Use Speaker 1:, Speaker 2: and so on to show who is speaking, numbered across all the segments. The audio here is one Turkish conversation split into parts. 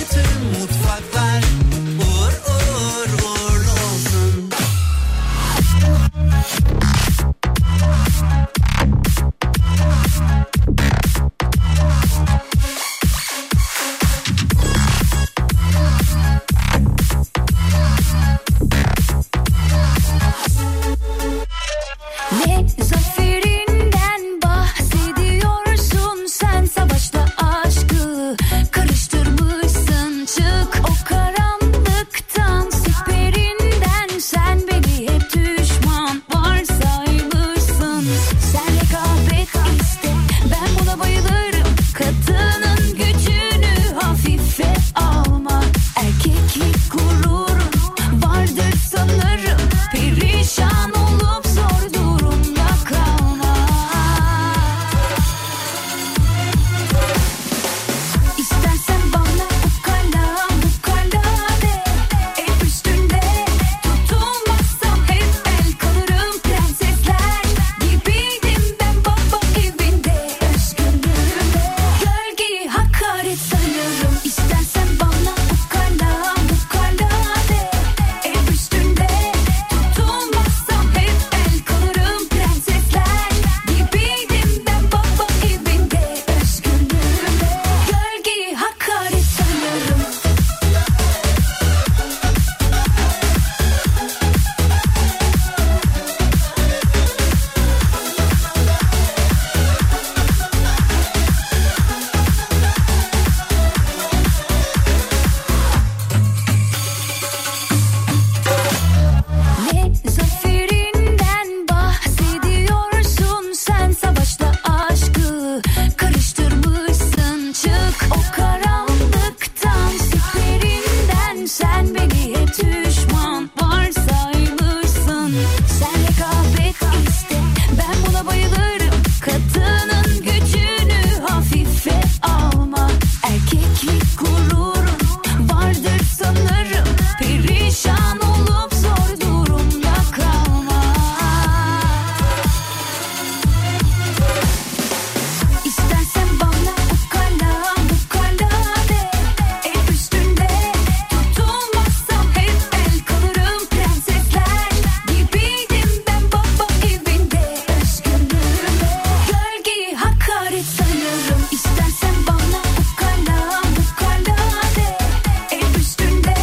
Speaker 1: Bütün mutfaklar uğur uğur uğurlu olsun.
Speaker 2: Ne zaferinden bahsediyorsun sen savaşla aşkı karıştırmışsın çık o karanlıktan siperinden sen beni hep düşman varsaymışsın sen rekabet iste ben buna bayılırım kadının gücünü hafife alma erkeklik gururum vardır sanırım perişan olup zor durumda kalma. İstersen bana bu kala bu kala de hep üstünde tutulmazsam hep el kalırım prensesler gibiydim ben baba evinde özgürlüğümde gölgeyi hakaret sanırım. İstersen bana bu kala bu kala de hep üstünde tutulmazsam hep el kalırım prensesler gibiydim ben baba evinde özgürlüğümde gölgeyi hakaret sanırım. Ne zaferinden bahsediyorsun sen savaşla aşkı karıştırmışsın çık o karanlıktan siperinden sen beni hep düşman varsaymışsın sen rekabet iste ben buna bayılırım kadının gücünü hafife alma erkeklik gururum vardır sanırım perişan olup zor durumda kalma. İstersen bana bu kala bu kala de hep üstünde tutulmazsam hep el kalırım prensesler gibiydim ben baba evinde özgürlüğümde gölgeyi hakaret sanırım. İstersen bana bu kala bu kala de hep üstünde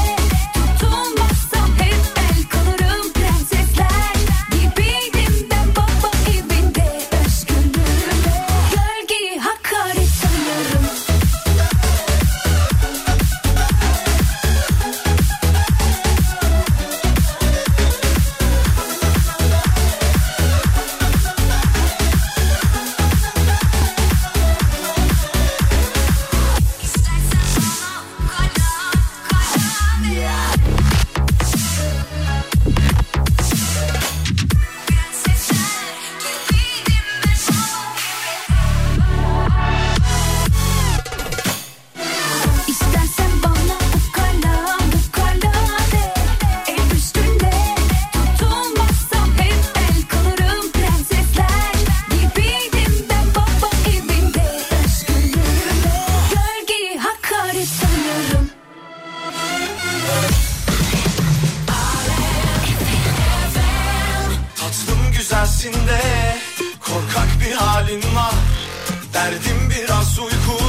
Speaker 2: tutulmazsam hep el kalırım prensesler gibiydim ben baba evinde özgürlüğümde gölgeyi hakaret sanırım. İstersen bana bu kala bu kala de hep üstünde tutulmazsam hep el kalırım prensesler gibiydim ben baba evinde özgürlüğümde gölgeyi hakaret sanırım.
Speaker 1: Tatlım güzelsin de korkak bir halin var. Derdim biraz uyku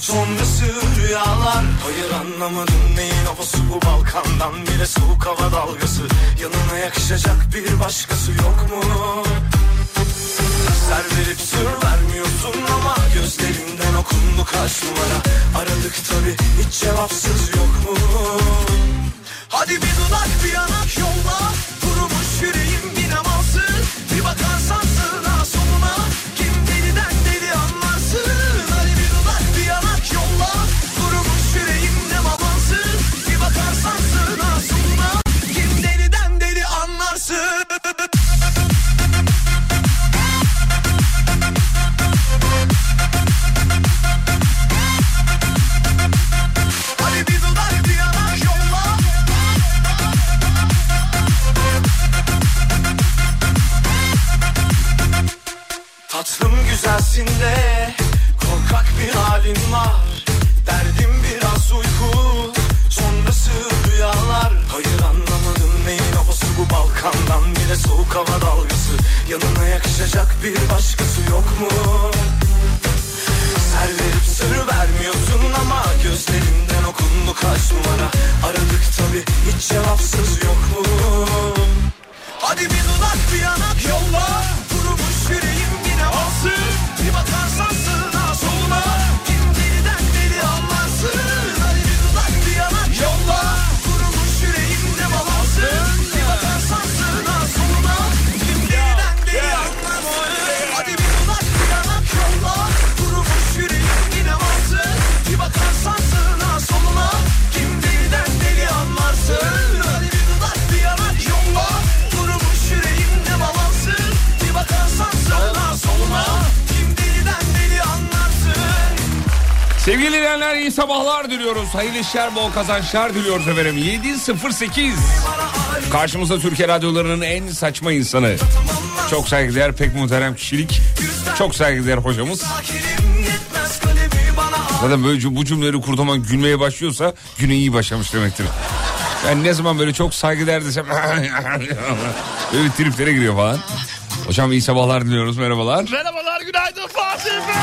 Speaker 1: sonrası rüyalar. Hayır anlamadım neyin havası bu Balkan'dan bile soğuk hava dalgası. Yanına yakışacak bir başkası yok mu? Ser verip sır vermiyorsun ama gözlerimden okundu kaç numara Aradık tabi hiç cevapsız yok mu? Hadi bir dudak bir yanak yolla Kurumuş yüreğim inamansın Bir bakarsan sığına sonuna Kim deliden deli anlarsın Hadi bir dudak bir yanak yolla Kurumuş yüreğim ne mamansın Bir bakarsan sığına sonuna Kim deliden deli anlarsın Hadi bir dudak bir yanak yolla Tatlım güzelsin de korkak bir halin var Derdim biraz uyku sonrası rüyalar Hayır anlamadım neyin havası bu Balkan'dan bile soğuk hava dalgası Yanına yakışacak bir başkası yok mu? Ser verip sır vermiyorsun ama gözlerinden okundu kaç numara Aradık tabi hiç cevapsız yok mu? Hadi bir dudak bir yanak yolla Kurumuş yüreğim yine alsın Bir bakarsan sığına soluna Kim deliden deli anlarsın Hadi bir dudak bir yanak yolla Kurumuş yüreğim de balansın Bir bakarsan sığına soluna Kim deliden deli anlarsın Hadi bir dudak bir yanak yolla Kurumuş yüreğim yine alsın Bir bakarsan sığına soluna Kim deliden deli anlarsın Hadi bir dudak bir yanak yolla Kurumuş yüreğim de balansın Bir bakarsan sığına soluna Kim deliden deli anlarsın
Speaker 3: Sevgili dinleyenler iyi sabahlar diliyoruz. Hayırlı işler bol kazançlar diliyoruz efendim. 7.08 Karşımızda Türkiye radyolarının en saçma insanı. Çok saygıdeğer pek muhterem kişilik. Çok saygıdeğer hocamız.
Speaker 1: Kilim yetmez kalemi bana
Speaker 3: Zaten böyle cüm- bu cümleleri kurtaman gülmeye başlıyorsa güne iyi başlamış demektir. Yani ne zaman böyle çok saygıdeğer desem böyle triplere giriyor falan. Hocam iyi sabahlar diliyoruz merhabalar.
Speaker 4: Merhabalar günaydın Fatih Bey.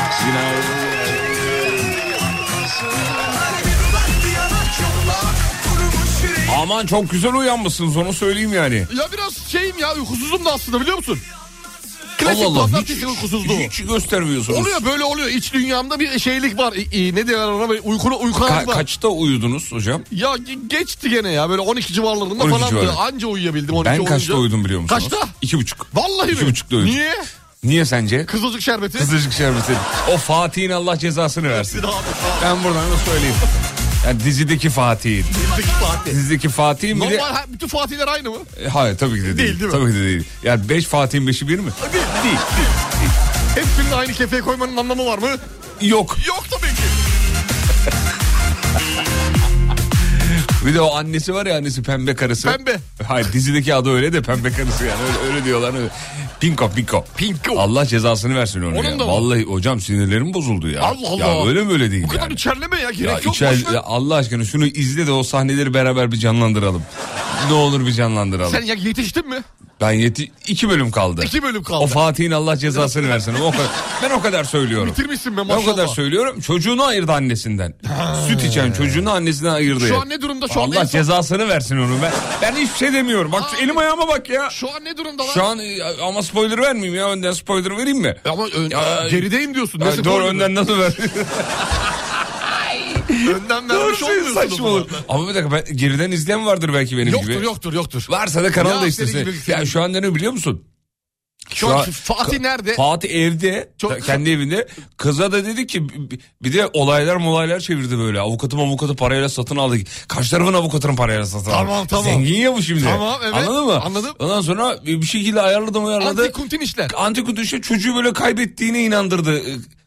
Speaker 3: Aman çok güzel uyanmışsınız onu söyleyeyim yani.
Speaker 4: Ya biraz şeyim ya uykusuzum da aslında biliyor musun?
Speaker 3: Allah
Speaker 4: Klasik
Speaker 3: Allah hiç,
Speaker 4: pazartesi uykusuzluğu.
Speaker 3: hiç göstermiyorsunuz.
Speaker 4: Oluyor böyle oluyor. İç dünyamda bir şeylik var. İ- i- ne diyorlar ona böyle uykulu uyku
Speaker 3: Ka-
Speaker 4: hali var.
Speaker 3: kaçta uyudunuz hocam?
Speaker 4: Ya ge- geçti gene ya böyle 12 civarlarında
Speaker 3: 12
Speaker 4: falan
Speaker 3: civarı.
Speaker 4: anca uyuyabildim 12
Speaker 3: Ben kaçta
Speaker 4: olunca.
Speaker 3: uyudum biliyor musunuz?
Speaker 4: Kaçta?
Speaker 3: İki buçuk.
Speaker 4: Vallahi
Speaker 3: İki
Speaker 4: mi?
Speaker 3: buçukta uyudum.
Speaker 4: Niye?
Speaker 3: Niye sence?
Speaker 4: Kızılcık şerbeti.
Speaker 3: Kızılcık şerbeti. O Fatih'in Allah cezasını versin.
Speaker 4: Bir daha bir daha.
Speaker 3: Ben buradan da söyleyeyim. Yani dizideki Fatih'in.
Speaker 4: Kızılcık Fatih.
Speaker 3: Dizideki Fatih'in bir de...
Speaker 4: Normal ha- bütün Fatihler aynı mı?
Speaker 3: E, Hayır tabii ki de değil.
Speaker 4: Değil, değil mi?
Speaker 3: Tabii ki de değil. Yani 5 Fatih'in 5'i bir mi?
Speaker 4: Değil, değil, Hepsini aynı kefeye koymanın anlamı var mı?
Speaker 3: Yok.
Speaker 4: Yok tabii ki.
Speaker 3: Bir de o annesi var ya annesi pembe karısı.
Speaker 4: Pembe.
Speaker 3: Hayır dizideki adı öyle de pembe karısı yani öyle, öyle diyorlar. Öyle. Pinko pinko.
Speaker 4: Pinko.
Speaker 3: Allah cezasını versin onu
Speaker 4: Onun
Speaker 3: ya.
Speaker 4: da mı?
Speaker 3: Vallahi hocam sinirlerim bozuldu ya.
Speaker 4: Allah Allah.
Speaker 3: Ya öyle böyle değil
Speaker 4: Bu kadar
Speaker 3: yani.
Speaker 4: içerleme ya gerek
Speaker 3: Ya
Speaker 4: yok.
Speaker 3: içer-
Speaker 4: boş ver.
Speaker 3: ya Allah aşkına şunu izle de o sahneleri beraber bir canlandıralım. Ne olur bir canlandıralım.
Speaker 4: Sen ya yetiştin mi?
Speaker 3: Ben yeti iki bölüm kaldı.
Speaker 4: İki bölüm kaldı.
Speaker 3: O Fatih'in Allah cezasını versin. O kadar, ben o kadar söylüyorum.
Speaker 4: Bitirmişsin be
Speaker 3: Ben
Speaker 4: maşallah.
Speaker 3: o kadar söylüyorum. Çocuğunu ayırdı annesinden. Süt içen çocuğunu annesinden ayırdı.
Speaker 4: Şu
Speaker 3: ya.
Speaker 4: an ne durumda? Şu an en
Speaker 3: Allah
Speaker 4: son-
Speaker 3: cezasını versin onu. Ben, ben hiçbir şey demiyorum. Bak şu
Speaker 4: Aa.
Speaker 3: elim ayağıma bak ya.
Speaker 4: Şu an ne durumda lan?
Speaker 3: Şu an e, ama spoiler vermeyeyim ya. Önden spoiler vereyim mi?
Speaker 4: Ama ön-
Speaker 3: Ya-
Speaker 4: gerideyim diyorsun.
Speaker 3: Ay,
Speaker 4: Nasıl
Speaker 3: doğru
Speaker 4: koydun?
Speaker 3: önden nasıl ver?
Speaker 4: Önden
Speaker 3: Doğru
Speaker 4: vermiş
Speaker 3: söylüyorsun,
Speaker 4: olmuyorsun. o
Speaker 3: saçma
Speaker 4: zaman.
Speaker 3: olur. Ama bir dakika ben, geriden izleyen vardır belki benim
Speaker 4: Yoktur
Speaker 3: gibi.
Speaker 4: yoktur yoktur.
Speaker 3: Varsa da kanal
Speaker 4: Ya,
Speaker 3: değiştirsin.
Speaker 4: senin gibi-
Speaker 3: Ya şu anda ne biliyor musun?
Speaker 4: Şu
Speaker 3: Şu
Speaker 4: an
Speaker 3: an-
Speaker 4: Fatih nerede?
Speaker 3: Fatih evde
Speaker 4: E, Çok-
Speaker 3: da- kendi evinde kıza da dedi ki bi- bi- bir de olaylar molaylar çevirdi böyle avukatım avukatı parayla satın aldı. Kaç tarafın avukatının parayla satın aldı.
Speaker 4: Tamam, tamam.
Speaker 3: Zengin ya bu şimdi.
Speaker 4: Tamam, evet.
Speaker 3: Anladın mı?
Speaker 4: Anladım.
Speaker 3: Ondan sonra bir bir şekilde ayarladım ayarladı.
Speaker 4: Antik Kuntin işler.
Speaker 3: Antikuntu işte çocuğu böyle kaybettiğine inandırdı. Ee,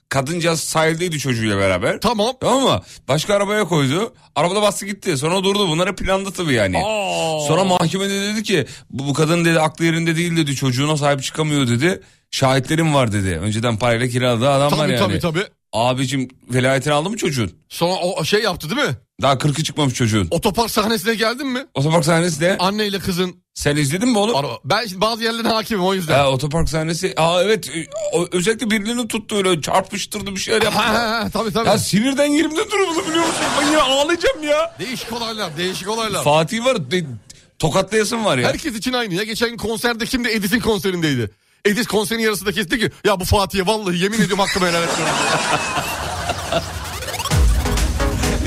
Speaker 3: Kadıncağız sahildeydi çocuğuyla beraber.
Speaker 4: Tamam.
Speaker 3: Tamam mı? Başka arabaya koydu. Arabada bastı gitti. Sonra durdu. Bunlar hep planlı tabii yani. Sonra mahkemede dedi ki bu, bu kadın dedi aklı yerinde değil dedi. Çocuğuna sahip çıkamıyor dedi. Şahitlerim var dedi. Önceden parayla kiraladı adam var
Speaker 4: Tabii
Speaker 3: yani.
Speaker 4: tabii tabii.
Speaker 3: Abicim velayetini aldı mı çocuğun?
Speaker 4: Sonra o şey yaptı değil mi?
Speaker 3: Daha kırkı çıkmamış çocuğun.
Speaker 4: Otopark sahnesine geldin mi?
Speaker 3: Otopark sahnesi de.
Speaker 4: Anneyle kızın
Speaker 3: Sen izledin mi oğlum?
Speaker 4: araba. Ben şimdi bazı yerlerden hakimim o yüzden.
Speaker 3: Ha, otopark sahnesi. Aa evet. O- Özellikle birilerini tuttu öyle çarpıştırdı bir şeyler yaptı.
Speaker 4: Ha, ha, ha, tabii tabii.
Speaker 3: Ya sinirden yerimde durumda biliyor musun? Ben yine ağlayacağım ya.
Speaker 4: Değişik olaylar, değişik olaylar.
Speaker 3: Fatih var. de- tokatlayasın var ya.
Speaker 4: Herkes için aynı ya. Geçen gün konserde kimdi? Edis'in konserindeydi. Edis konserin yarısında kesti ki ya bu Fatih'e vallahi yemin ediyorum hakkımı helal etmiyorum.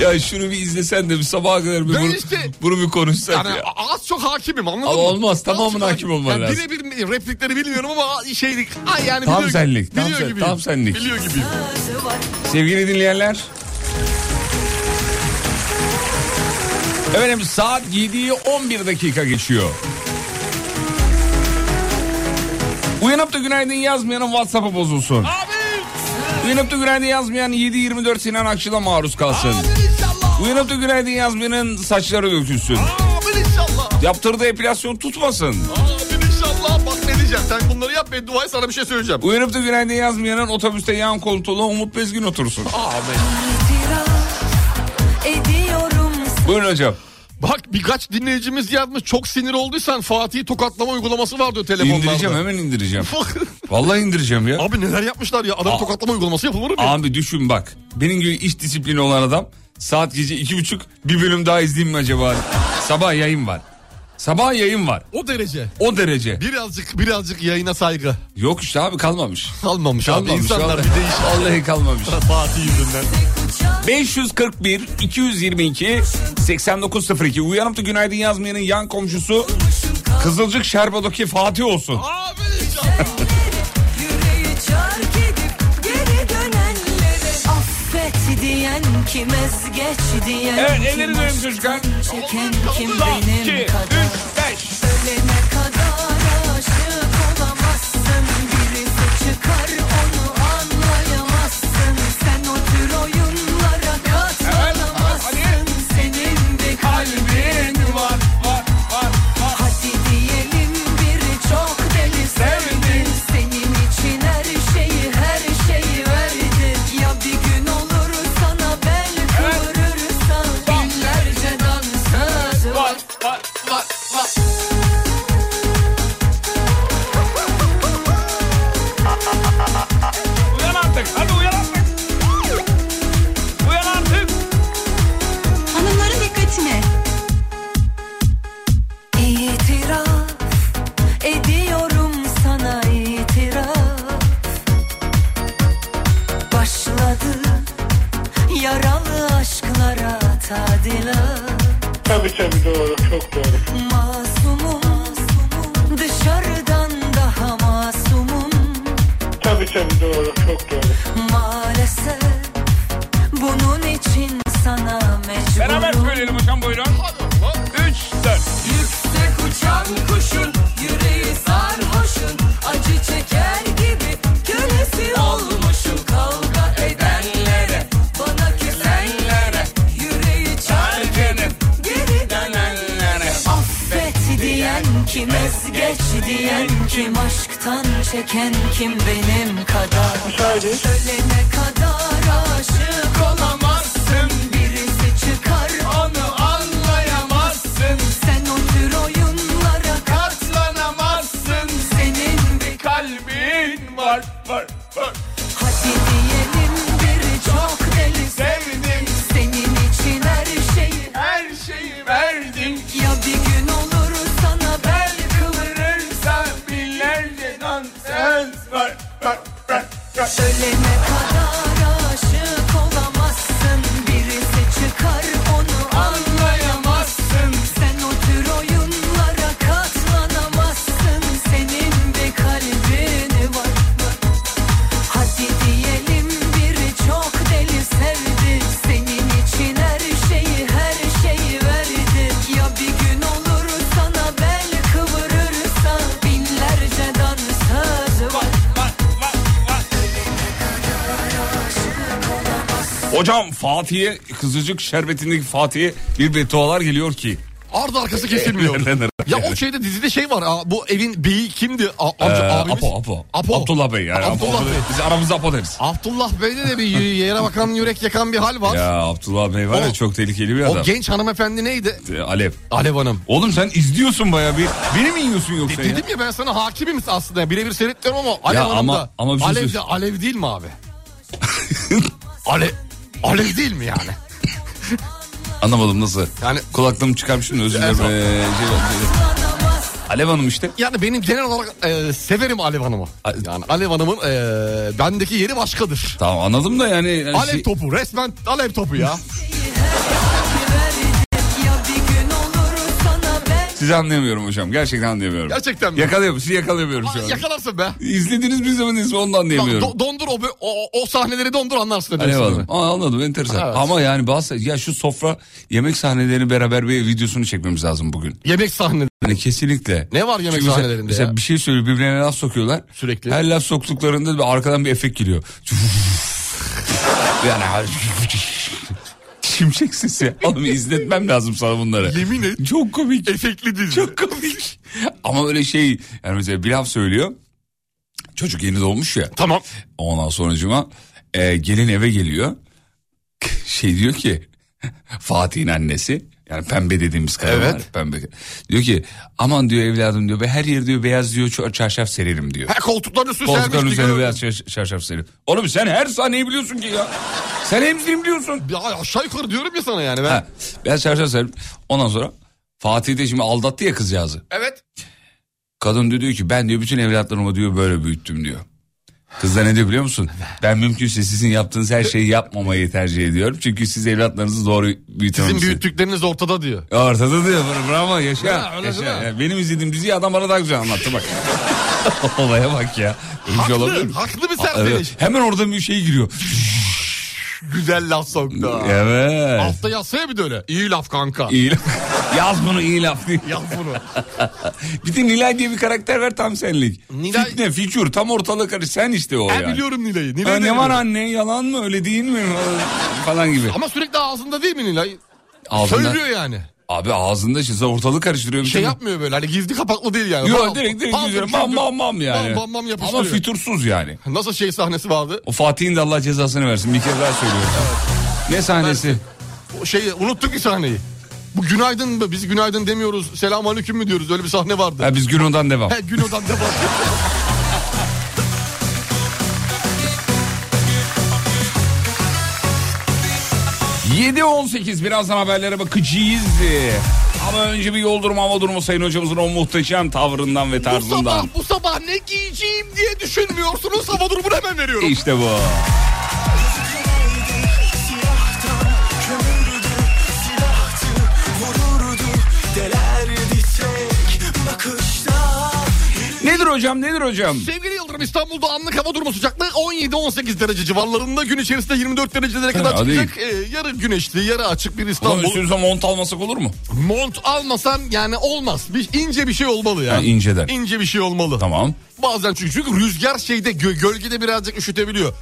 Speaker 3: Ya şunu bir izlesen de bir sabaha kadar bir
Speaker 4: Ben
Speaker 3: bunu,
Speaker 4: işte-
Speaker 3: bunu bir konuşsak
Speaker 4: Yani
Speaker 3: ya.
Speaker 4: az çok hakimim anladın
Speaker 3: Ama
Speaker 4: mı?
Speaker 3: olmaz,
Speaker 4: Az
Speaker 3: tamamen
Speaker 4: çok
Speaker 3: hakim olman
Speaker 4: yani
Speaker 3: lazım.
Speaker 4: Birebir replikleri bilmiyorum ama şeylik. Ay yani
Speaker 3: Tam
Speaker 4: biliyor,
Speaker 3: senlik, tam
Speaker 4: biliyor
Speaker 3: sen-
Speaker 4: gibiyim.
Speaker 3: tam senlik.
Speaker 4: Biliyor gibiyim.
Speaker 3: Sevgili dinleyenler. Efendim saat 7'yi 11 dakika geçiyor. Uyanıp da günaydın yazmayanın WhatsApp'ı bozulsun. Uyanıp da günaydın yazmayan 7-24 Sinan Akçıl'a maruz kalsın. Uyanıp da günaydın yazmayanın saçları dökülsün.
Speaker 4: Amin inşallah.
Speaker 3: Yaptırdığı epilasyon tutmasın.
Speaker 4: Amin inşallah. Bak ne diyeceğim. Sen bunları yap ve duayı sana bir şey söyleyeceğim.
Speaker 3: Uyarıp da günaydın yazmayanın otobüste yan koltuğuna Umut Bezgin otursun.
Speaker 2: ediyorum
Speaker 3: Buyurun hocam.
Speaker 4: Bak birkaç dinleyicimiz yazmış çok sinir olduysan Fatih'i tokatlama uygulaması var diyor telefonlarda.
Speaker 3: İndireceğim hemen indireceğim. Vallahi indireceğim ya.
Speaker 4: Abi neler yapmışlar ya adam
Speaker 3: Aa.
Speaker 4: tokatlama uygulaması yapılır mı?
Speaker 3: Abi düşün bak. Benim gibi iş disiplini olan adam saat gece iki buçuk bir bölüm daha izleyeyim mi acaba? Sabah yayın var. Sabah yayın var.
Speaker 4: O derece.
Speaker 3: O derece.
Speaker 4: Birazcık birazcık yayına saygı.
Speaker 3: Yok işte abi kalmamış.
Speaker 4: Kalmamış, abi
Speaker 3: Kalmamış.
Speaker 4: insanlar
Speaker 3: vallahi.
Speaker 4: bir değiş.
Speaker 3: Vallahi kalmamış.
Speaker 4: Fatih yüzünden.
Speaker 3: 541 222 8902 uyanıp da günaydın yazmayanın yan komşusu Kızılcık Şerbadaki Fatih olsun.
Speaker 4: Abi
Speaker 5: Yüreği çar gidip geri dönenlere Affet diyen kim ezgeç diyen
Speaker 3: Evet
Speaker 5: kim
Speaker 3: elleri dönün
Speaker 5: aşk
Speaker 3: çocuklar.
Speaker 5: Çeken
Speaker 3: 2,
Speaker 5: kim
Speaker 3: 3,
Speaker 5: benim kadar
Speaker 3: 5.
Speaker 5: Ölene kadar aşık olamazsın Birisi çıkar onu anlayamazsın Sen o tür oyunlara katlanamazsın Senin de kalbin var
Speaker 3: var, var, var.
Speaker 5: Hadi diyelim biri çok deli sevdi Senin için her şeyi her şeyi verdi Ya bir gün olur sana bel kıvırırsa Binlerce dansöz var
Speaker 3: var, var, var. Uyan artık, hadi uyan artık. Uyan artık.
Speaker 2: Hanımların dikkatine.
Speaker 5: İtiraf ediyorum sana itiraf Başladı yaralı aşklara tadilat
Speaker 6: Tabii tabii doğru çok doğru.
Speaker 5: Masumum dışarıdan daha masumum
Speaker 6: Tabii tabii doğru çok doğru.
Speaker 5: maalesef bunun için sana
Speaker 3: Beraber
Speaker 5: mecburum.
Speaker 3: söyleyelim hocam buyurun. 3, 4.
Speaker 5: Yüksek uçan kuşun yüreği sarhoşun acı çeker gibi kölesi olmuşum kavga edenlere bana küsenlere yüreği çar gelip geri dönenlere affet diyen kim ezgeç diyen kim aşktan çeken kim benim kadar
Speaker 6: Müsaade.
Speaker 5: Ölene kadar aşık olamazsın Birisi çıkar onu anlayamazsın Sen o tür oyunlara katlanamazsın Senin bir
Speaker 3: Kalbin var, var, var.
Speaker 5: Hadi diyelim biri çok deli
Speaker 3: Sevdim,
Speaker 5: Senin için her şeyi
Speaker 3: her şeyi verdim.
Speaker 5: Ya bir gün olur sana bel
Speaker 3: Kıvırırsa binlerce dansöz var, var, var, var.
Speaker 5: Ölene kadar aşık olamazsın Birisi çıkar onu anlayamazsın Sen o tür oyunlara katlanamazsın Senin bir kalbin var Hadi diyelim biri çok deli sevdi Senin için her şeyi her şeyi verdi Ya bir gün olur sana bel kıvırırsa Binlerce dansöz var
Speaker 3: Hocam Fatih'e kızıcık şerbetindeki Fatih'e bir beddualar geliyor ki.
Speaker 4: Ardı arkası kesilmiyor. ya o şeyde dizide şey var. aa, bu evin beyi kimdi? A, amca-
Speaker 3: Ee,
Speaker 4: abimiz?
Speaker 3: Apo, Apo, Abdullah Bey yani.
Speaker 4: Abdullah Bey.
Speaker 3: Biz aramızda Apo deriz.
Speaker 4: Abdullah Bey'de de bir yere bakan yürek yakan bir hal var.
Speaker 3: Ya Abdullah Bey var ya
Speaker 4: O-
Speaker 3: çok tehlikeli bir
Speaker 4: o
Speaker 3: adam.
Speaker 4: genç hanımefendi neydi?
Speaker 3: Ee, Alev.
Speaker 4: Alev Hanım.
Speaker 3: Oğlum sen izliyorsun baya bir. Beni mi yiyorsun yoksa Şey ya?
Speaker 4: Dedim ya ben sana hakimim aslında. Birebir seyretmiyorum ama Alev
Speaker 3: Ya
Speaker 4: Hanım
Speaker 3: ama-
Speaker 4: da.
Speaker 3: ama bir şey
Speaker 4: alev, de,
Speaker 3: söyleyeyim.
Speaker 4: alev değil mi abi? alev, alev değil mi yani?
Speaker 3: Anlamadım nasıl?
Speaker 4: Yani-
Speaker 3: kulaklığım çıkarmış şimdi özür dilerim.
Speaker 4: Evet.
Speaker 3: Ee, şey- Alev Hanım işte.
Speaker 4: Yani benim genel olarak e, severim Alev Hanım'ı.
Speaker 3: A-
Speaker 4: Yani Alev Hanım'ın e, bendeki yeri başkadır.
Speaker 3: Tamam anladım da yani. yani
Speaker 4: Alev
Speaker 3: şey-
Speaker 4: topu resmen alev topu ya.
Speaker 5: Ya bir gün olur sana ben
Speaker 3: Sizi anlayamıyorum hocam. Gerçekten anlayamıyorum.
Speaker 4: Gerçekten mi?
Speaker 3: Yakalıyorum. Sizi yakalayamıyorum şu
Speaker 4: Ay,
Speaker 3: an.
Speaker 4: Yakalarsın be.
Speaker 3: İzlediğiniz bir zaman ismi onu da
Speaker 4: Bak,
Speaker 3: anlayamıyorum.
Speaker 4: do- dondur o, bö- o, o sahneleri dondur anlarsın.
Speaker 3: Alev
Speaker 4: öyle
Speaker 3: Hanım. Aa, anladım enteresan.
Speaker 4: Evet.
Speaker 3: Ama yani bazı ya şu sofra yemek sahnelerini beraber bir videosunu çekmemiz lazım bugün.
Speaker 4: Yemek sahneleri.
Speaker 3: Yani kesinlikle.
Speaker 4: Ne var yemek
Speaker 3: mesela-
Speaker 4: sahnelerinde
Speaker 3: Mesela
Speaker 4: ya?
Speaker 3: bir şey söylüyor birbirine laf sokuyorlar.
Speaker 4: Sürekli.
Speaker 3: Her laf soktuklarında bir arkadan bir efekt geliyor. yani Şimşek sesi. Oğlum izletmem lazım sana bunları.
Speaker 4: Yemin et.
Speaker 3: Çok komik.
Speaker 4: Efektli dizi.
Speaker 3: Çok komik. Ama öyle şey yani mesela bir laf söylüyor. Çocuk yeni doğmuş ya.
Speaker 4: Tamam.
Speaker 3: Ondan sonucuma e, gelin eve geliyor. Şey diyor ki Fatih'in annesi yani pembe dediğimiz kadın
Speaker 4: Evet.
Speaker 3: var, pembe. Diyor ki aman diyor evladım diyor "be- her yer diyor beyaz diyor çar- çarşaf sererim diyor.
Speaker 4: Ha koltukların üstüne
Speaker 3: Koltukların
Speaker 4: sermiş,
Speaker 3: üzerine
Speaker 4: diyor.
Speaker 3: beyaz çar- çarşaf sererim. Oğlum sen her sahneyi biliyorsun ki ya. Sen hemzirim biliyorsun.
Speaker 4: Ya aşağı yukarı diyorum ya sana yani ben.
Speaker 3: Ha, beyaz çarşaf sererim. Ondan sonra Fatih de şimdi aldattı ya kızcağızı.
Speaker 4: Evet.
Speaker 3: Kadın diyor, diyor ki ben diyor bütün evlatlarımı diyor böyle büyüttüm diyor. Kız da ne diyor biliyor musun? Ben mümkünse sizin yaptığınız her şeyi yapmamayı tercih ediyorum. Çünkü siz evlatlarınızı doğru
Speaker 4: Sizin
Speaker 3: büyütememişsiniz.
Speaker 4: büyüttükleriniz ortada diyor.
Speaker 3: Ortada diyor bravo yaşa.
Speaker 4: Ya, öyle
Speaker 3: yaşa.
Speaker 4: değil mi?
Speaker 3: Ya, benim izlediğim diziyi adam bana daha güzel anlattı bak. Olaya bak ya. Böyle bir şey
Speaker 4: Haklı,
Speaker 3: olabilir mi?
Speaker 4: haklı bir
Speaker 3: Ha,
Speaker 4: serseriş.
Speaker 3: Hemen orada bir şey giriyor.
Speaker 4: Güzel laf soktu. ha.
Speaker 3: evet.
Speaker 4: Altta yazsaya bir de öyle. İyi laf kanka.
Speaker 3: İyi laf. Yaz bunu iyi laf diye.
Speaker 4: Yaz bunu.
Speaker 3: Bir de Nilay diye bir karakter ver tam senlik.
Speaker 4: Nilay-
Speaker 3: Fitne, fiçur tam ortalık karış. Sen işte o
Speaker 4: Ben
Speaker 3: yani.
Speaker 4: biliyorum Nilay'ı. Nilay'ı
Speaker 3: Ha,
Speaker 4: da
Speaker 3: ne var
Speaker 4: biliyorum.
Speaker 3: anne yalan mı öyle değil mi falan gibi.
Speaker 4: Ama sürekli ağzında değil mi Nilay?
Speaker 3: Ağzında-
Speaker 4: Söylüyor yani.
Speaker 3: Abi ağzında şimdi sen ortalığı karıştırıyor. bir
Speaker 4: Şey
Speaker 3: türlü.
Speaker 4: yapmıyor böyle hani gizli kapaklı değil yani.
Speaker 3: Yok
Speaker 4: Bam,
Speaker 3: direkt direkt
Speaker 4: bam,
Speaker 3: yüzüne
Speaker 4: çünkü-
Speaker 3: bam bam bam yani.
Speaker 4: Bam bam bam yapıştırıyor.
Speaker 3: Ama fütursuz yani.
Speaker 4: Nasıl şey sahnesi vardı?
Speaker 3: O Fatih'in de Allah cezasını versin bir kez daha söylüyorum. Ne sahnesi?
Speaker 4: O Şey unuttuk ki sahneyi. Bu günaydın mı? Biz günaydın demiyoruz. Selam aleyküm mü diyoruz? Öyle bir sahne vardı.
Speaker 3: Ha, biz gün ondan devam.
Speaker 4: He gün odan devam.
Speaker 3: Yedi on sekiz birazdan haberlere bakacağız. Ama önce bir yol durumu hava durumu sayın hocamızın o muhteşem tavrından ve
Speaker 4: bu sabah
Speaker 3: tarzından.
Speaker 4: bu sabah ne giyeceğim diye düşünmüyorsunuz. Hava durumunu hemen veriyorum.
Speaker 3: İşte bu.
Speaker 1: Siyahtan kömürdü, silahtı, vururdu, delerdi tek bakışta.
Speaker 3: Nedir hocam nedir hocam?
Speaker 4: Sevgili Yıldırım İstanbul'da anlık hava durumu sıcaklığı 17-18 derece civarlarında. Gün içerisinde 24 derecelere kadar
Speaker 3: Fena
Speaker 4: çıkacak. Ee, yarı güneşli, yarı açık bir
Speaker 3: Ulan
Speaker 4: İstanbul.
Speaker 3: üstünüze mont almasak olur mu?
Speaker 4: Mont almasan yani olmaz. Bir ince bir şey olmalı yani.
Speaker 3: Ha, inceden.
Speaker 4: İnce bir şey olmalı.
Speaker 3: Tamam.
Speaker 4: Bazen çünkü, çünkü rüzgar şeyde gö- gölgede birazcık üşütebiliyor.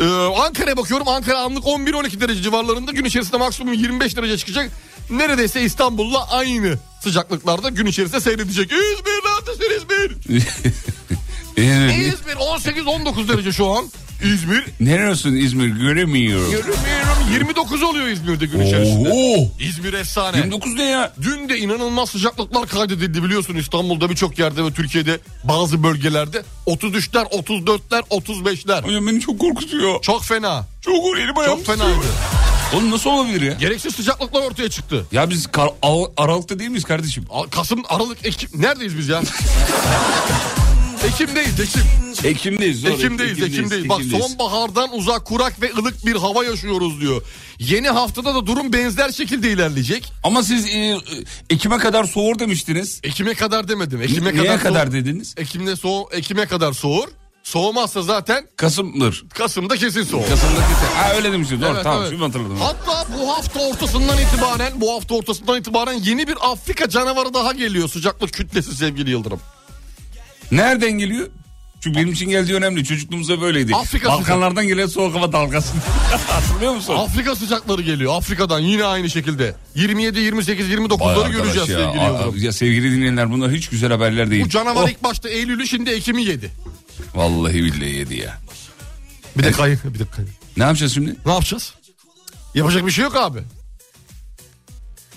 Speaker 4: Ee, Ankara'ya bakıyorum. Ankara anlık 11-12 derece civarlarında. Gün içerisinde maksimum 25 derece çıkacak. Neredeyse İstanbul'la aynı sıcaklıklarda gün içerisinde seyredecek. İzmir neredesin İzmir?
Speaker 3: İzmir.
Speaker 4: İzmir 18-19 derece şu an. İzmir
Speaker 3: Neresin İzmir göremiyorum.
Speaker 4: göremiyorum. 29 oluyor İzmir'de gün içerisinde.
Speaker 3: Oo,
Speaker 4: İzmir efsane.
Speaker 3: 29 ne ya?
Speaker 4: Dün de inanılmaz sıcaklıklar kaydedildi biliyorsun İstanbul'da birçok yerde ve Türkiye'de bazı bölgelerde 33'ler, 34'ler, 35'ler.
Speaker 3: Hocam beni çok korkutuyor.
Speaker 4: Çok fena.
Speaker 3: Çok elim ayağım
Speaker 4: Çok fenaydı.
Speaker 3: Oğlum nasıl olabilir ya?
Speaker 4: Gereksiz sıcaklıklar ortaya çıktı.
Speaker 3: Ya biz kar- Ar- Aralık'ta değil miyiz kardeşim?
Speaker 4: A- Kasım, Aralık, Ekim. Neredeyiz biz ya? Ekim'deyiz, Ekim.
Speaker 3: Ekim'deyiz. doğru.
Speaker 4: Ekim'deyiz, Ekim'deyiz. Bak
Speaker 3: Ekim'deyiz.
Speaker 4: sonbahardan uzak, kurak ve ılık bir hava yaşıyoruz diyor. Yeni haftada da durum benzer şekilde ilerleyecek.
Speaker 3: Ama siz e, e, Ekim'e kadar soğur demiştiniz.
Speaker 4: Ekim'e kadar demedim. Ekim'e
Speaker 3: Neye kadar,
Speaker 4: kadar, soğur.
Speaker 3: dediniz?
Speaker 4: Ekim'de soğu, Ekim'e kadar soğur. Soğumazsa zaten
Speaker 3: Kasım'dır.
Speaker 4: Kasım'da kesin soğuk.
Speaker 3: Kasım'daki... Ha öyle demiştim. Doğru
Speaker 4: Evet,
Speaker 3: tamam
Speaker 4: evet.
Speaker 3: şimdi hatırladım.
Speaker 4: Hatta bu hafta ortasından itibaren bu hafta ortasından itibaren yeni bir Afrika canavarı daha geliyor sıcaklık kütlesi sevgili Yıldırım.
Speaker 3: Nereden geliyor? Çünkü benim için geldiği önemli. Çocukluğumuzda böyleydi.
Speaker 4: Afrika
Speaker 3: Balkanlardan gelen soğuk hava dalgası. Hatırlıyor musun?
Speaker 4: Afrika sıcakları geliyor Afrika'dan yine aynı şekilde. 27, 28, 29'ları
Speaker 3: arkadaş
Speaker 4: göreceğiz
Speaker 3: ya.
Speaker 4: sevgili
Speaker 3: Aa,
Speaker 4: Yıldırım.
Speaker 3: Ya sevgili dinleyenler bunlar hiç güzel haberler değil.
Speaker 4: Bu canavar
Speaker 3: Oh,
Speaker 4: ilk başta Eylül'ü şimdi Ekim'i yedi.
Speaker 3: Vallahi billahi yedi ya.
Speaker 4: Bir de kayın, bir de kayın.
Speaker 3: Ne yapacağız şimdi?
Speaker 4: Ne yapacağız? Yapacak bir şey yok abi.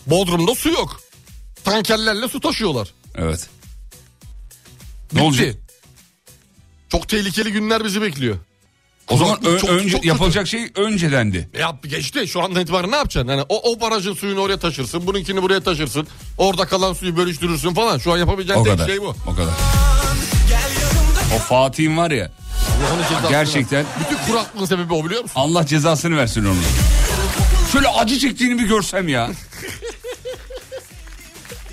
Speaker 4: Bodrum'da su yok. Tankerlerle su taşıyorlar.
Speaker 3: Evet.
Speaker 4: Bitti.
Speaker 3: Ne olacak?
Speaker 4: Çok tehlikeli günler bizi bekliyor.
Speaker 3: O zaman ö-
Speaker 4: Çok-
Speaker 3: önce
Speaker 4: çok kötü.
Speaker 3: yapılacak şey öncedendi.
Speaker 4: Yap geçti şu andan itibaren ne yapacaksın? Hani o, o barajın suyunu oraya taşırsın, bununkini buraya taşırsın. Orada kalan suyu bölüştürürsün falan. Şu an yapabileceğin
Speaker 3: O
Speaker 4: tek
Speaker 3: kadar.
Speaker 4: şey bu.
Speaker 3: O kadar. O Fatih'in var ya
Speaker 4: Onun cezasını
Speaker 3: gerçekten
Speaker 4: ver. Bütün kuraklığın sebebi o biliyor musun?
Speaker 3: Allah cezasını versin onu. Şöyle acı çektiğini bir görsem ya.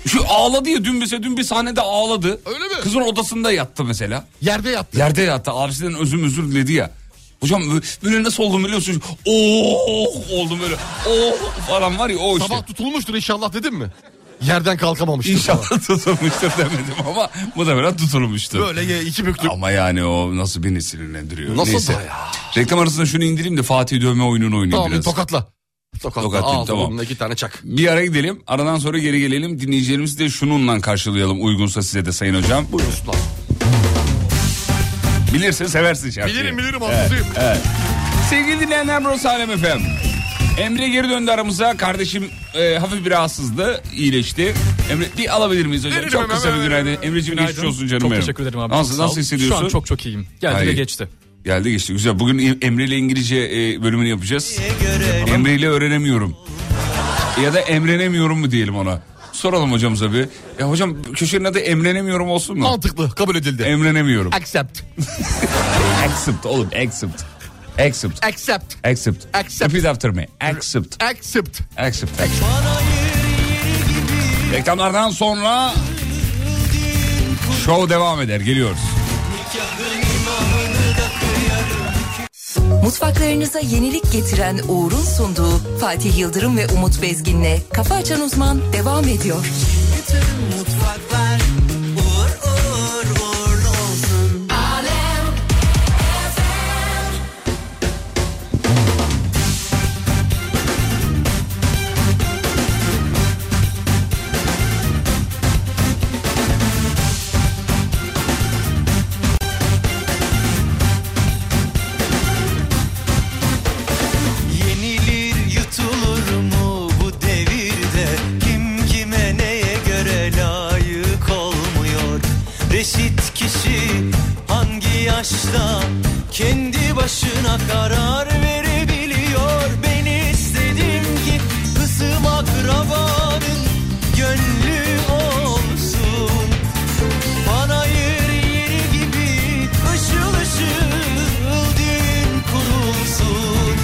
Speaker 3: Şu ağladı ya dün mesela dün bir sahnede ağladı.
Speaker 4: Öyle mi?
Speaker 3: Kızın odasında yattı mesela.
Speaker 4: Yerde yattı.
Speaker 3: Yerde yattı abisinden özüm özür diledi ya. Hocam böyle nasıl oldum biliyor musun? Oh oldum böyle. Oh falan var ya o işte.
Speaker 4: Sabah tutulmuştur inşallah dedim mi? Yerden kalkamamıştır. falan.
Speaker 3: İnşallah tutulmuştur demedim ama bu da biraz tutulmuştur.
Speaker 4: Böyle ye- iki büklüm.
Speaker 3: Ama yani o nasıl beni sinirlendiriyor.
Speaker 4: Nasıl
Speaker 3: Neyse.
Speaker 4: da ya?
Speaker 3: Reklam arasında şunu indireyim de Fatih dövme oyununu oynayayım
Speaker 4: Tamam bir
Speaker 3: biraz.
Speaker 4: tokatla. Sokakta,
Speaker 3: Sokakta,
Speaker 4: ağız
Speaker 3: tamam.
Speaker 4: burnunda iki tane çak.
Speaker 3: Bir ara gidelim. Aradan sonra geri gelelim. Dinleyicilerimizi de şununla karşılayalım uygunsa size de sayın hocam.
Speaker 4: Buyursun lan.
Speaker 3: Bilirsin seversin şarkıyı.
Speaker 4: Bilirim bilirim hastasıyım.
Speaker 3: Sevgili dinleyenler burası Alem Efem. Emre geri döndü aramıza. Kardeşim e, hafif bir rahatsızdı. iyileşti. Emre bir alabilir miyiz hocam?
Speaker 4: Veririm
Speaker 3: çok
Speaker 4: hemen,
Speaker 3: kısa bir
Speaker 4: hemen,
Speaker 3: günaydın.
Speaker 4: hemen.
Speaker 3: Emre'ciğim geçmiş olsun canım
Speaker 7: Çok
Speaker 3: benim.
Speaker 7: teşekkür ederim abi.
Speaker 3: Nasıl,
Speaker 7: Sağ ol.
Speaker 3: nasıl hissediyorsun?
Speaker 7: Şu an çok çok iyiyim. Geldi
Speaker 3: Hayır.
Speaker 7: ve geçti.
Speaker 3: Geldi geçti güzel. Bugün Emre ile İngilizce e, bölümünü yapacağız. Emre ile öğrenemiyorum. ya da emrenemiyorum mu diyelim ona. Soralım hocamıza bir. E, hocam köşenin adı emrenemiyorum olsun mu?
Speaker 4: Mantıklı kabul edildi.
Speaker 3: Emrenemiyorum.
Speaker 4: accept.
Speaker 3: Accept oğlum accept. Accept.
Speaker 4: Accept.
Speaker 3: Accept.
Speaker 4: Accept.
Speaker 3: Repeat after me. Accept.
Speaker 4: Accept.
Speaker 3: Accept. Reklamlardan sonra show devam eder. Geliyoruz.
Speaker 8: Mutfaklarınıza yenilik getiren Uğur'un sunduğu Fatih Yıldırım ve Umut Bezgin'le Kafa Açan Uzman devam ediyor.
Speaker 9: Yenilir yutulur mu bu devirde Kim kime neye göre layık olmuyor Reşit kişi hangi yaşta Kendi başına karar verebiliyor Ben istedim ki kızım akrabanın Gönlü olsun bana yeri yeri gibi ışıl ışıl düğün kurulsun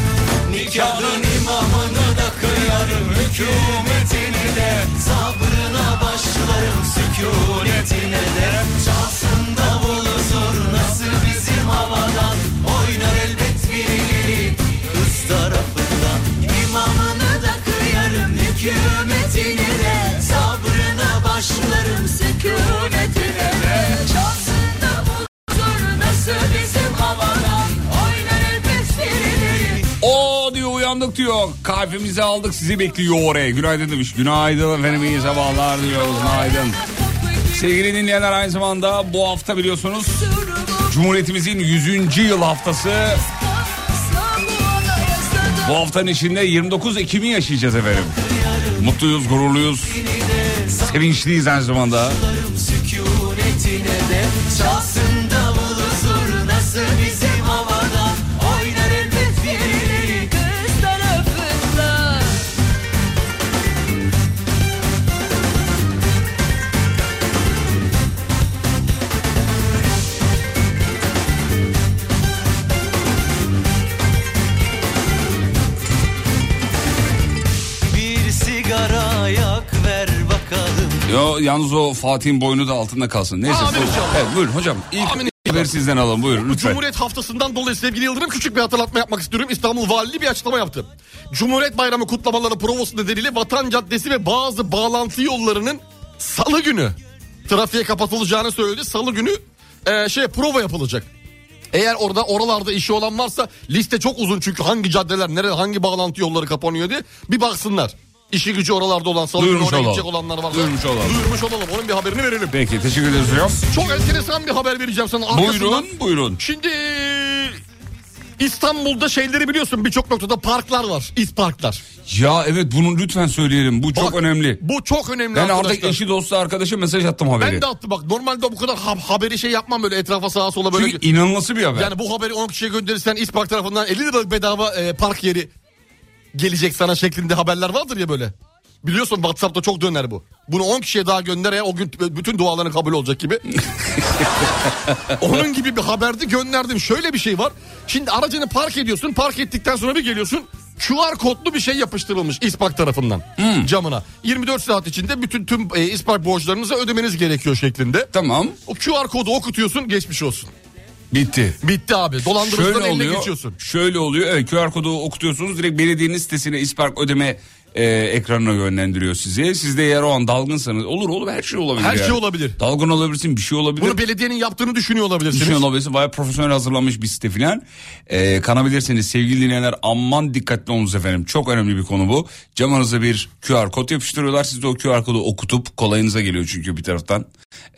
Speaker 9: Nikahın imamını da kıyarım hükümetini de Sabrına başlarım sükunetine de Çalsın davulu zurnası bizim havadan Oynar elbet birileri kız tarafından İmamını da kıyarım hükümetini de Sabrına başlarım sükunetine de Çalsın davulu zurnası bizim havadan Oynar elbet birileri
Speaker 3: O diyor uyandık diyor. Kahvemizi aldık sizi bekliyor oraya. Günaydın demiş. Günaydın efendim iyi sabahlar diyoruz. Günaydın. Sevgili dinleyenler aynı zamanda bu hafta biliyorsunuz Cumhuriyetimizin 100. yıl haftası. Bu haftanın içinde 29 Ekim'i yaşayacağız efendim. Mutluyuz, gururluyuz, sevinçliyiz aynı zamanda.
Speaker 9: sükunetine de Çalsın davulu zurnası bizim havada Oynar elbet birileri kız tarafından Bir sigara yak ver bakalım
Speaker 3: Yo, yalnız o Fatih'in boynu da altında kalsın. Neyse.
Speaker 4: Amin
Speaker 3: buyurun.
Speaker 4: inşallah.
Speaker 3: Evet, buyurun hocam. İlk
Speaker 4: Amin
Speaker 3: haberi sizden alalım buyurun lütfen.
Speaker 4: Cumhuriyet haftasından dolayı sevgili Yıldırım küçük bir hatırlatma yapmak istiyorum. İstanbul Valiliği bir açıklama yaptı. Cumhuriyet Bayramı kutlamaları provası nedeniyle Vatan Caddesi ve bazı bağlantı yollarının salı günü trafiğe kapatılacağını söyledi. Salı günü e, şey prova yapılacak. Eğer orada oralarda işi olan varsa liste çok uzun çünkü hangi caddeler nerede hangi bağlantı yolları kapanıyor diye bir baksınlar. İşi gücü oralarda olan salı günü
Speaker 3: Duyurmuş
Speaker 4: oraya gidecek
Speaker 3: olalım.
Speaker 4: olanlar varsa
Speaker 3: Duyurmuş olalım.
Speaker 4: Duyurmuş olalım. Onun bir haberini verelim.
Speaker 3: Peki teşekkür ederiz hocam.
Speaker 4: Çok enteresan bir haber vereceğim sana. Arkasından-
Speaker 3: Buyurun buyurun.
Speaker 4: Şimdi İstanbul'da şeyleri biliyorsun birçok noktada parklar var. İsparklar.
Speaker 3: Ya evet bunu lütfen söyleyelim. Bu çok
Speaker 4: Bak,
Speaker 3: önemli.
Speaker 4: Bu çok önemli
Speaker 3: Ben
Speaker 4: arkadaşlar.
Speaker 3: artık eşi dostu arkadaşa mesaj attım haberi.
Speaker 4: Ben de attım bak normalde bu kadar ha- haberi şey yapmam böyle etrafa sağa sola böyle.
Speaker 3: Çünkü inanılması bir haber.
Speaker 4: Yani bu haberi 10 kişiye gönderirsen İspark tarafından 50 liralık bedava e, park yeri gelecek sana şeklinde haberler vardır ya böyle. Biliyorsun WhatsApp'ta çok döner bu. Bunu 10 kişiye daha gönder ya o gün t- bütün duaların kabul olacak gibi. Onun gibi bir haberdi gönderdim. Şöyle bir şey var. Şimdi aracını park ediyorsun. Park ettikten sonra bir geliyorsun. QR kodlu bir şey yapıştırılmış İspark tarafından camına. 24 saat içinde bütün tüm e, İspark borçlarınızı ödemeniz gerekiyor şeklinde.
Speaker 3: Tamam
Speaker 4: O QR kodu okutuyorsun geçmiş olsun.
Speaker 3: bitti.
Speaker 4: Bitti abi.
Speaker 3: Şöyle
Speaker 4: Dolandırıcıdan eline
Speaker 3: oluyor.
Speaker 4: geçiyorsun.
Speaker 3: Şöyle oluyor. Evet, QR kodu okutuyorsunuz direkt belediyenin sitesine İspark ödeme e, ekranına yönlendiriyor sizi. Siz de eğer o an dalgınsanız olur olur her şey olabilir.
Speaker 4: Her
Speaker 3: yani.
Speaker 4: şey olabilir.
Speaker 3: Dalgın olabilirsin bir şey olabilir.
Speaker 4: Bunu belediyenin yaptığını düşünüyor olabilirsiniz.
Speaker 3: Düşünün olabilirsin. Bayağı profesyonel hazırlanmış bir site filan. Ee, kanabilirsiniz sevgili dinleyenler. Aman dikkatli olunuz efendim. Çok önemli bir konu bu. Camanıza bir QR kod yapıştırıyorlar. Siz de o QR kodu okutup kolayınıza geliyor çünkü bir taraftan.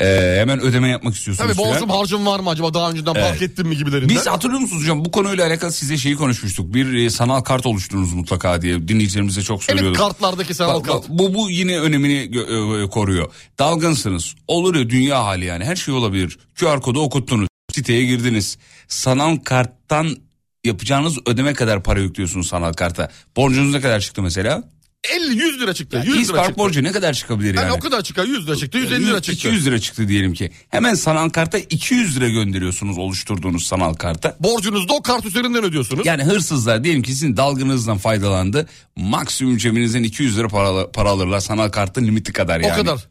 Speaker 3: Ee, hemen ödeme yapmak istiyorsunuz.
Speaker 4: Tabii
Speaker 3: filan.
Speaker 4: bozdum harcım var mı acaba daha önceden fark ettim mi gibilerinden.
Speaker 3: Biz hatırlıyor musunuz hocam bu konuyla alakalı size şeyi konuşmuştuk. Bir e, sanal kart oluşturunuz mutlaka diye dinleyicilerimize çok
Speaker 4: evet
Speaker 3: söylüyorduk.
Speaker 4: kartlardaki sanal
Speaker 3: Bak, bak,
Speaker 4: kart.
Speaker 3: bu bu yine önemini gö- e, koruyor. Dalgınsınız. Olur ya dünya hali yani. Her şey olabilir. QR kodu okuttunuz. Siteye girdiniz. Sanal karttan yapacağınız ödeme kadar para yüklüyorsunuz sanal karta. Borcunuz ne kadar çıktı mesela?
Speaker 4: 50 100 lira çıktı. 100 E, lira
Speaker 3: İspark
Speaker 4: çıktı.
Speaker 3: borcu ne kadar çıkabilir yani?
Speaker 4: Yani o kadar çıkar 100 lira çıktı 150 lira çıktı.
Speaker 3: 200 lira çıktı diyelim ki. Hemen sanal karta 200 lira gönderiyorsunuz oluşturduğunuz sanal karta.
Speaker 4: Borcunuzu da o kart üzerinden ödüyorsunuz.
Speaker 3: Yani hırsızlar diyelim ki sizin dalgınızdan faydalandı. Maksimum cebinizden 200 lira para, para alırlar sanal kartın limiti kadar yani.
Speaker 4: O kadar.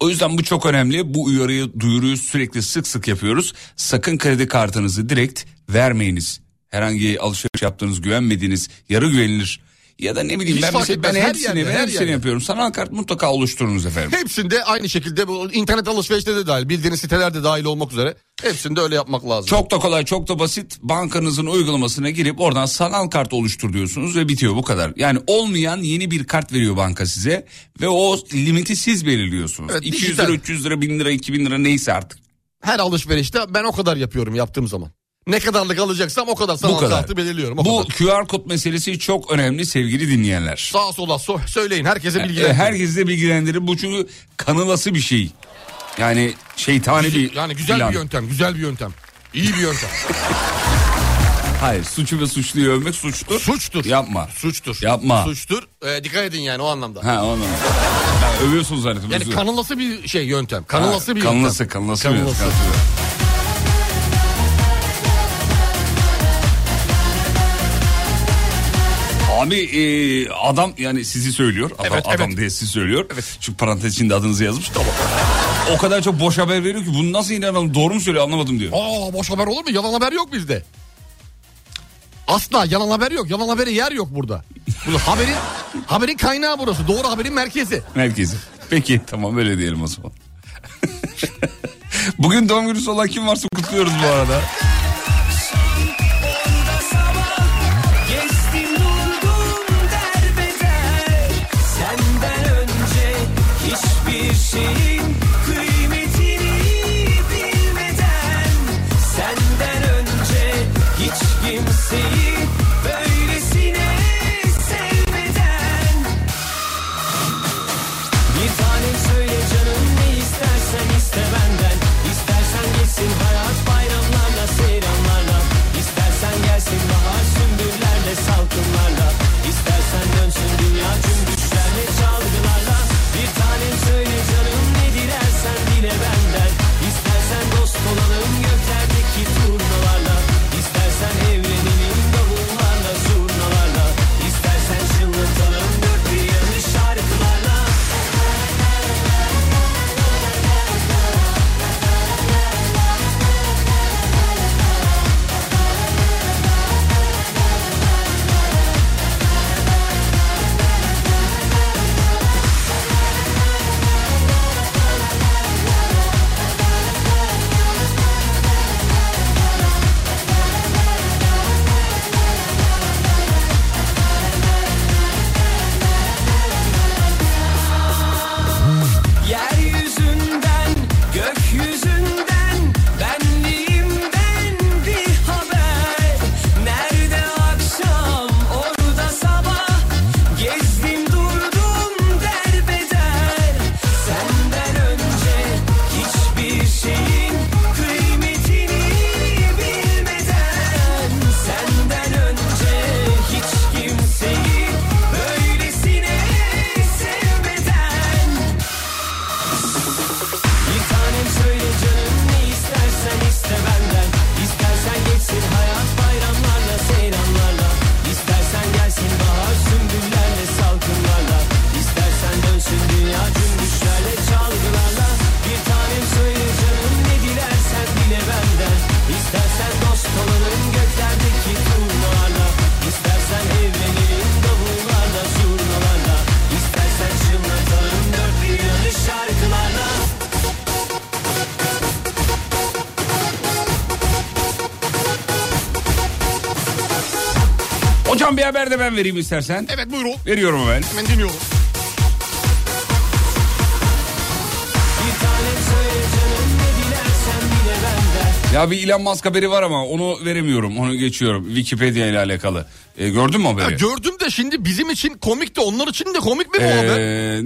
Speaker 3: O yüzden bu çok önemli. Bu uyarıyı duyuruyu sürekli sık sık yapıyoruz. Sakın kredi kartınızı direkt vermeyiniz. Herhangi alışveriş yaptığınız güvenmediğiniz yarı güvenilir ya da ne bileyim
Speaker 4: Hiç
Speaker 3: ben,
Speaker 4: fark
Speaker 3: mesela, ben
Speaker 4: etmez. Her
Speaker 3: hepsini,
Speaker 4: yerde, her
Speaker 3: hepsini
Speaker 4: yerde.
Speaker 3: yapıyorum. Sanal kart mutlaka oluşturunuz efendim.
Speaker 4: Hepsinde aynı şekilde bu internet alışverişte de dahil bildiğiniz sitelerde dahil olmak üzere hepsinde öyle yapmak lazım.
Speaker 3: Çok da kolay, çok da basit. Bankanızın uygulamasına girip oradan sanal kart oluştur diyorsunuz ve bitiyor bu kadar. Yani olmayan yeni bir kart veriyor banka size ve o limiti siz belirliyorsunuz.
Speaker 4: Evet,
Speaker 3: 200
Speaker 4: dijital.
Speaker 3: lira, 300 lira, 1000 lira, 2000 lira neyse artık.
Speaker 4: Her alışverişte ben o kadar yapıyorum yaptığım zaman. Ne kadarlık alacaksam o kadar sanal
Speaker 3: bu kadar.
Speaker 4: kartı belirliyorum. O
Speaker 3: bu
Speaker 4: kadar.
Speaker 3: QR kod meselesi çok önemli sevgili dinleyenler.
Speaker 4: Sağa sola so- söyleyin herkese bilgi
Speaker 3: E, Herkesi de bilgilendirin. Bu çünkü kanılası bir şey. Yani şeytani bir
Speaker 4: Yani güzel
Speaker 3: plan.
Speaker 4: Hani bir yöntem güzel bir yöntem. İyi bir yöntem.
Speaker 3: Hayır suçu ve suçluyu övmek suçtur.
Speaker 4: Suçtur.
Speaker 3: Yapma.
Speaker 4: Suçtur.
Speaker 3: Yapma.
Speaker 4: Suçtur. Ee, dikkat edin yani o anlamda.
Speaker 3: Ha onu. Ya, övüyorsun zannettim.
Speaker 4: Yani
Speaker 3: özür.
Speaker 4: kanılası bir şey yöntem. Kanılası
Speaker 3: Ha,
Speaker 4: bir
Speaker 3: kanılası,
Speaker 4: yöntem.
Speaker 3: kanılası, kanılası. Abi e, adam yani sizi söylüyor. Adam,
Speaker 4: Evet,
Speaker 3: adam
Speaker 4: evet.
Speaker 3: diye sizi söylüyor. Şu parantez içinde adınızı yazmış. Tamam. O kadar çok boş haber veriyor ki bunu nasıl inanalım doğru mu söylüyor anlamadım diyor.
Speaker 4: Aa boş haber olur mu? Yalan haber yok bizde. Asla yalan haber yok. Yalan haberi yer yok burada. Burada haberin haberin kaynağı burası. Doğru haberin merkezi.
Speaker 3: Merkezi. Peki tamam öyle diyelim o zaman. Bugün doğum günü olan kim varsa kutluyoruz bu arada.
Speaker 9: Geçtim durdum derbeder Senden önce hiçbir şeyin kıymetini bilmeden Senden önce hiç kimseyi böylesine sevmeden Bir tanem söyle canım ne istersen iste benden İstersen geçsin hayat bayramlarla sev
Speaker 3: Hocam bir haber de ben vereyim istersen.
Speaker 4: Evet buyurun.
Speaker 3: Veriyorum hemen.
Speaker 4: Hemen dinliyorum.
Speaker 3: Ya bir Elon Musk haberi var ama onu veremiyorum. Onu geçiyorum. Wikipedia ile alakalı. E, gördün mü
Speaker 4: Ya
Speaker 3: haberi?
Speaker 4: gördüm de şimdi bizim için komik de onlar için de komik mi bu
Speaker 3: Ee,
Speaker 4: haber?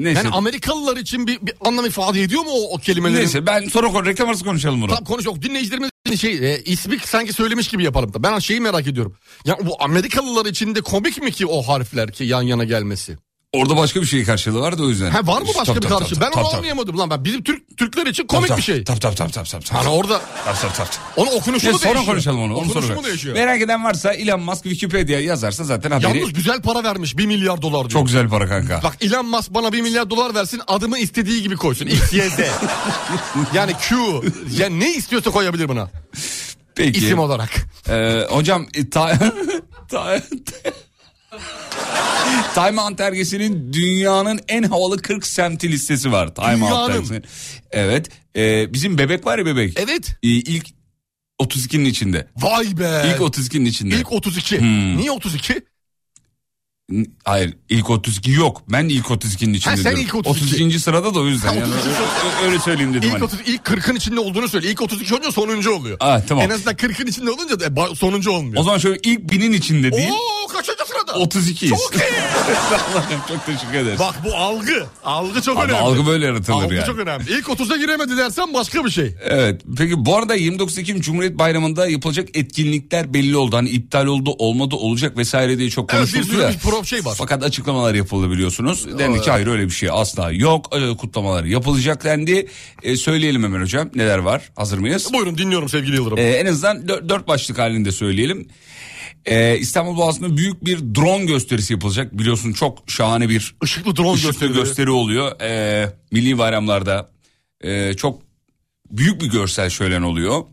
Speaker 3: neyse.
Speaker 4: Yani Amerikalılar için bir, bir anlam ifade ediyor mu o, o kelimelerin?
Speaker 3: Neyse ben sonra konu reklam arası konuşalım bunu.
Speaker 4: Tamam konuş yok. Dinleyicilerimiz şey e, ismi sanki söylemiş gibi yapalım da. Ben şeyi merak ediyorum. Ya bu Amerikalılar için de komik mi ki o harfler ki yan yana gelmesi?
Speaker 3: Orada başka bir şey karşılığı vardı o yüzden.
Speaker 4: Ha var mı
Speaker 3: İşte,
Speaker 4: başka
Speaker 3: tap,
Speaker 4: bir
Speaker 3: tap,
Speaker 4: karşı?
Speaker 3: tap,
Speaker 4: Ben
Speaker 3: tap,
Speaker 4: onu
Speaker 3: tap.
Speaker 4: anlayamadım lan. Ben bizim Türk Türkler için
Speaker 3: Tap,
Speaker 4: komik
Speaker 3: tap,
Speaker 4: bir şey.
Speaker 3: Tap tap tap tap tap. tap.
Speaker 4: Hani orada
Speaker 3: Tap tap tap. tap.
Speaker 4: onun okunuşu
Speaker 3: Neyse,
Speaker 4: mu
Speaker 3: sonra
Speaker 4: değişiyor?
Speaker 3: konuşalım onu. onu
Speaker 4: Okunuşu
Speaker 3: sonra.
Speaker 4: mu değişiyor?
Speaker 3: Merak eden varsa Elon Musk Wikipedia yazarsa zaten haberi.
Speaker 4: Yalnız güzel para vermiş 1 milyar dolar diyor.
Speaker 3: Çok güzel para kanka.
Speaker 4: Bak Elon Musk bana 1 milyar dolar versin adımı istediği gibi koysun. X, Y, Z. yani Q. Yani ne istiyorsa koyabilir buna.
Speaker 3: Peki.
Speaker 4: İsim olarak.
Speaker 3: Ee, hocam e, ta, ta, Time Out dergisinin dünyanın en havalı 40 semti listesi var. Time Out
Speaker 4: Dünyanın.
Speaker 3: dergisinin. Evet. e, bizim bebek var ya bebek.
Speaker 4: Evet.
Speaker 3: E, ilk 32'nin içinde.
Speaker 4: Vay be.
Speaker 3: İlk 32'nin içinde.
Speaker 4: İlk 32.
Speaker 3: Hmm.
Speaker 4: Niye 32?
Speaker 3: N- Hayır ilk 32 yok. Ben ilk 32'nin içinde.
Speaker 4: Ha, sen
Speaker 3: diyorum.
Speaker 4: ilk 32.
Speaker 3: sırada da o yüzden. yani. Ö- öyle söyleyeyim dedim.
Speaker 4: İlk,
Speaker 3: hani.
Speaker 4: 30, ilk 40'ın içinde olduğunu söyle. İlk 32 olunca sonuncu oluyor.
Speaker 3: Ah, tamam.
Speaker 4: En azından 40'ın içinde olunca da e, ba- sonuncu
Speaker 3: O
Speaker 4: olmuyor.
Speaker 3: zaman şöyle ilk binin içinde değil.
Speaker 4: Oo kaçıncı sırada?
Speaker 3: 32'yiz.
Speaker 4: Çok iyi.
Speaker 3: Allah'ım çok teşekkür ederiz.
Speaker 4: Bak bu algı. Algı çok
Speaker 3: Ama
Speaker 4: önemli.
Speaker 3: algı böyle yaratılır
Speaker 4: Algı
Speaker 3: yani.
Speaker 4: çok önemli. İlk 30'a giremedi dersen başka bir şey.
Speaker 3: Evet. Peki bu arada 29 Ekim Cumhuriyet Bayramı'nda yapılacak etkinlikler belli oldu. Hani iptal oldu, olmadı, olacak vesaire diye çok
Speaker 4: Evet, bir
Speaker 3: konuşuldu
Speaker 4: sürü
Speaker 3: ya.
Speaker 4: bir pro- şey var.
Speaker 3: Fakat açıklamalar yapıldı biliyorsunuz. Dendi ki hayır öyle bir şey asla yok. Ee, Kutlamalar yapılacak dendi. Ee, söyleyelim hemen hocam neler var. Hazır mıyız?
Speaker 4: Buyurun dinliyorum sevgili Yıldırım.
Speaker 3: Ee, en azından dö- dört başlık halinde söyleyelim. Ee, İstanbul Boğazı'nda büyük bir drone gösterisi yapılacak. Biliyorsun çok şahane bir
Speaker 4: Işıklı drone
Speaker 3: ışıklı
Speaker 4: gösteri.
Speaker 3: gösteri oluyor. Ee, milli bayramlarda ee, çok büyük bir görsel şölen oluyor.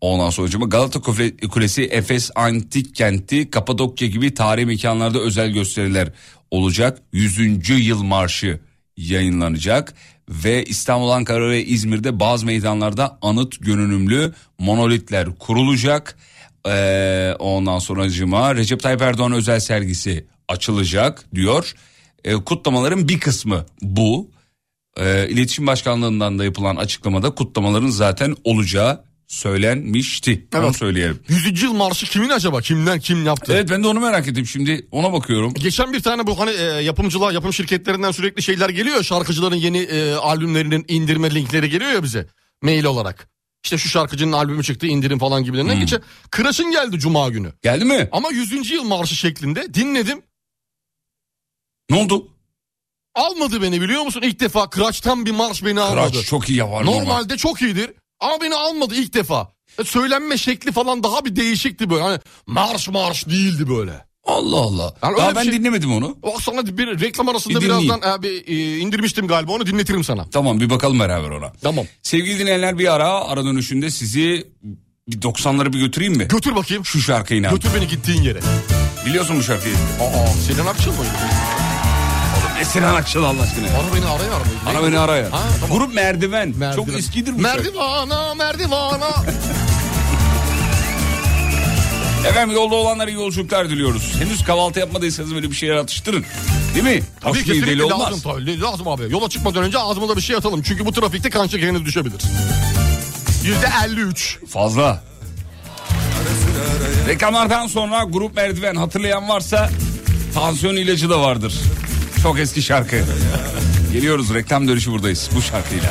Speaker 3: Ondan sonra hocam Galata Kule- Kulesi, Efes Antik Kenti, Kapadokya gibi tarihi mekanlarda özel gösteriler olacak. 100. Yıl Marşı yayınlanacak ve İstanbul, Ankara ve İzmir'de bazı meydanlarda anıt görünümlü monolitler kurulacak. Ee, ondan sonra Recep Tayyip Erdoğan özel sergisi açılacak diyor. Ee, kutlamaların bir kısmı bu. E, İletişim Başkanlığı'ndan da yapılan açıklamada kutlamaların zaten olacağı söylenmişti. Onu
Speaker 4: Evet.
Speaker 3: söyleyelim.
Speaker 4: 100. yıl marşı kimin acaba? Kimden kim yaptı?
Speaker 3: Evet ben de onu merak ettim şimdi ona bakıyorum.
Speaker 4: Geçen bir tane bu hani e, yapımcılar, yapım şirketlerinden sürekli şeyler geliyor. ya, Şarkıcıların yeni e, albümlerinin indirme linkleri geliyor ya bize mail olarak. İşte şu şarkıcının albümü çıktı indirim falan gibilerinden.
Speaker 3: Hmm.
Speaker 4: Geçen Kıraş'ın geldi cuma günü.
Speaker 3: Geldi mi?
Speaker 4: Ama 100. yıl marşı şeklinde dinledim.
Speaker 3: Ne oldu?
Speaker 4: Almadı beni biliyor musun? İlk defa Kıraç'tan bir marş beni almadı.
Speaker 3: Kıraç çok iyi yapar. normal.
Speaker 4: Normalde çok iyidir ama beni almadı ilk defa. E, Söylenme şekli falan daha bir değişikti böyle. Hani marş marş değildi böyle.
Speaker 3: Allah Allah.
Speaker 4: Yani
Speaker 3: Daha
Speaker 4: öyle bir
Speaker 3: ben
Speaker 4: şey-
Speaker 3: dinlemedim onu.
Speaker 4: O sana bir reklam
Speaker 3: Bir
Speaker 4: arasında
Speaker 3: dinleyeyim.
Speaker 4: birazdan e, bir, e, indirmiştim galiba onu dinletirim sana.
Speaker 3: Tamam bir bakalım beraber ona.
Speaker 4: Tamam.
Speaker 3: Sevgili dinleyenler bir ara ara dönüşünde sizi bir 90'lara bir götüreyim mi?
Speaker 4: Götür bakayım.
Speaker 3: Şu şarkıyı inan.
Speaker 4: Götür beni gittiğin yere.
Speaker 3: Biliyorsun bu şarkıyı.
Speaker 4: Aa Sinan Akçıl mıydı?
Speaker 3: E, Sinan Akçıl Allah aşkına. ya.
Speaker 4: Ara beni arayar mıydı?
Speaker 3: Ara beni araya.
Speaker 4: Ha, tamam.
Speaker 3: Grup merdiven. Çok eskidir bu şey. şarkı.
Speaker 4: Merdivana merdivana.
Speaker 3: Efendim yolda olanlara iyi yolculuklar diliyoruz. Henüz kahvaltı yapmadıysanız böyle bir şeyler atıştırın. Değil mi?
Speaker 4: Tabii
Speaker 3: Hoş değil,
Speaker 4: kesinlikle
Speaker 3: deli
Speaker 4: lazım
Speaker 3: olmaz.
Speaker 4: tabii. Lazım abi. Yola çıkmadan önce ağzıma da bir şey atalım. Çünkü bu trafikte kan şekeriniz düşebilir. Yüzde 53.
Speaker 3: Fazla. Reklamlardan sonra grup merdiven hatırlayan varsa tansiyon ilacı da vardır. Çok eski şarkı. Geliyoruz reklam dönüşü buradayız bu şarkıyla.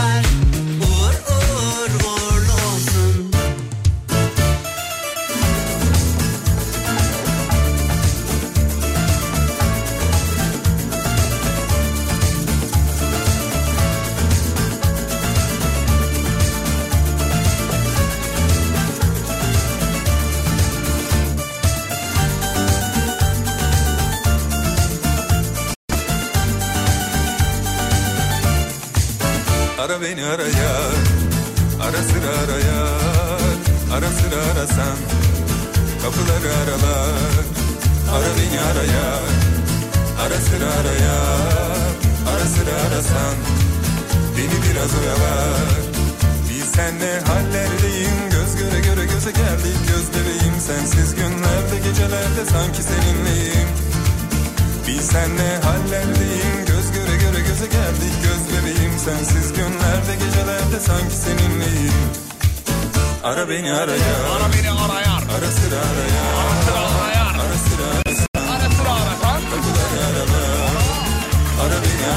Speaker 9: uğur uğur uğurlu olsun.
Speaker 7: Ara beni araya Ara sıra araya Ara sıra arasan Kapıları aralar Ara beni araya Ara sıra araya Ara sıra arasan Beni biraz oyalar Bilsen ne hallerdeyim Göz göre göre göze geldik göz bebeğim Sensiz günlerde gecelerde sanki seninleyim Bilsen ne hallerdeyim Göz göre göre göze geldik göz bebeğim Sensiz günlerde gecelerde sanki seninleyim Ara beni araya
Speaker 3: Ara beni arayar.
Speaker 7: Ara sıra araya
Speaker 3: Ara sıra arayar.
Speaker 7: Ara sıra
Speaker 3: Ara sıra arasam.
Speaker 7: Ara beni araya
Speaker 3: Ara beni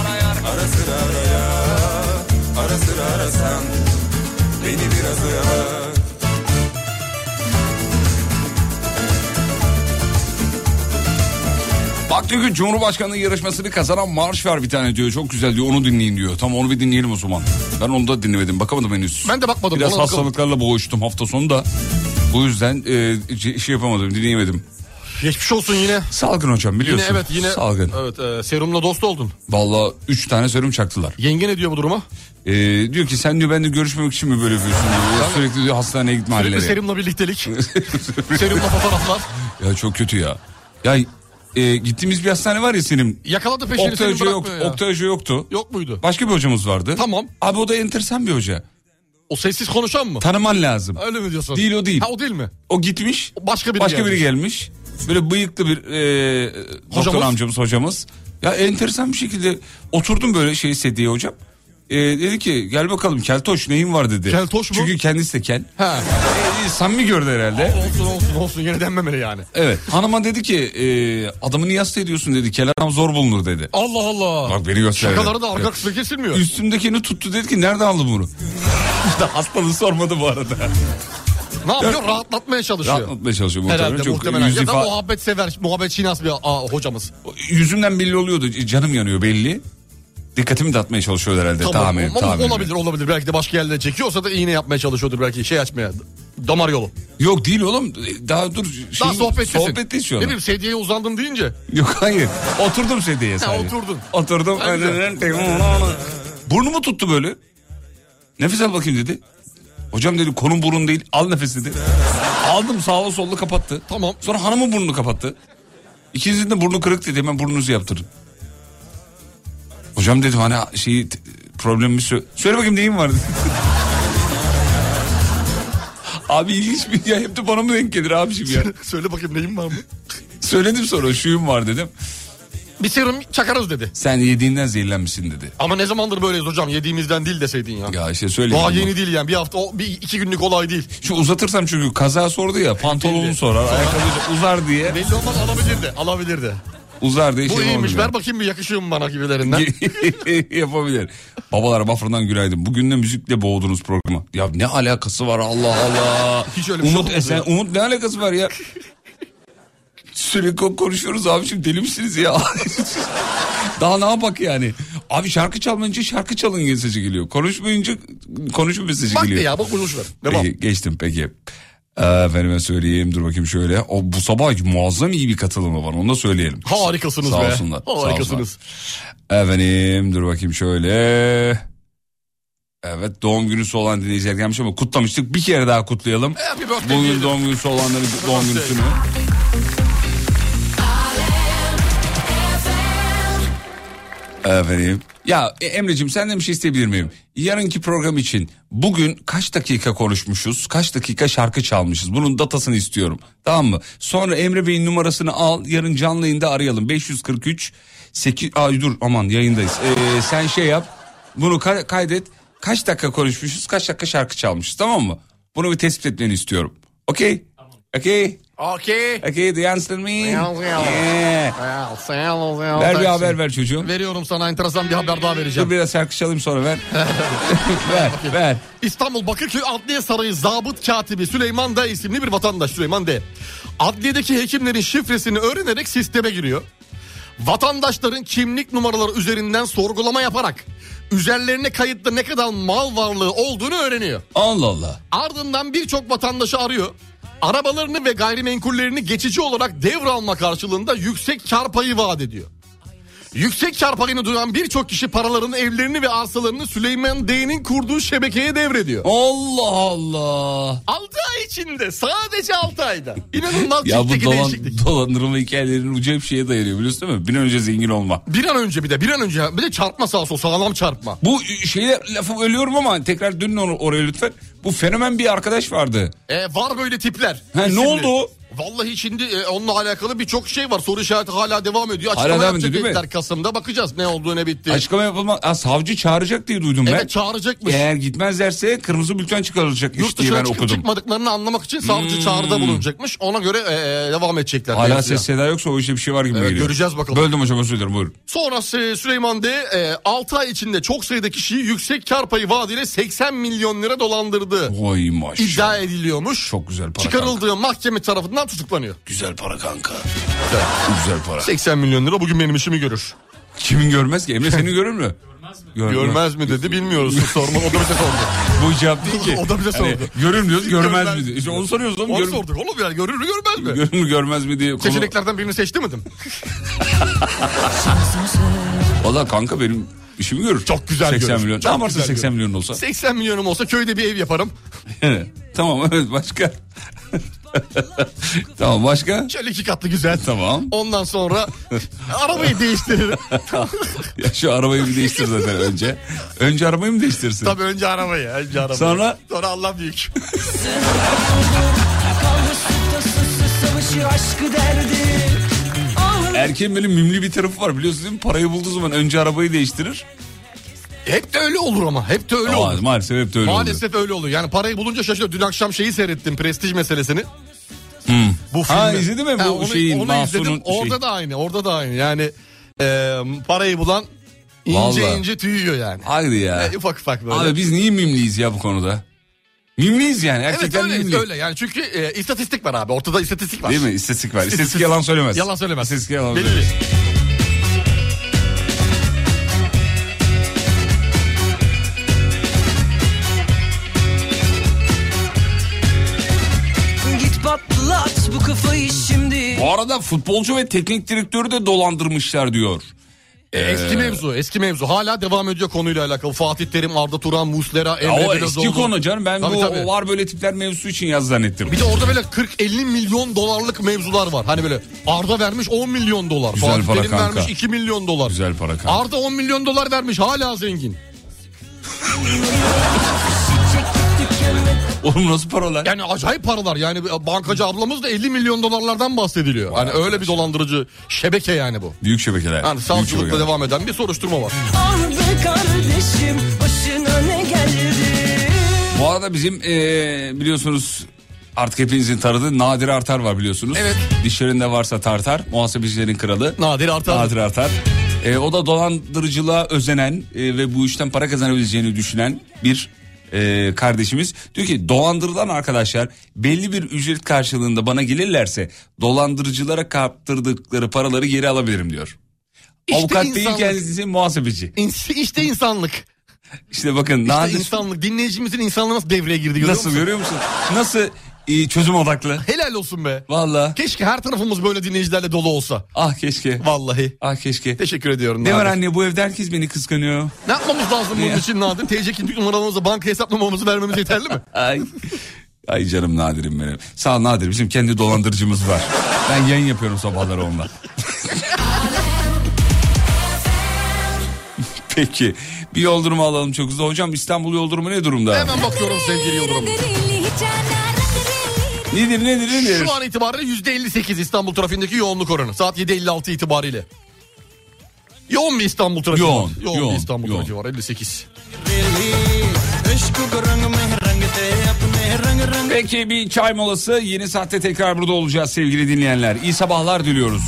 Speaker 3: arayar.
Speaker 7: Ara sıra araya Ara sıra arasan Beni biraz oyalar
Speaker 3: Baktığı gün Cumhurbaşkanlığı yarışmasını kazanan marş ver bir tane diyor. Çok güzel diyor onu dinleyin diyor. Tamam onu bir dinleyelim o zaman. Ben onu da dinlemedim bakamadım henüz.
Speaker 4: Ben de bakmadım.
Speaker 3: Biraz
Speaker 4: Ona bakalım.
Speaker 3: hastalıklarla boğuştum hafta sonu da. Bu yüzden e, şey- şey yapamadım dinleyemedim.
Speaker 4: Geçmiş olsun yine.
Speaker 3: Salgın hocam biliyorsun.
Speaker 4: Yine evet yine.
Speaker 3: Salgın.
Speaker 4: Evet e, serumla dost oldun.
Speaker 3: Valla 3 tane serum çaktılar.
Speaker 4: Yenge ne diyor bu duruma?
Speaker 3: E, diyor ki sen diyor ben de görüşmemek için mi böyle yapıyorsun diyor. Sürekli diyor hastaneye gitme
Speaker 4: Sürekli
Speaker 3: halleri.
Speaker 4: serumla birliktelik. serumla fotoğraflar.
Speaker 3: Ya çok kötü ya. Ya e, gittiğimiz bir hastane var ya senin.
Speaker 4: Yakaladı peşini
Speaker 3: Oktay
Speaker 4: serum
Speaker 3: Hoca yoktu.
Speaker 4: bırakmıyor ya.
Speaker 3: Oktay Hoca yoktu.
Speaker 4: Yok muydu?
Speaker 3: Başka bir hocamız vardı.
Speaker 4: Tamam.
Speaker 3: Abi o da enteresan bir hoca.
Speaker 4: O sessiz konuşan mı?
Speaker 3: Tanıman lazım.
Speaker 4: Öyle mi diyorsun?
Speaker 3: Değil, o değil.
Speaker 4: Ha o değil mi?
Speaker 3: O gitmiş.
Speaker 4: Başka biri
Speaker 3: başka
Speaker 4: gelmiş.
Speaker 3: biri gelmiş. Böyle bıyıklı bir e, doktor amcamız hocamız. Ya enteresan bir şekilde oturdum böyle şey sediye hocam. E, dedi ki gel bakalım keltoş neyin var dedi.
Speaker 4: Keltoş mu?
Speaker 3: Çünkü kendisi de kel.
Speaker 4: Ha.
Speaker 3: E, samimi gördü herhalde.
Speaker 4: E, Olsun olsun olsun yine denmemeli yani.
Speaker 3: Evet. Hanıma dedi ki e, adamı niye hasta ediyorsun dedi. Kel adam zor bulunur dedi.
Speaker 4: Allah Allah.
Speaker 3: Bak beni gösterdi.
Speaker 4: Şakaları da arka arkasına kesilmiyor.
Speaker 3: Üstümdekini tuttu dedi ki nereden aldın bunu? işte hastalığı sormadı bu arada.
Speaker 4: Ne yapıyor? Rahatlatmaya çalışıyor.
Speaker 3: Rahatlatmaya çalışıyor muhtemelen.
Speaker 4: Herhalde
Speaker 3: Çok
Speaker 4: muhtemelen.
Speaker 3: yüz
Speaker 4: Ya da
Speaker 3: ifa-
Speaker 4: muhabbet sever, muhabbet şinas bir aa, hocamız.
Speaker 3: Yüzümden belli oluyordu. Canım yanıyor belli. Dikkatimi dağıtmaya çalışıyor herhalde.
Speaker 4: Tamam,
Speaker 3: tahmin,
Speaker 4: ama
Speaker 3: tahmin.
Speaker 4: olabilir olabilir. Belki de başka yerlere çekiyorsa da iğne yapmaya çalışıyordur belki şey açmaya. Damar yolu.
Speaker 3: Yok değil oğlum. Daha dur. Şey,
Speaker 4: Daha sohbettesin.
Speaker 3: sohbetteyiz şu
Speaker 4: Ne
Speaker 3: an.
Speaker 4: bileyim sedyeye uzandın deyince.
Speaker 3: Yok hayır. Oturdum sediye sadece.
Speaker 4: oturdun.
Speaker 3: Oturdum.
Speaker 4: Ha, güzel.
Speaker 3: Burnumu tuttu böyle. Nefes al bakayım dedi. Hocam dedi konum burun değil al nefes dedi. Aldım sağlı sollu kapattı.
Speaker 4: Tamam.
Speaker 3: Sonra hanımın burnunu kapattı. İkinizin de burnu kırık dedi hemen burnunuzu yaptırdım. Hocam dedim hani şeyi t- problemimi sö- söyle bakayım neyim var dedi. Abi ilginç bir ya hep de bana mı denk gelir abiciğim ya.
Speaker 4: Söyle bakayım neyin var mı?
Speaker 3: Söyledim sonra şuyum var dedim.
Speaker 4: Bir serum çakarız dedi.
Speaker 3: Sen yediğinden zehirlenmişsin dedi.
Speaker 4: Ama ne zamandır böyleyiz hocam yediğimizden değil deseydin ya.
Speaker 3: Ya işte söyle.
Speaker 4: Daha yeni değil yani bir hafta o- bir iki günlük olay değil.
Speaker 3: Şu uzatırsam çünkü kaza sordu ya pantolonu
Speaker 4: Belli.
Speaker 3: sorar ayakkabı uzar diye
Speaker 4: Belli olmaz alabilirdi alabilirdi.
Speaker 3: uzar diye
Speaker 4: Bu
Speaker 3: şey
Speaker 4: iyiymiş
Speaker 3: olmuyor.
Speaker 4: ver bakayım bir yakışıyor mu bana gibilerinden.
Speaker 3: Yapabilir. Babalar Bafra'dan günaydın. Bugün de müzikle boğdunuz programı. Ya ne alakası var Allah Allah.
Speaker 4: Hiç öyle bir şey
Speaker 3: Umut
Speaker 4: olmadı
Speaker 3: Esen,
Speaker 4: ya.
Speaker 3: Umut ne alakası var ya? Sürekli konuşuyoruz abiciğim deli misiniz ya? Daha ne yapak yani? Abi şarkı çalmayınca şarkı çalın mesajı geliyor. Konuşmayınca konuşma mesajı
Speaker 4: Bak
Speaker 3: geliyor.
Speaker 4: ya bak boş ver. Devam.
Speaker 3: Peki, geçtim peki. Ee, Efendime söyleyeyim dur bakayım şöyle. O, bu sabah muazzam iyi bir katılımı var onu da söyleyelim.
Speaker 4: Harikasınız
Speaker 3: Sağ
Speaker 4: be.
Speaker 3: olsunlar, sağ
Speaker 4: Harikasınız.
Speaker 3: Efendim dur bakayım şöyle. Evet doğum günüsü olan dinleyiciler gelmiş ama kutlamıştık. Bir kere daha kutlayalım.
Speaker 4: Happy birthday
Speaker 3: Bugün
Speaker 4: diyelim.
Speaker 3: doğum günüsü olanların doğum
Speaker 4: birthday.
Speaker 3: günüsünü. Efendim. Ya e, Emre'cim senden bir şey isteyebilir miyim? Yarınki program için bugün kaç dakika konuşmuşuz, kaç dakika şarkı çalmışız? Bunun datasını istiyorum. Tamam mı? Sonra Emre Bey'in numarasını al, yarın canlı yayında arayalım. 543 8 Ay dur aman yayındayız. Ee, sen şey yap. Bunu ka- kaydet. Kaç dakika konuşmuşuz, kaç dakika şarkı çalmışız tamam mı? Bunu bir tespit etmeni istiyorum. Okey? Okey?
Speaker 4: Okey.
Speaker 3: Okey, do you understand me?
Speaker 4: Yeah.
Speaker 3: Yeah. Ver bir haber ver çocuğum.
Speaker 4: Veriyorum sana enteresan bir haber daha vereceğim.
Speaker 3: Dur biraz şarkı çalayım sonra ver. ver, ver.
Speaker 4: İstanbul Bakırköy Adliye Sarayı zabıt katibi Süleyman D isimli bir vatandaş Süleyman D. Adliyedeki hekimlerin şifresini öğrenerek sisteme giriyor. Vatandaşların kimlik numaraları üzerinden sorgulama yaparak üzerlerine kayıtlı ne kadar mal varlığı olduğunu öğreniyor.
Speaker 3: Allah Allah.
Speaker 4: Ardından birçok vatandaşı arıyor. Arabalarını ve gayrimenkullerini geçici olarak devralma karşılığında yüksek kar payı vaat ediyor. Yüksek çarpanını duyan birçok kişi paralarını, evlerini ve arsalarını Süleyman D'nin kurduğu şebekeye devrediyor.
Speaker 3: Allah Allah.
Speaker 4: 6 ay içinde sadece 6 ayda. İnanılmaz
Speaker 3: Ya bu
Speaker 4: ciddi
Speaker 3: dolan,
Speaker 4: değişiklik.
Speaker 3: dolandırma hikayelerinin ucu hep şeye dayanıyor biliyorsun değil mi? Bir an önce zengin olma.
Speaker 4: Bir an önce bir de bir an önce bir de çarpma sağ sol sağlam çarpma.
Speaker 3: Bu şeyle lafı ölüyorum ama tekrar dönün or- oraya lütfen. Bu fenomen bir arkadaş vardı.
Speaker 4: E, var böyle tipler.
Speaker 3: He, ne
Speaker 4: İsimli.
Speaker 3: oldu o?
Speaker 4: Vallahi şimdi e, onunla alakalı birçak şey var. Soru işareti hala devam ediyor. Açıklama
Speaker 3: devam
Speaker 4: yapacak
Speaker 3: ediyor, değil mi?
Speaker 4: dediler Kasım'da bakacağız ne oldu ne bitti.
Speaker 3: Açıklama yapılmaz. Aa, savcı çağıracak diye duydum ben.
Speaker 4: evet çağıracakmış.
Speaker 3: Eğer gitmezlerse kırmızı bülten çıkarılacakmış
Speaker 4: Yurt
Speaker 3: diye
Speaker 4: dışına
Speaker 3: ben
Speaker 4: çıkıp
Speaker 3: okudum. Hmm.
Speaker 4: çıkmadıklarını anlamak için savcı çağrıda bulunacakmış. Ona göre e, devam edecekler.
Speaker 3: Hala
Speaker 4: mevzuya.
Speaker 3: ses seda yoksa o işte bir şey var gibi
Speaker 4: Evet,
Speaker 3: geliyor.
Speaker 4: göreceğiz bakalım.
Speaker 3: Böldüm hocam özür dilerim buyurun.
Speaker 4: Sonrası Süleyman D. E, 6 ay içinde çok sayıda kişiyi yüksek kar payı vaadiyle 80 milyon lira dolandırdı.
Speaker 3: Vay maşallah.
Speaker 4: İddia ediliyormuş.
Speaker 3: Çok güzel para
Speaker 4: Çıkarıldığı mahkeme tarafından tutuklanıyor.
Speaker 3: Güzel para kanka. Güzel para.
Speaker 4: 80 milyon lira bugün benim işimi görür.
Speaker 3: Kimin görmez ki? Emre seni görür mü? Görmez.
Speaker 4: Görmez mi dedi bilmiyoruz. Sorma o da bize sordu.
Speaker 3: Bu cevap değil ki. Hani
Speaker 4: O da bize sordu.
Speaker 3: görür mü diyoruz, görmez,
Speaker 4: Görmez.
Speaker 3: mi diyor. İşte onu soruyoruz oğlum.
Speaker 4: Onu
Speaker 3: Görür,
Speaker 4: sorduk. Oğlum yani görür mü görmez mi?
Speaker 3: görür mü görmez mi diye. Konu...
Speaker 4: Seçeneklerden birini seçti miydim?
Speaker 3: Valla kanka benim işimi görür.
Speaker 4: Çok güzel
Speaker 3: 80
Speaker 4: görür.
Speaker 3: milyon.
Speaker 4: Çok
Speaker 3: ne yaparsın
Speaker 4: güzel
Speaker 3: 80 milyon olsa?
Speaker 4: 80 milyonum olsa köyde bir ev yaparım.
Speaker 3: tamam evet başka. tamam başka.
Speaker 4: Şöyle iki katlı güzel.
Speaker 3: Tamam.
Speaker 4: Ondan sonra arabayı değiştiririm.
Speaker 3: Ya şu arabayı bir değiştir zaten önce. Önce arabayı mı değiştirsin?
Speaker 4: Tabii önce arabayı. Önce arabayı.
Speaker 3: Sonra?
Speaker 4: Sonra Allah büyük.
Speaker 3: Erkeğin böyle mimli bir tarafı var biliyorsun değil mi? Parayı bulduğu zaman önce arabayı değiştirir.
Speaker 4: Hep de öyle olur ama. Hep de öyle
Speaker 3: Ama
Speaker 4: olur.
Speaker 3: maalesef hep de öyle oluyor.
Speaker 4: Maalesef öyle oluyor. Yani parayı bulunca şaşırıyor. Dün akşam şeyi seyrettim. Prestij meselesini. Bu filmi.
Speaker 3: Ha, izledin mi bu
Speaker 4: Ha, onu,
Speaker 3: şeyin,
Speaker 4: Onu
Speaker 3: Mahsun'un
Speaker 4: izledim.
Speaker 3: şeyi?
Speaker 4: Orada da aynı. Orada da aynı. Yani e, parayı bulan ince
Speaker 3: Vallahi.
Speaker 4: ince tüyüyor yani.
Speaker 3: Haydi ya.
Speaker 4: E, ufak ufak böyle.
Speaker 3: Ee, Abi biz niye mimliyiz ya bu konuda? Mimliyiz yani.
Speaker 4: evet
Speaker 3: Erkekler
Speaker 4: öyle,
Speaker 3: mimli.
Speaker 4: öyle. Yani çünkü e, istatistik var abi. Ortada istatistik var.
Speaker 3: Değil mi? İstatistik var. İstatistik yalan söylemez.
Speaker 4: Yalan söylemez.
Speaker 3: İstatistik yalan
Speaker 4: Belli.
Speaker 3: söylemez.
Speaker 9: Git patlat bu kafayı şimdi
Speaker 3: Bu arada futbolcu ve teknik direktörü de dolandırmışlar diyor. Ee.
Speaker 4: E, Eski mevzu, eski mevzu. Hala devam ediyor konuyla alakalı. Fatih Terim, Arda Turan, Muslera,
Speaker 3: Ya
Speaker 4: Emre
Speaker 3: o
Speaker 4: Belözoğlu.
Speaker 3: eski konu canım. Ben
Speaker 4: Tabii,
Speaker 3: bu
Speaker 4: tabii.
Speaker 3: o var böyle tipler mevzusu için yaz zannettim.
Speaker 4: Bir de orada böyle 40-50 milyon dolarlık mevzular var. Hani böyle Arda vermiş 10 milyon dolar.
Speaker 3: Güzel
Speaker 4: Fatih
Speaker 3: para
Speaker 4: Terim
Speaker 3: kanka.
Speaker 4: vermiş 2 milyon dolar.
Speaker 3: Güzel para kanka.
Speaker 4: Arda 10 milyon dolar vermiş hala zengin.
Speaker 3: Oğlum nasıl paralar?
Speaker 4: Yani acayip paralar. Yani bankacı ablamız da 50 milyon dolarlardan bahsediliyor. Hani öyle bir dolandırıcı şebeke yani bu.
Speaker 3: Büyük şebekeler.
Speaker 4: Yani
Speaker 3: Büyük
Speaker 4: savcılıkla
Speaker 3: şebekeler.
Speaker 4: devam eden bir soruşturma var.
Speaker 9: Ah be kardeşim başına ne geldi
Speaker 3: Bu arada bizim eee, biliyorsunuz artık hepinizin tanıdığı Nadir Artar var biliyorsunuz.
Speaker 4: Evet.
Speaker 3: Dişlerinde varsa tartar. Muhasebecilerin kralı.
Speaker 4: Nadir Artar.
Speaker 3: Nadir Artar. Eee, o da dolandırıcılığa özenen eee, ve bu işten para kazanabileceğini düşünen bir eee, kardeşimiz. Diyor ki dolandırılan arkadaşlar belli bir ücret karşılığında bana gelirlerse dolandırıcılara kaptırdıkları paraları geri alabilirim diyor.
Speaker 4: İşte
Speaker 3: Avukat değil
Speaker 4: insanlık.
Speaker 3: kendisi muhasebeci.
Speaker 4: İns- işte insanlık.
Speaker 3: İşte bakın
Speaker 4: İşte
Speaker 3: Nadir
Speaker 4: insanlık. Dinleyicimizin insanlığı nasıl devreye girdi görüyor
Speaker 3: nasıl
Speaker 4: musun?
Speaker 3: görüyor musun? Nasıl eee, çözüm odaklı?
Speaker 4: Helal olsun be.
Speaker 3: Valla.
Speaker 4: Keşke her tarafımız böyle dinleyicilerle dolu olsa.
Speaker 3: Ah keşke.
Speaker 4: Vallahi.
Speaker 3: Ah keşke.
Speaker 4: Teşekkür ediyorum.
Speaker 3: Ne
Speaker 4: Nadir.
Speaker 3: var anne bu evde herkes beni kıskanıyor.
Speaker 4: Ne yapmamız lazım bunun
Speaker 3: Ya.
Speaker 4: için Nadir? TC kimlik numaralarımızı banka hesap numaramızı vermemiz yeterli mi?
Speaker 3: Ay. Ay canım Nadir'im benim. Sağ ol Nadir bizim kendi dolandırıcımız var. Ben yayın yapıyorum sabahları onunla. Peki bir yol durumu alalım çok hızlı. Hocam İstanbul yol durumu ne durumda?
Speaker 4: Hemen bakıyorum sevgili Yıldırım.
Speaker 3: Nedir nedir nedir?
Speaker 4: Şu an itibariyle %58 İstanbul trafiğindeki yoğunluk oranı. Saat 7.56 itibariyle. Yoğun bir İstanbul trafiği
Speaker 3: Yoğun,
Speaker 4: var. Yoğun,
Speaker 3: yoğun,
Speaker 4: bir İstanbul
Speaker 3: yoğun.
Speaker 4: trafiği var 58.
Speaker 3: Peki bir çay molası yeni saatte tekrar burada olacağız sevgili dinleyenler. İyi sabahlar diliyoruz.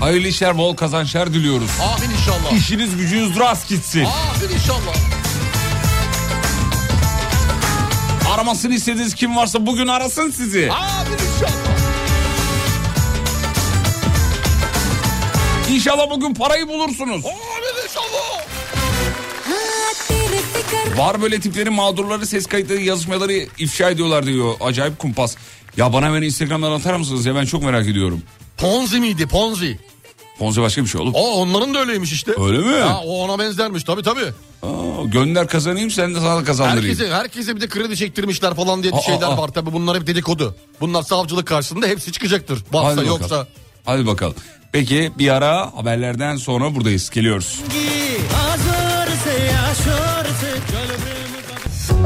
Speaker 3: Hayırlı işler bol kazançlar diliyoruz.
Speaker 4: Amin inşallah.
Speaker 3: İşiniz gücünüz rast gitsin.
Speaker 4: Amin inşallah.
Speaker 3: Aramasını istediğiniz kim varsa bugün arasın
Speaker 4: şey
Speaker 3: sizi.
Speaker 4: Amin inşallah.
Speaker 3: İnşallah bugün parayı bulursunuz.
Speaker 4: Amin inşallah.
Speaker 3: Var böyle tiplerin mağdurları ses kayıtları yazışmaları ifşa ediyorlar diyor. Acayip kumpas. Ya bana beni Instagram'dan atar mısınız ya ben çok merak ediyorum.
Speaker 4: Ponzi miydi Ponzi?
Speaker 3: Ponzi başka bir şey oğlum.
Speaker 4: O onların da öyleymiş işte.
Speaker 3: Öyle mi?
Speaker 4: Ha, o ona benzermiş tabii tabii.
Speaker 3: Aa, gönder kazanayım sen de sana kazandırayım.
Speaker 4: Herkese, herkese bir de kredi çektirmişler falan diye
Speaker 3: Aa,
Speaker 4: şeyler
Speaker 3: aa.
Speaker 4: var tabii bunlar hep dedikodu. Bunlar savcılık karşısında hepsi çıkacaktır.
Speaker 3: Hadi
Speaker 4: Varsa
Speaker 3: bakalım.
Speaker 4: yoksa.
Speaker 3: Hadi bakalım. Peki bir ara haberlerden sonra buradayız geliyoruz.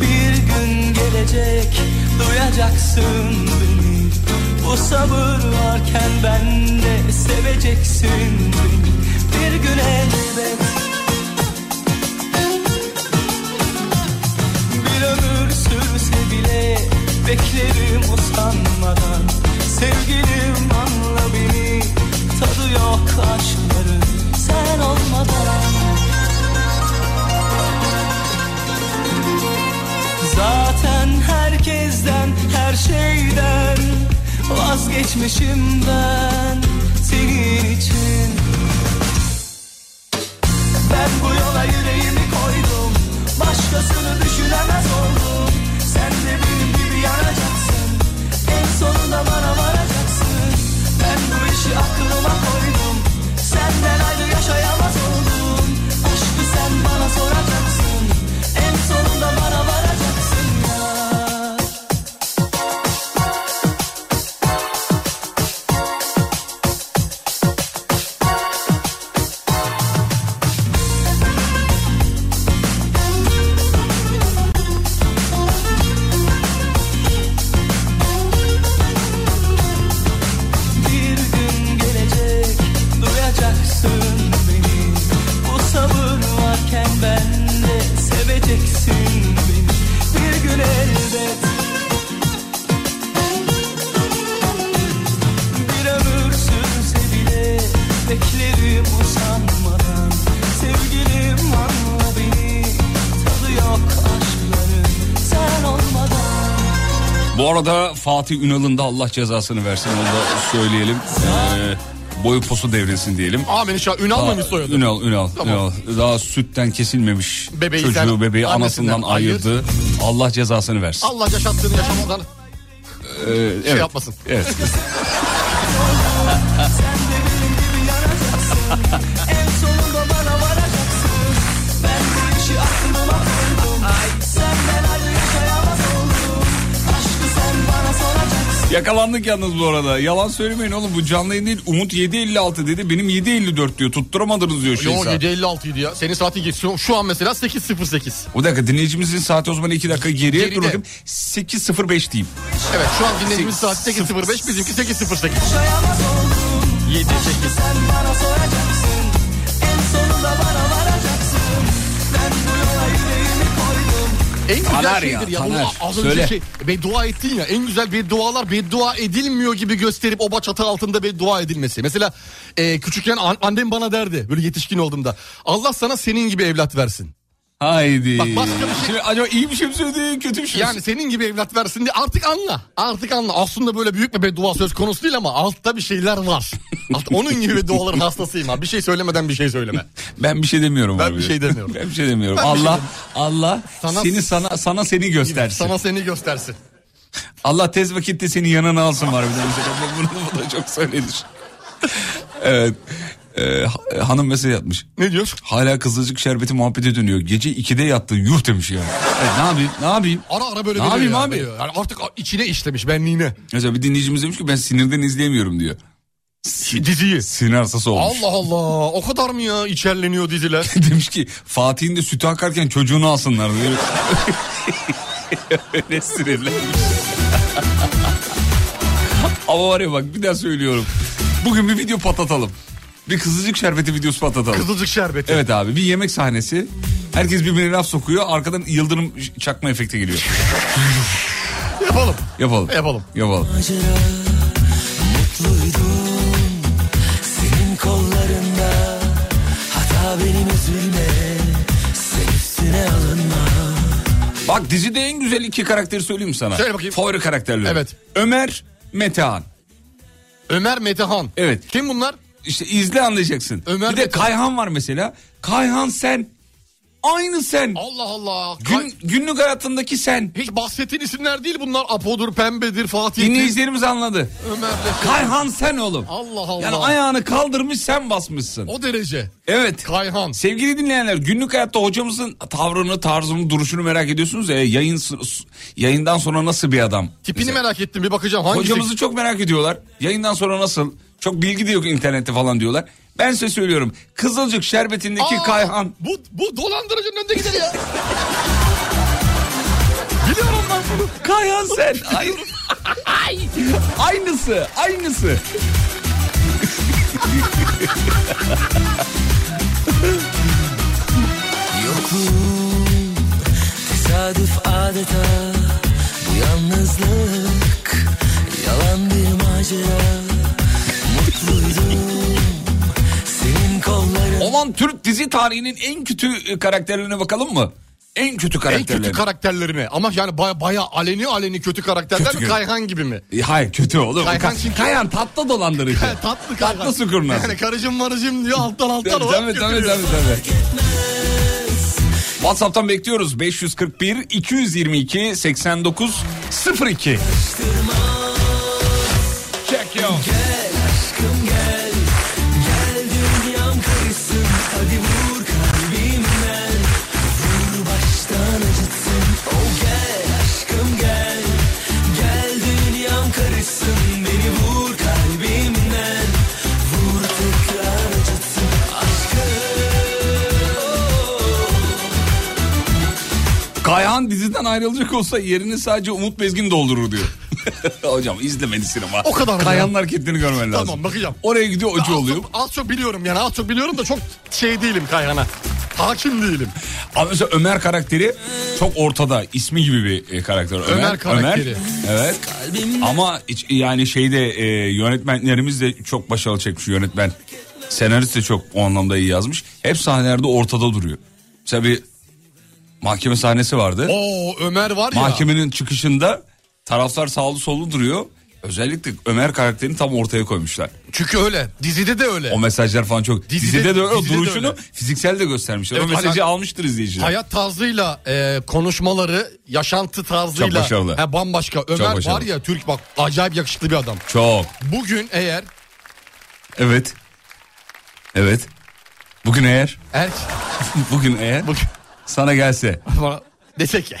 Speaker 5: Bir gün gelecek duyacaksın beni Bu sabır varken ben de seveceksin beni Bir gün elbet Bir ömür sürse bile beklerim usanmadan Sevgilim anla beni tadı yok aşkların sen olmadan Zaten herkesten, her şeyden vazgeçmişim ben senin için. Ben bu yola yüreğimi koydum, başkasını düşünemez oldum. Sen de benim gibi yanacaksın, en sonunda bana varacaksın. Ben bu işi aklıma koydum, senden ayrı yaşayamaz oldum. Aşkı sen bana soracaksın, en sonunda bana varacaksın ya. Bir gün gelecek duyacaksın beni Bu sabır varken ben de seveceksin beni Bir gün elbet Bir ömür sürse bile beklerim usanmadan Sevgilim anla beni tadı yok aşkların sen olmadan
Speaker 3: Bu arada Fatih Ünal'ın da Allah cezasını versin onu da söyleyelim. Ee, boyu posu devrilsin diyelim.
Speaker 4: Amin inşallah. Ünal mıymış soyadı?
Speaker 3: Ünal, Ünal,
Speaker 4: Tamam.
Speaker 3: Ünal. Daha sütten kesilmemiş
Speaker 4: Bebeği
Speaker 3: çocuğu,
Speaker 4: sen
Speaker 3: bebeği
Speaker 4: annesinden
Speaker 3: anasından ayırdı. Allah cezasını versin.
Speaker 4: Allah yaşattığını yaşamadan
Speaker 3: Ee,
Speaker 4: şey yapmasın.
Speaker 3: Evet.
Speaker 5: En sonunda bana varacaksın Ben bu işi aklıma koydum Senden ayrı yaşayamaz oldum Aşkı sen bana soracaksın
Speaker 3: Yakalandık yalnız bu arada. Yalan söylemeyin oğlum bu canlı yayın değil. Umut 7.56 dedi. Benim 7.54 diyor. Tutturamadınız diyor şey
Speaker 4: Yo
Speaker 3: saat.
Speaker 4: 7.56 idi ya. Senin saatin geçiyor. Şu an mesela 8.08.
Speaker 3: O dakika dinleyicimizin saati o zaman 2 dakika geriye
Speaker 4: Geride.
Speaker 3: dur bakayım. 8.05 diyeyim.
Speaker 4: Evet şu an dinlediğimiz saat 8.05 bizimki 8.08.
Speaker 5: Yaşayamaz oldum
Speaker 4: 7
Speaker 5: Aşkı sen bana soracaksın En sonunda bana varacaksın Ben bu yola yüreğimi koydum
Speaker 4: En güzel
Speaker 3: Taner
Speaker 4: şeydir
Speaker 3: ya,
Speaker 4: ya. Bunu
Speaker 3: Taner.
Speaker 4: az önce
Speaker 3: Söyle.
Speaker 4: şey beddua ettin ya. En güzel beddualar beddua edilmiyor gibi gösterip oba çatı altında beddua edilmesi. Mesela e, küçükken an- annem bana derdi böyle yetişkin olduğumda. Allah sana senin gibi evlat versin.
Speaker 3: Haydi.
Speaker 4: Bak başka bir şey-
Speaker 3: Şimdi acaba iyi bir şey mi söyledi kötü bir şey mi
Speaker 4: Yani senin gibi evlat versin diye artık anla. Artık anla. Aslında böyle büyük bir beddua söz konusu değil ama altta bir şeyler var. Alt, onun gibi bedduaların hastasıyım ha. Bir şey söylemeden bir şey söyleme.
Speaker 3: Ben bir şey demiyorum
Speaker 4: Ben
Speaker 3: abi.
Speaker 4: bir şey demiyorum.
Speaker 3: ben bir şey demiyorum.
Speaker 4: Ben bir şey
Speaker 3: Allah
Speaker 4: demiyorum.
Speaker 3: Allah
Speaker 4: Sana-
Speaker 3: seni sana sana seni göstersin.
Speaker 4: Sana seni göstersin.
Speaker 3: Allah tez vakitte seni yanına alsın var bir de mesela. Bunu, bunu da çok söylenir. evet. Ee, ha- hanım mesaj atmış.
Speaker 4: Ne diyor?
Speaker 3: Hala kızılcık şerbeti muhabbete dönüyor. Gece 2'de yattı. Yuh demiş yani. Evet, ne yapayım? Ne yapayım?
Speaker 4: Ara ara böyle
Speaker 3: Ne
Speaker 4: veriyor
Speaker 3: yapayım
Speaker 4: ya,
Speaker 3: abi?
Speaker 4: veriyor. Yani artık içine işlemiş benliğine.
Speaker 3: Mesela bir dinleyicimiz demiş ki ben sinirden izleyemiyorum diyor.
Speaker 4: Diziyi.
Speaker 3: Sinir hastası olmuş.
Speaker 4: Allah Allah o kadar mı ya içerleniyor diziler?
Speaker 3: Demiş ki Fatih'in de sütü akarken çocuğunu alsınlar diye. Öyle sinirlenmiş. Ama var ya bak bir daha söylüyorum. Bugün bir video patlatalım. Bir kızılcık şerbeti videosu patlatalım.
Speaker 4: Kızılcık şerbeti.
Speaker 3: Evet abi bir yemek sahnesi. Herkes birbirine laf sokuyor. Arkadan yıldırım çakma efekti geliyor.
Speaker 4: Yapalım.
Speaker 3: Yapalım.
Speaker 4: Yapalım.
Speaker 3: Yapalım.
Speaker 9: Senin kollarında hata benim üzülme Sen üstüne alınma
Speaker 3: Bak dizide en güzel iki karakteri söyleyeyim mi sana.
Speaker 4: Söyle bakayım.
Speaker 3: Favori karakterler.
Speaker 4: Evet.
Speaker 3: Ömer, Metehan.
Speaker 4: Ömer Metehan.
Speaker 3: Evet.
Speaker 4: Kim bunlar?
Speaker 3: İşte izle anlayacaksın.
Speaker 4: Ömer
Speaker 3: bir de
Speaker 4: Metehan.
Speaker 3: Kayhan var mesela. Kayhan sen. Aynı sen.
Speaker 4: Allah Allah. Kay-
Speaker 3: Gün, günlük hayatındaki sen.
Speaker 4: Hiç bahsettiğin isimler değil bunlar. Apo'dur, Pembe'dir, Fatih'tir,
Speaker 3: Dinleyicilerimiz anladı.
Speaker 4: Ömer'dir.
Speaker 3: Kayhan sen oğlum.
Speaker 4: Allah Allah.
Speaker 3: Yani ayağını kaldırmış sen basmışsın.
Speaker 4: O derece.
Speaker 3: Evet.
Speaker 4: Kayhan.
Speaker 3: Sevgili dinleyenler günlük hayatta hocamızın tavrını, tarzını, duruşunu merak ediyorsunuz ya. E, Yayın, yayından sonra nasıl bir adam?
Speaker 4: Tipini
Speaker 3: Mesela.
Speaker 4: merak ettim bir bakacağım. Hangisi?
Speaker 3: Hocamızı çok merak ediyorlar. Yayından sonra nasıl? Çok bilgi de yok internette falan diyorlar. Ben size söylüyorum. Kızılcık şerbetindeki
Speaker 4: Aa,
Speaker 3: Kayhan.
Speaker 4: Bu, bu dolandırıcının önünde gider ya. Biliyorum ben bunu.
Speaker 3: Kayhan sen. Ay- Ay. aynısı, aynısı.
Speaker 9: Yokluğum tesadüf adeta Bu yalnızlık yalan bir macera Mutluydum senin kolların
Speaker 3: Olan Türk dizi tarihinin en kötü e, karakterlerine bakalım mı? En kötü
Speaker 4: En
Speaker 3: karakterlerine.
Speaker 4: kötü karakterlerine ama yani baya, baya aleni aleni kötü karakterler
Speaker 3: Kötü
Speaker 4: mi
Speaker 3: kötü.
Speaker 4: Kayhan gibi mi?
Speaker 3: E, Hayır kötü oğlum.
Speaker 4: Kayhan
Speaker 3: Kayhan,
Speaker 4: çünkü-
Speaker 3: Kayhan tatlı dolandırıcı.
Speaker 4: He, tatlı Kayhan.
Speaker 3: Tatlı sükurnaz.
Speaker 4: Yani karıcım marıcım diyor alttan alttan.
Speaker 3: Tabii
Speaker 4: o
Speaker 3: tabii tabii
Speaker 4: götürüyor.
Speaker 3: tabii, tabii. WhatsApp'tan bekliyoruz 541 222 89 02. Check yo. Kayhan diziden ayrılacak olsa yerini sadece Umut Bezgin doldurur diyor. Hocam izlemedi sinema.
Speaker 4: O kadar mı
Speaker 3: Kayhan'ın
Speaker 4: ya?
Speaker 3: hareketlerini görmen lazım.
Speaker 4: Tamam, bakacağım.
Speaker 3: Oraya gidiyor hoca
Speaker 4: Az
Speaker 3: oluyor.
Speaker 4: çok, az çok biliyorum yani az çok biliyorum da çok şey değilim Kayhan'a. Hakim değilim.
Speaker 3: Ama mesela Ömer karakteri çok ortada. ismi gibi bir e, karakter. Ömer,
Speaker 4: Ömer karakteri.
Speaker 3: Ömer, evet. Ama hiç- yani şeyde e, yönetmenlerimiz de çok başarılı çekmiş yönetmen. Senarist de çok o anlamda iyi yazmış. Hep sahnelerde ortada duruyor. Mesela bir mahkeme sahnesi vardı.
Speaker 4: Oo Ömer var ya.
Speaker 3: Mahkemenin çıkışında taraflar sağlı sollu duruyor. Özellikle Ömer karakterini tam ortaya koymuşlar.
Speaker 4: Çünkü öyle. Dizide de öyle.
Speaker 3: O mesajlar falan çok. Dizide,
Speaker 4: Dizide-
Speaker 3: de öyle,
Speaker 4: dizide de
Speaker 3: duruşunu
Speaker 4: öyle.
Speaker 3: fiziksel de göstermişler. o
Speaker 4: Evet,
Speaker 3: mesajı
Speaker 4: hayat-
Speaker 3: almıştır izleyiciler.
Speaker 4: Hayat tarzıyla e, konuşmaları, yaşantı
Speaker 3: Çok
Speaker 4: tarzıyla
Speaker 3: başarılı.
Speaker 4: he, bambaşka. Ömer
Speaker 3: başarılı.
Speaker 4: var ya Türk bak acayip yakışıklı bir adam.
Speaker 3: Çok.
Speaker 4: Bugün eğer
Speaker 3: Evet. Evet. Bugün eğer,
Speaker 4: er
Speaker 3: bugün eğer
Speaker 4: bugün
Speaker 3: sana gelse
Speaker 4: bana dese ki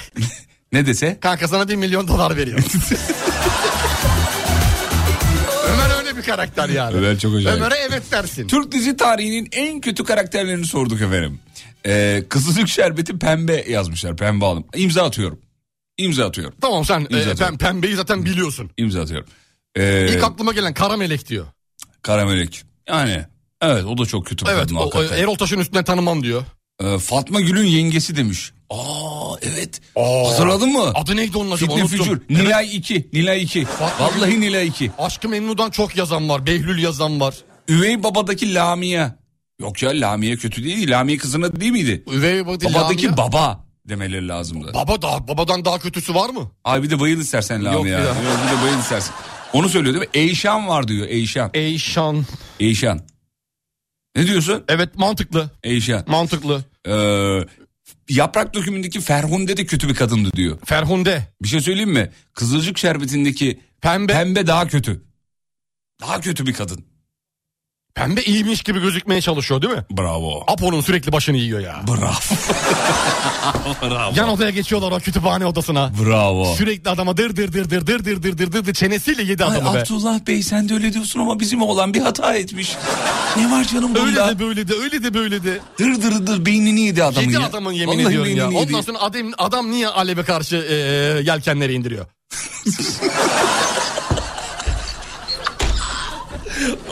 Speaker 3: ne dese?
Speaker 4: kanka sana 1 milyon dolar veriyorum. Ömer öyle bir karakter yani.
Speaker 3: Ömer çok acayip.
Speaker 4: Ömer'e evet dersin.
Speaker 3: Türk dizi tarihinin en kötü karakterlerini sorduk efendim. Ee, Kızılcık Şerbeti Pembe yazmışlar Pembe Hanım. İmza atıyorum. İmza atıyorum.
Speaker 4: Tamam sen e,
Speaker 3: İmza atıyorum.
Speaker 4: pem- pembeyi zaten biliyorsun.
Speaker 3: İmza atıyorum. Ee,
Speaker 4: İlk aklıma gelen kara melek diyor.
Speaker 3: Karamelek. Yani evet o da çok kötü bir
Speaker 4: Evet
Speaker 3: kadın
Speaker 4: o- o,
Speaker 3: hakikaten.
Speaker 4: Erol Taş'ın üstüne tanımam diyor.
Speaker 3: Ee, Fatma Gül'ün yengesi demiş. Aa evet. Hatırladın mı?
Speaker 4: Adı neydi onun acaba?
Speaker 3: Fitne
Speaker 4: Unuttum.
Speaker 3: Fücur. Nilay 2. Nilay 2.
Speaker 4: Fatma Gül-
Speaker 3: Vallahi Nilay 2.
Speaker 4: Aşkı Memnu'dan çok yazan var. Behlül yazan var.
Speaker 3: Üvey babadaki Lamia. Yok ya Lamia kötü değil. Lamia kızın adı değil miydi?
Speaker 4: Üvey baba değil,
Speaker 3: Babadaki
Speaker 4: Lamia.
Speaker 3: baba demeleri lazımdı.
Speaker 4: Baba da babadan daha kötüsü var mı?
Speaker 3: Abi bir de bayıl istersen Lamia.
Speaker 4: Yok
Speaker 3: Yok,
Speaker 4: bir daha.
Speaker 3: bir de bayıl istersen. Onu söylüyor değil mi? Eyşan var diyor Eyşan.
Speaker 4: Eyşan.
Speaker 3: Eyşan. Ne diyorsun?
Speaker 4: Evet mantıklı.
Speaker 3: Eyşan.
Speaker 4: Mantıklı.
Speaker 3: Ee, yaprak dökümündeki Ferhunde de kötü bir kadındı diyor.
Speaker 4: Ferhunde.
Speaker 3: Bir şey söyleyeyim mi? Kızılcık şerbetindeki
Speaker 4: Pembe.
Speaker 3: pembe daha kötü. Daha kötü bir kadın.
Speaker 4: Pembe iyiymiş gibi gözükmeye çalışıyor değil mi?
Speaker 3: Bravo.
Speaker 4: Apo'nun sürekli başını yiyor ya.
Speaker 3: Bravo. Bravo.
Speaker 4: Yan odaya geçiyorlar o kütüphane odasına.
Speaker 3: Bravo.
Speaker 4: Sürekli adama dır dır dır dır dır dır dır dır dır dır çenesiyle yedi adamı
Speaker 3: Ay,
Speaker 4: be.
Speaker 3: Abdullah Bey sen de öyle diyorsun ama bizim oğlan bir hata etmiş. Ne var canım
Speaker 4: Öyle
Speaker 3: bunda?
Speaker 4: de böyle de öyle de böyle de.
Speaker 3: Dır dır dır beynini yedi adamın
Speaker 4: Yedi
Speaker 3: ya.
Speaker 4: adamın yemin
Speaker 3: Vallahi
Speaker 4: ediyorum ya.
Speaker 3: beynini yedi.
Speaker 4: Ondan sonra adam, adam niye Alev'e karşı e, yelkenleri indiriyor?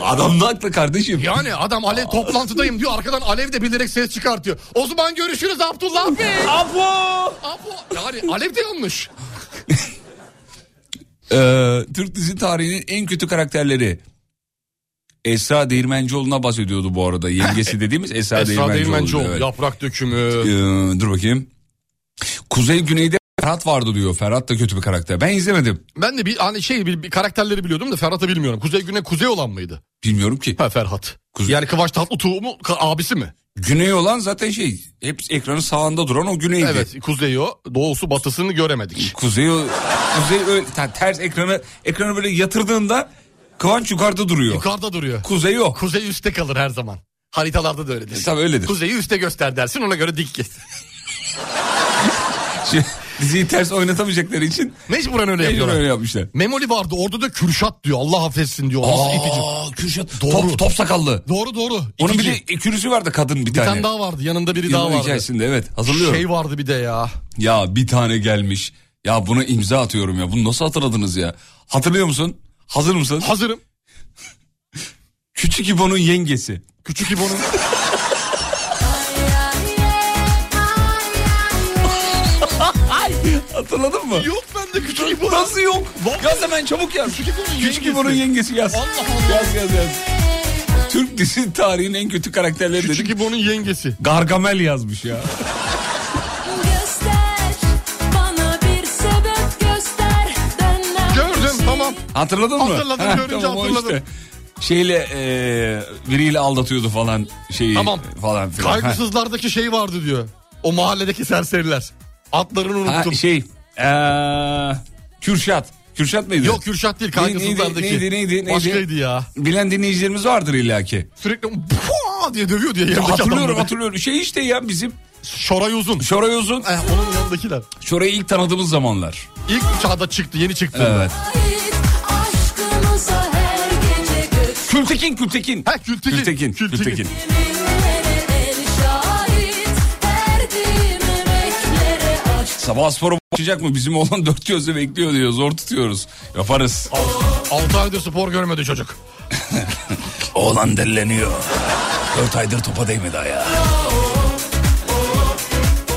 Speaker 3: Adam da haklı kardeşim.
Speaker 4: Yani adam Alev toplantıdayım diyor arkadan Alev de bilerek ses çıkartıyor. O zaman görüşürüz Abdullah Bey.
Speaker 3: Apo!
Speaker 4: Apo yani Alev de yanlış.
Speaker 3: Ee, Türk dizi tarihinin en kötü karakterleri. Esra Değirmencioğlu'na bahsediyordu bu arada. Yengesi dediğimiz Esra,
Speaker 4: Esra Değirmencioğlu
Speaker 3: evet.
Speaker 4: yaprak dökümü.
Speaker 3: Ee, dur bakayım. Kuzey Güney'de Ferhat vardı diyor. Ferhat da kötü bir karakter. Ben izlemedim.
Speaker 4: Ben de bir hani şey bir, bir karakterleri biliyordum da Ferhat'ı bilmiyorum. Kuzey Güney Kuzey olan mıydı?
Speaker 3: Bilmiyorum ki.
Speaker 4: Ha Ferhat.
Speaker 3: Kuzey-
Speaker 4: Yani Kıvanç Tatlıtuğ mu ka- abisi mi?
Speaker 3: Güney olan zaten şey hep ekranın sağında duran o güneydi.
Speaker 4: Evet kuzeyi o doğusu batısını göremedik.
Speaker 3: Kuzey o- kuzey öyle ta- ters ekranı ekranı böyle yatırdığında Kıvanç yukarıda duruyor.
Speaker 4: Yukarıda duruyor.
Speaker 3: Kuzey yok.
Speaker 4: Kuzey üstte kalır her zaman. Haritalarda da öyledir.
Speaker 3: Tabii öyledir.
Speaker 4: Kuzeyi üste göster dersin ona göre dik git.
Speaker 3: Şimdi diziyi ters oynatamayacakları için
Speaker 4: Mecburen öyle
Speaker 3: mecbur
Speaker 4: yapıyorlar.
Speaker 3: öyle yapmışlar.
Speaker 4: Memoli vardı orada da Kürşat diyor Allah affetsin diyor. Nasıl itici.
Speaker 3: Aa, Kürşat
Speaker 4: Doğru.
Speaker 3: top, top sakallı.
Speaker 4: Doğru doğru.
Speaker 3: Onun bir
Speaker 4: itici.
Speaker 3: de ekürüsü vardı kadın bir,
Speaker 4: Bir
Speaker 3: tane.
Speaker 4: tane daha vardı yanında biri daha
Speaker 3: Yılın
Speaker 4: vardı.
Speaker 3: hikayesinde evet hatırlıyorum.
Speaker 4: Şey vardı bir de ya.
Speaker 3: Ya bir tane gelmiş. Ya buna imza atıyorum ya. Bunu nasıl hatırladınız ya? Hatırlıyor musun? Hazır mısın?
Speaker 4: Hazırım.
Speaker 3: Küçük İbo'nun yengesi.
Speaker 4: Küçük İbo'nun.
Speaker 3: Hatırladın mı?
Speaker 4: yok bende küçük İbo.
Speaker 3: Nasıl yok? Yaz hemen çabuk yaz.
Speaker 4: Küçük İbo'nun
Speaker 3: Küçük
Speaker 4: yengesi.
Speaker 3: İbo'nun yengesi yaz.
Speaker 4: Allah Allah.
Speaker 3: Yaz yaz yaz. Türk dizi tarihinin en kötü karakterleri dedik.
Speaker 4: Küçük İbo'nun yengesi.
Speaker 3: Gargamel yazmış ya.
Speaker 10: Göster bana bir sebep göster benden
Speaker 4: Gördüm tamam.
Speaker 3: Hatırladın mı?
Speaker 4: Hatırladım,
Speaker 3: Ha,
Speaker 4: görünce
Speaker 3: o
Speaker 4: hatırladım.
Speaker 3: Şeyle e, biriyle aldatıyordu falan şeyi
Speaker 4: Tamam.
Speaker 3: falan filan. Ha.
Speaker 4: Kaygısızlardaki şey vardı diyor. O mahalledeki serseriler. Adlarını
Speaker 3: Ha,
Speaker 4: unuttum.
Speaker 3: şey eee, Kürşat. Kürşat mıydı?
Speaker 4: Yok Kürşat değil kaygısızlardaki.
Speaker 3: Neydi, neydi, neydi, neydi?
Speaker 4: Başkaydı ya.
Speaker 3: Bilen dinleyicilerimiz vardır illaki.
Speaker 4: Sürekli "Puaa!" diye dövüyor diye yerdeki
Speaker 3: Hatırlıyorum
Speaker 4: adamları.
Speaker 3: hatırlıyorum. Şey işte ya bizim
Speaker 4: Şoray Uzun.
Speaker 3: Şoray Uzun.
Speaker 4: Eh, onun yanındakiler.
Speaker 3: Şoray'ı ilk tanıdığımız zamanlar.
Speaker 4: İlk çağda çıktı yeni çıktı.
Speaker 3: Evet.
Speaker 10: ait aşkımıza her gece göz
Speaker 3: Kültekin Kültekin.
Speaker 4: Ha, Kültekin.
Speaker 3: Kültekin.
Speaker 4: Kültekin.
Speaker 3: Kültekin.
Speaker 10: Kimlere şahit verdiğim emeklere aşk
Speaker 3: Sabah sporu başlayacak mı? Bizim olan dört gözle bekliyor diyor. Zor tutuyoruz. Yaparız.
Speaker 4: 6 aydır spor görmedi çocuk.
Speaker 3: Oğlan delleniyor. Dört aydır topa değmedi ayağı.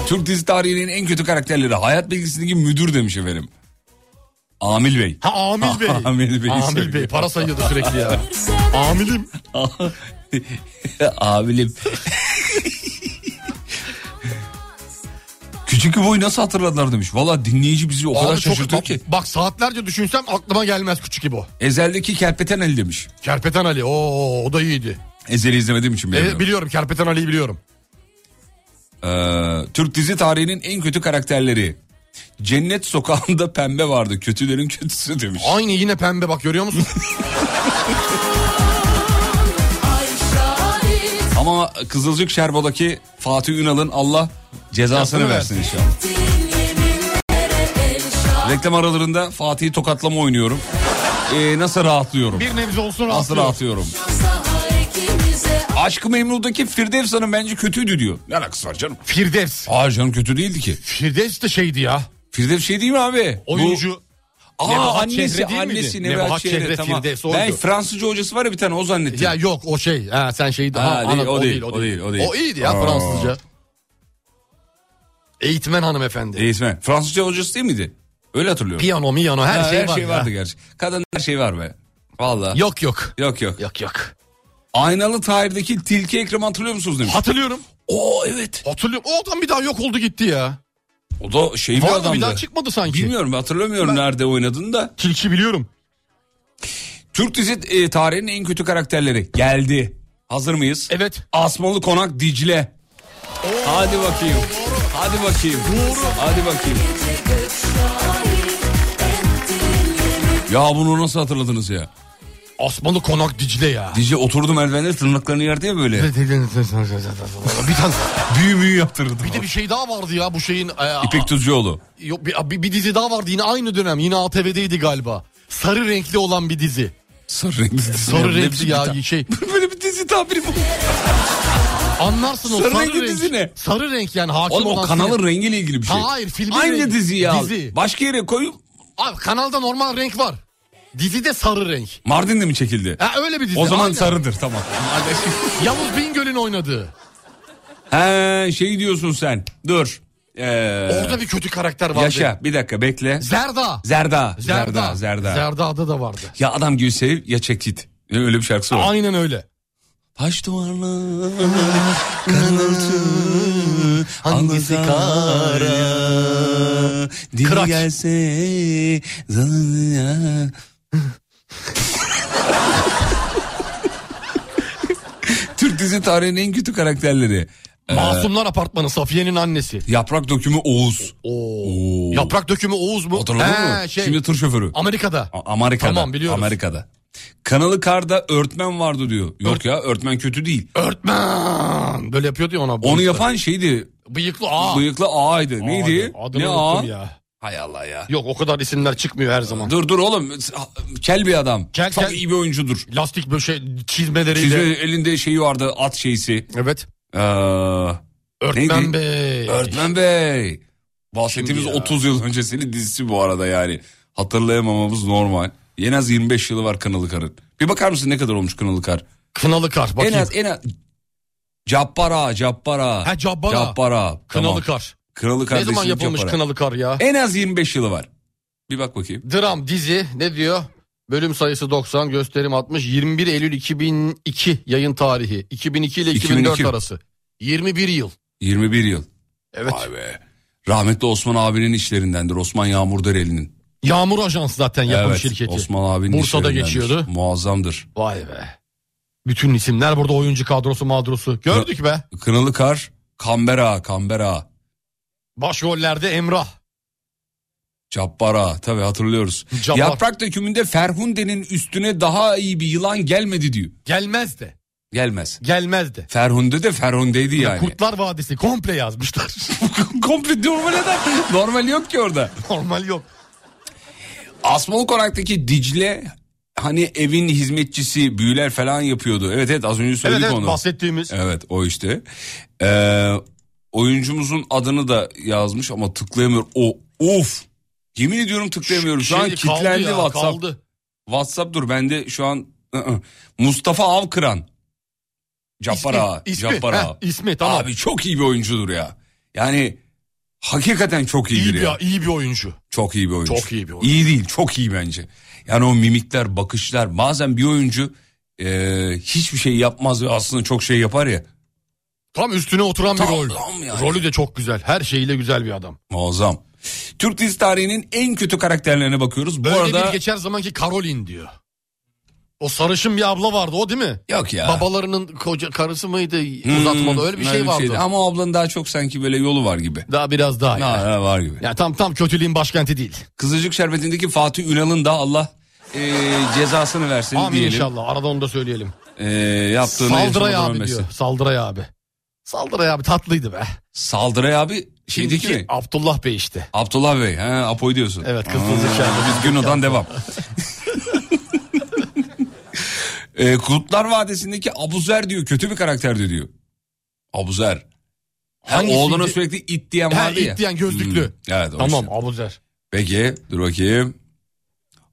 Speaker 3: Türk dizi tarihinin en kötü karakterleri. Hayat bilgisindeki müdür demiş efendim. Amil Bey.
Speaker 4: Ha Amil Bey.
Speaker 3: Amil Bey.
Speaker 4: Amil Bey para sayıyordu sürekli ya. Amilim.
Speaker 3: Amilim. Küçük boy nasıl hatırladılar demiş. Valla dinleyici bizi o kadar
Speaker 4: Abi çok
Speaker 3: şaşırtıyor ki.
Speaker 4: Bak saatlerce düşünsem aklıma gelmez küçük gibi o.
Speaker 3: Ezel'deki Kerpeten Ali demiş.
Speaker 4: Kerpeten Ali. Oo o da iyiydi.
Speaker 3: Ezel'i izlemediğim için
Speaker 4: Evet,
Speaker 3: bilmiyorum.
Speaker 4: biliyorum Kerpeten Ali'yi biliyorum.
Speaker 3: Ee, Türk dizi tarihinin en kötü karakterleri. Cennet sokağında pembe vardı. Kötülerin kötüsü demiş.
Speaker 4: Aynı yine pembe bak görüyor musun?
Speaker 10: şahit
Speaker 3: Ama Kızılcık Şerbo'daki Fatih Ünal'ın Allah cezasını
Speaker 4: Cezasını
Speaker 3: versin
Speaker 4: versin.
Speaker 3: inşallah.
Speaker 10: yeminlere el şahit
Speaker 3: Reklam aralarında Fatih'i tokatlama oynuyorum. Ee, nasıl rahatlıyorum?
Speaker 4: bir nebze olsun
Speaker 3: Nasıl
Speaker 4: rahatlıyor.
Speaker 3: rahatlıyorum?
Speaker 10: sahar ikimize
Speaker 3: Aşkı Memnu'daki Firdevs Hanım bence kötüydü diyor. Ne alakası var canım?
Speaker 4: Firdevs.
Speaker 3: Hayır canım kötü değildi ki.
Speaker 4: Firdevs de şeydi ya.
Speaker 3: Firdevs şey değil mi abi? Bu-
Speaker 4: Oyuncu.
Speaker 3: Aa,
Speaker 4: Nebahat
Speaker 3: annesi,
Speaker 4: Çehre değil
Speaker 3: annesi
Speaker 4: miydi?
Speaker 3: Nebahat
Speaker 4: Nebahat
Speaker 3: Çehre,
Speaker 4: Çehre,
Speaker 3: tamam.
Speaker 4: Firdevs oydu.
Speaker 3: Ben Fransızca hocası var ya bir tane o zannettim.
Speaker 4: Ya yok o şey. Ha, sen şeydi.
Speaker 3: Ha,
Speaker 4: Ha,
Speaker 3: değil,
Speaker 4: anladım,
Speaker 3: o
Speaker 4: o,
Speaker 3: değil,
Speaker 4: değil,
Speaker 3: o değil, o değil.
Speaker 4: O iyiydi ya
Speaker 3: Aa.
Speaker 4: Fransızca. Eğitmen hanımefendi.
Speaker 3: Eğitmen. Fransızca hocası değil miydi? Öyle hatırlıyorum.
Speaker 4: Piyano, miyano her
Speaker 3: Ha,
Speaker 4: şey
Speaker 3: her
Speaker 4: var.
Speaker 3: şey
Speaker 4: ya.
Speaker 3: vardı gerçi. Kadın her şey var be. Vallahi.
Speaker 4: Yok yok.
Speaker 3: Yok yok.
Speaker 4: Yok yok.
Speaker 3: Aynalı Tahir'deki Tilki Ekrem hatırlıyor musunuz demiş.
Speaker 4: Hatırlıyorum.
Speaker 3: Oo evet.
Speaker 4: Hatırlıyorum. O adam bir daha yok oldu gitti ya.
Speaker 3: O da şey bir
Speaker 4: Vardı
Speaker 3: adamdı.
Speaker 4: bir daha çıkmadı sanki.
Speaker 3: Bilmiyorum hatırlamıyorum nerede oynadığını da.
Speaker 4: Tilki biliyorum.
Speaker 3: Türk dizi e, tarihinin en kötü karakterleri geldi. Hazır mıyız?
Speaker 4: Evet.
Speaker 3: Asmalı Konak Dicle. Hadi bakayım. Hadi bakayım. Hadi bakayım. Ya bunu nasıl hatırladınız ya?
Speaker 4: Asmalı Konak Dicle ya.
Speaker 3: Dice oturdum elbette tırnaklarını yerdi ya böyle.
Speaker 4: bir tane
Speaker 3: Büyü müyü yaptırırdım.
Speaker 4: bir de bir şey daha vardı ya bu şeyin. e,
Speaker 3: İpek Tuzcuoğlu.
Speaker 4: Yok bir, bir- bir dizi daha vardı yine aynı dönem yine ATV'deydi galiba. Sarı renkli olan bir dizi.
Speaker 3: Sarı renkli dizi.
Speaker 4: Sarı
Speaker 3: Ne
Speaker 4: renkli
Speaker 3: biçim
Speaker 4: ya
Speaker 3: bir
Speaker 4: şey.
Speaker 3: ta- Böyle bir dizi tabiri bu.
Speaker 4: Anlarsın o
Speaker 3: Sarı
Speaker 4: sarı,
Speaker 3: renkli
Speaker 4: renk.
Speaker 3: dizi ne?
Speaker 4: Sarı renk yani hakim
Speaker 3: Oğlum o
Speaker 4: olan
Speaker 3: kanalın
Speaker 4: sinir.
Speaker 3: rengiyle ilgili bir şey.
Speaker 4: Ha, hayır, filmin
Speaker 3: Aynı
Speaker 4: rengi.
Speaker 3: dizi ya.
Speaker 4: Dizi.
Speaker 3: Başka yere koyup
Speaker 4: Abi kanalda normal renk var. Dizide sarı renk.
Speaker 3: Mardin'de mi çekildi?
Speaker 4: Ha öyle bir dizi.
Speaker 3: o zaman
Speaker 4: aynen.
Speaker 3: sarıdır tamam.
Speaker 4: Yavuz Bingöl'ün oynadığı.
Speaker 3: He şey diyorsun sen. Dur. Ee,
Speaker 4: Orada bir kötü karakter vardı.
Speaker 3: yaşa bir dakika bekle.
Speaker 4: Zerda.
Speaker 3: Zerda.
Speaker 4: Zerda.
Speaker 3: Zerda. Zerda.
Speaker 4: Zerda'da da vardı.
Speaker 3: Ya adam gibi sevip ya çek git. Öyle bir şarkısı var.
Speaker 4: Aynen öyle.
Speaker 3: Taş duvarlar kanatı hangisi kara dil
Speaker 4: Kıraç.
Speaker 3: gelse zanına Türk dizi tarihinin en kötü karakterleri.
Speaker 4: Masumlar Apartmanı Safiye'nin annesi.
Speaker 3: Yaprak dökümü Oğuz.
Speaker 4: Oo.
Speaker 3: Oo.
Speaker 4: Yaprak dökümü Oğuz mu?
Speaker 3: Hatırladın
Speaker 4: He,
Speaker 3: mı?
Speaker 4: Şey,
Speaker 3: Şimdi tır şoförü.
Speaker 4: Amerika'da.
Speaker 3: A- Amerika'da.
Speaker 4: Tamam, biliyoruz.
Speaker 3: Amerika'da. Kanalı Kar'da örtmen vardı diyor. Yok ya örtmen kötü değil.
Speaker 4: Örtmen. Böyle yapıyordu ya ona.
Speaker 3: Onu
Speaker 4: bıyıklı.
Speaker 3: yapan şeydi.
Speaker 4: Bıyıklı ağa.
Speaker 3: Bıyıklı ağaydı. Neydi?
Speaker 4: Adı- Adını
Speaker 3: ne ağa?
Speaker 4: unuttum ya.
Speaker 3: Hay Allah ya.
Speaker 4: Yok o kadar isimler çıkmıyor her zaman.
Speaker 3: Dur dur oğlum. Kel bir adam.
Speaker 4: Kel,
Speaker 3: Çok
Speaker 4: kel.
Speaker 3: iyi bir oyuncudur.
Speaker 4: Lastik böyle şey çizmeleriyle.
Speaker 3: Çizme elinde şeyi vardı at şeysi.
Speaker 4: Evet.
Speaker 3: Ee,
Speaker 4: Örtmen
Speaker 3: Neydi?
Speaker 4: Bey.
Speaker 3: Öğretmen Bey. Bahsettiğimiz
Speaker 4: Şimdi ya.
Speaker 3: 30 yıl öncesinin dizisi bu arada yani. Hatırlayamamamız normal. En az 25 yılı var Kınalı Kar'ın. Bir bakar mısın ne kadar olmuş Kınalı Kar?
Speaker 4: Kınalı Kar. Bakayım.
Speaker 3: En az en az. Cappara, Cappara.
Speaker 4: Ha, Cabbar Ağa.
Speaker 3: Cappara.
Speaker 4: Kınalı
Speaker 3: tamam.
Speaker 4: Kar.
Speaker 3: Kınalı Kar
Speaker 4: Ne zaman
Speaker 3: desin,
Speaker 4: yapılmış
Speaker 3: Cappara.
Speaker 4: Kınalı Kar ya?
Speaker 3: En az 25 yılı var. Bir bak bakayım.
Speaker 4: Dram dizi ne diyor? Bölüm sayısı 90, gösterim 60, 21 Eylül 2002 yayın tarihi. 2002 ile 2004
Speaker 3: 2002.
Speaker 4: arası. 21 yıl.
Speaker 3: 21 yıl.
Speaker 4: Evet.
Speaker 3: Vay be. Rahmetli Osman abinin işlerindendir. Osman Yağmur Dereli'nin.
Speaker 4: Yağmur Ajans zaten yapım
Speaker 3: evet,
Speaker 4: şirketi.
Speaker 3: Osman abinin
Speaker 4: Bursa'da
Speaker 3: işlerindendir.
Speaker 4: geçiyordu.
Speaker 3: Muazzamdır.
Speaker 4: Vay be. Bütün isimler burada oyuncu kadrosu madrosu. Gördük be.
Speaker 3: Kınalı Kar, Kambera, Kambera,
Speaker 4: Başrollerde Emrah.
Speaker 3: Cappara. Tabii hatırlıyoruz.
Speaker 4: Cabbar.
Speaker 3: Yaprak dökümünde Ferhunde'nin üstüne daha iyi bir yılan gelmedi diyor.
Speaker 4: Gelmez de.
Speaker 3: Gelmez.
Speaker 4: Gelmez de.
Speaker 3: Ferhunde de Ferhunde'ydi yani.
Speaker 4: Kurtlar Vadisi komple yazmışlar.
Speaker 3: Komple normal adam. Normal yok ki orada.
Speaker 4: Normal yok.
Speaker 3: Asmalı Konak'taki Dicle hani evin hizmetçisi büyüler falan yapıyordu. Evet evet az önce
Speaker 4: Evet,
Speaker 3: söyledik
Speaker 4: evet
Speaker 3: onu.
Speaker 4: bahsettiğimiz.
Speaker 3: Evet o işte. Ee, oyuncumuzun adını da yazmış ama tıklayamıyorum. O of. Yemin ediyorum tıklayamıyorum. Şu an
Speaker 4: Şey, kaldı
Speaker 3: kilitlendi
Speaker 4: ya,
Speaker 3: WhatsApp.
Speaker 4: Kaldı.
Speaker 3: WhatsApp dur bende şu an Hı hı. Mustafa Avkıran. Cappar
Speaker 4: İsmi,
Speaker 3: Ağa.
Speaker 4: ismi,
Speaker 3: Cappar
Speaker 4: heh,
Speaker 3: Ağa.
Speaker 4: ismi, tamam.
Speaker 3: Abi çok iyi bir oyuncudur ya. Yani hakikaten çok iyidir
Speaker 4: İyi bir,
Speaker 3: ya.
Speaker 4: iyi bir oyuncu.
Speaker 3: Çok iyi bir oyuncu.
Speaker 4: Çok iyi bir oyuncu.
Speaker 3: İyi değil çok iyi bence. Yani o mimikler bakışlar bazen bir oyuncu e, hiçbir şey yapmaz ve aslında çok şey yapar ya.
Speaker 4: Tam üstüne oturan
Speaker 3: Tam,
Speaker 4: bir rol.
Speaker 3: tam yani.
Speaker 4: Rolü de çok güzel. Her şeyiyle güzel bir adam.
Speaker 3: Muazzam. Türk dizi tarihinin en kötü karakterlerine bakıyoruz. Bu
Speaker 4: Öyle
Speaker 3: arada
Speaker 4: bir geçer zamanki Karolin diyor. O sarışın bir abla vardı o değil mi?
Speaker 3: yok ya.
Speaker 4: Babalarının koca karısı mıydı
Speaker 3: Hmm,
Speaker 4: uzatmalı öyle bir şey vardı.
Speaker 3: şeydi. Ama ablanın daha çok sanki böyle yolu var gibi.
Speaker 4: Daha biraz daha.
Speaker 3: Ha,
Speaker 4: yani.
Speaker 3: ha, var gibi.
Speaker 4: Ya tam tam kötülüğün başkenti değil.
Speaker 3: Kızılcık Şerbeti'ndeki Fatih Ünal'ın da Allah e, cezasını versin
Speaker 4: Amin
Speaker 3: diyelim.
Speaker 4: inşallah. Arada onu da söyleyelim.
Speaker 3: E, yaptığını
Speaker 4: Saldıray
Speaker 3: yaşamadan
Speaker 4: abi
Speaker 3: ölmesin.
Speaker 4: diyor. Saldıray abi. Saldıray abi tatlıydı be.
Speaker 3: Saldıray abi şeydeki
Speaker 4: Şimdiki
Speaker 3: mi?
Speaker 4: Abdullah Bey işte.
Speaker 3: Abdullah Bey. He, Apo'yu diyorsun.
Speaker 4: Evet, Kızılcık Şerbeti.
Speaker 3: Biz Gündoğan devam. e, Kurtlar Vadisi'ndeki Abuzer diyor. Kötü bir karakterdi diyor. Abuzer. Ha,
Speaker 4: Hangisiydi?
Speaker 3: oğluna sürekli it diyen
Speaker 4: Ha,
Speaker 3: vardı ya.
Speaker 4: it diyen gözlüklü.
Speaker 3: Hmm, evet, o
Speaker 4: Tamam
Speaker 3: işte.
Speaker 4: Abuzer.
Speaker 3: Peki dur bakayım.